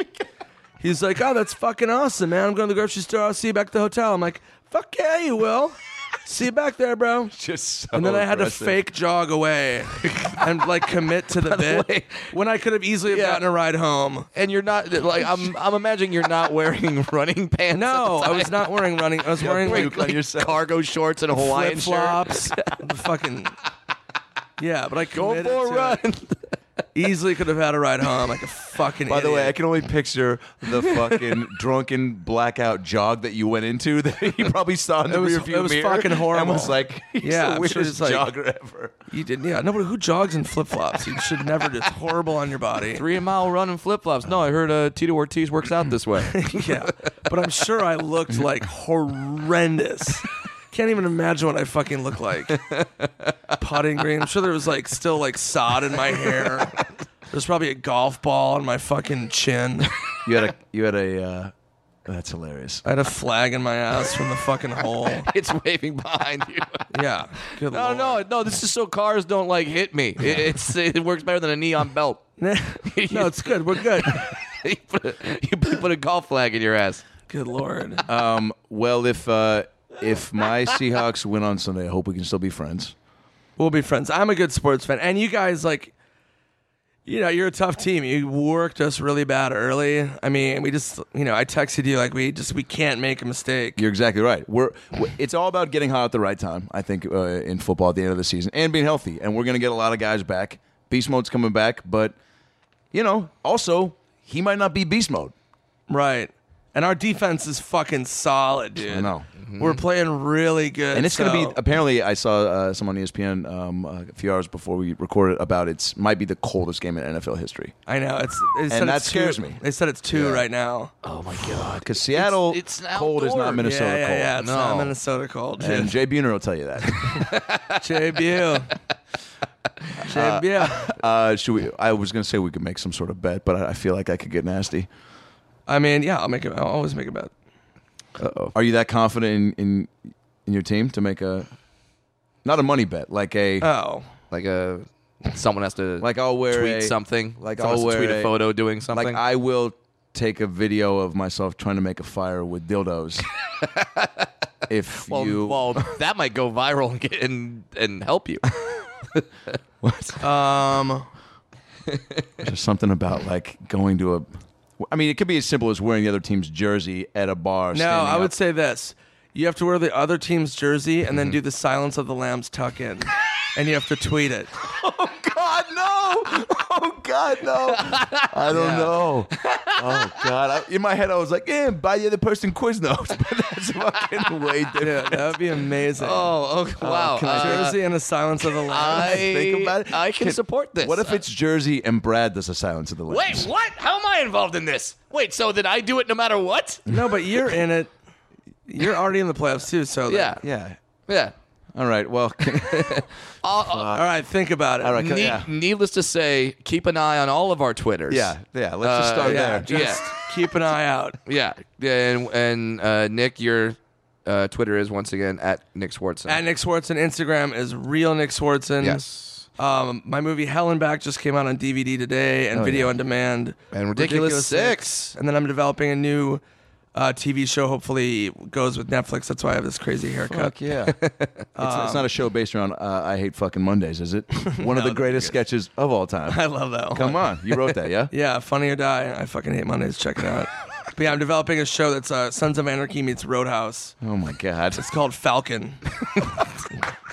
S3: He's like, oh, that's fucking awesome, man. I'm going to the grocery store. I'll see you back at the hotel. I'm like, fuck yeah, you will. See you back there, bro.
S1: Just so
S3: And then I had
S1: aggressive.
S3: to fake jog away and like commit to the bit
S2: way-
S3: when I could have easily have
S2: Yeah.
S3: gotten a ride home.
S2: And you're not, like, I'm I'm imagining you're not wearing running pants.
S3: No,
S2: at
S3: I
S2: the
S3: was
S2: time.
S3: not wearing running. I was wearing
S2: Like,
S3: like,
S1: on
S2: like
S1: yourself.
S2: cargo shorts and a Hawaiian
S3: flip
S2: shirt.
S3: flops. fucking yeah, but I
S2: Go
S3: committed
S2: for a
S3: to
S2: run.
S3: it. Easily could have had a ride home like a fucking.
S1: By the way, I
S3: idiot.
S1: can only picture the fucking drunken blackout jog that you went into that he probably saw in the
S3: It was-
S1: rearview mirror.
S3: it was fucking
S1: And
S3: horrible.
S1: was like, he's
S3: Yeah,
S1: the
S3: I'm sure
S1: weirdest
S3: it's like-
S1: jogger ever.
S3: you didn't. Yeah, nobody who jogs in flip flops. You should never. do- It's horrible on your body.
S2: Three mile run and flip flops. No, I heard uh, Tito Ortiz works out this way.
S3: Yeah, but I'm sure I looked like horrendous. Can't even imagine what I fucking looked like. Putting green. I'm sure there was like still like sod in my hair. There's probably a golf ball on my fucking chin.
S1: You had a, you had a, uh, that's hilarious.
S3: I had a flag in my ass from the fucking hole.
S2: it's waving behind you.
S3: Yeah. Good
S2: No,
S3: lord.
S2: no, no. This is so cars don't like hit me. It, it's it works better than a neon belt.
S3: no, it's good. We're good.
S2: you, put a, you put a golf flag in your ass.
S3: Good lord.
S1: Um, well, if, uh, if my Seahawks win on Sunday, I hope we can still be friends.
S3: We'll be friends. I'm a good sports fan, and you guys like, you know, you're a tough team. You worked us really bad early. I mean, we just, you know, I texted you like we just we can't make a mistake.
S1: You're exactly right. We're w- it's all about getting hot at the right time. I think uh, in football at the end of the season and being healthy. And we're going to get a lot of guys back. Beast mode's coming back, but you know, also he might not be beast mode.
S3: right. And our defense is fucking solid, dude.
S1: I know. Mm-hmm.
S3: We're playing really good,
S1: And it's going to
S3: so-
S1: be apparently. I saw uh, some on ESPN um, a few hours before we recorded about it's might be the coldest game in NFL history
S3: I know it's. They said
S1: that
S3: it's
S1: scares
S3: two,
S1: me.
S3: They said it's two right now.
S1: because Seattle
S2: it's an
S1: cold is
S2: outdoor.
S1: not Minnesota
S3: yeah, yeah,
S1: cold.
S3: yeah. It's
S2: No.
S3: not Minnesota cold. dude.
S1: And Jay Buhner will tell you that.
S3: Jay Beal. Jay Beal.
S1: Uh, should we? I was going to say we could make some sort of bet, but I, I feel like I could get nasty.
S3: I mean, yeah, I'll make it. I'll always make a bet.
S1: Are you that confident in, in in your team to make a not a money bet, like a
S3: Oh,
S2: Like a someone has to
S1: like I'll wear
S2: tweet
S1: a-
S2: something.
S1: like
S2: someone
S1: I'll
S2: has to tweet
S1: wear
S2: a
S1: a-
S2: photo doing something.
S1: like I will take a video of myself trying to make a fire with dildos. if
S2: well,
S1: you
S2: well, that might go viral and get, and, and help you.
S3: um,
S1: there's something about like going to a I mean, it could be as simple as wearing the other team's jersey at a bar.
S3: no,
S1: standing
S3: I would
S1: up.
S3: say this: you have to wear the other team's jersey and then do the Silence of the Lambs tuck in, and you have to tweet it.
S1: God no! Oh God no! I don't
S3: Yeah.
S1: know. Oh God! I, in my head, I was like, "Yeah, buy the other person Quiznos," but that's fucking way different.
S3: Dude, that would be amazing.
S2: Oh, okay, wow.
S1: can I
S2: Uh,
S3: jersey and a Silence of the
S2: I
S3: Lambs.
S1: think about it.
S2: I can support this.
S1: What if it's Jersey and Brad does a Silence of the
S2: Wait,
S1: Lambs?
S2: what? How am I involved in this? Wait, so did I do it no matter what?
S3: no, but you're in it. You're already in the playoffs too. So like-
S2: Yeah,
S1: Yeah.
S2: yeah.
S1: All right. Well, can,
S3: all right, think about it.
S1: all right. can-
S2: Ne-
S1: yeah.
S2: Needless to say, keep an eye on all of our Twitters.
S1: Yeah. Yeah. Let's just
S2: Uh,
S1: start
S3: Yeah,
S1: there.
S3: just
S2: Yeah.
S3: keep an eye out.
S2: yeah, yeah. And, and uh, Nick, your uh, Twitter is once again at Nick Swartzen.
S3: At Nick Swartzen, Instagram is real Nick Swartzen.
S2: yes,
S3: Um, my movie Helen Back just came out on DVD today and video on demand.
S2: Oh, And Ridiculous Six.
S3: And then I'm developing a new uh, TV show, hopefully goes with Netflix. That's why I have this crazy haircut.
S6: yeah. it's, it's not a show based around uh, I Hate Fucking Mondays, is it? One of the greatest sketches of all
S3: I
S6: time.
S3: love that one.
S6: Come on. You wrote that, yeah?
S3: Yeah, Funny or Die. I fucking hate Mondays. Check it out. but yeah, I'm developing a show that's uh, Sons of Anarchy meets Roadhouse.
S6: Oh, my God.
S3: It's called Falcon.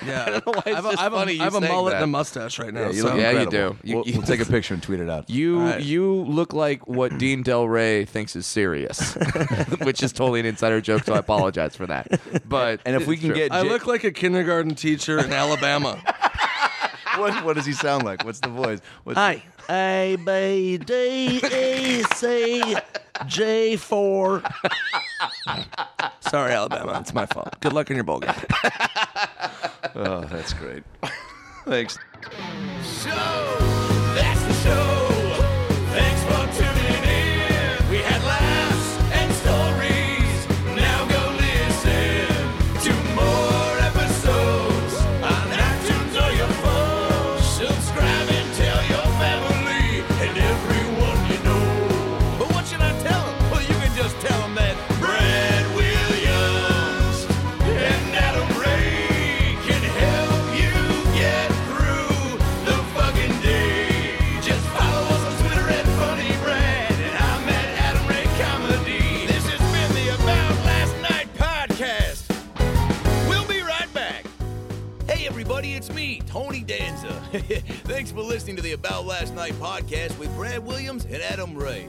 S3: yeah. I,
S2: know why it's
S3: have a,
S2: just
S3: I have a-
S2: funny you
S3: I have a
S2: saying
S3: mullet
S2: that.
S3: and a mustache right now.
S6: you
S3: so.
S6: look
S2: Yeah, you
S6: incredible.
S2: do. You-
S6: we'll,
S2: you-
S6: we'll take a picture and tweet it out.
S2: You
S3: right.
S2: you look like what Dean Del Rey thinks is serious, which is totally an insider joke. So I apologize for that. But
S6: and if we
S2: it's
S6: can
S2: true.
S6: get
S3: I
S6: Jay-
S3: look like a kindergarten teacher in Alabama.
S6: what, what does he sound like? What's the voice? What's
S3: Hi. A B D E C J four. Sorry, Alabama. It's my fault. Good luck in your bowl game.
S6: Oh, that's great. Thanks.
S1: That's the show. Thanks for tuning in. We had laughs and stories. Now go listen to more episodes on iTunes or your phone. Subscribe and tell your family and everyone you know. But what should I tell them? Well, you can just tell them that Brad Williams and Adam Ray can help you get through the fucking day. Just follow us on Twitter at Funny Brad, and I'm at Adam Ray Comedy. This has been the About Last Night podcast. We'll be right back. Hey, everybody, it's me, Tony Danza. Thanks for listening to the About Last Night podcast with Brad Williams and Adam Ray.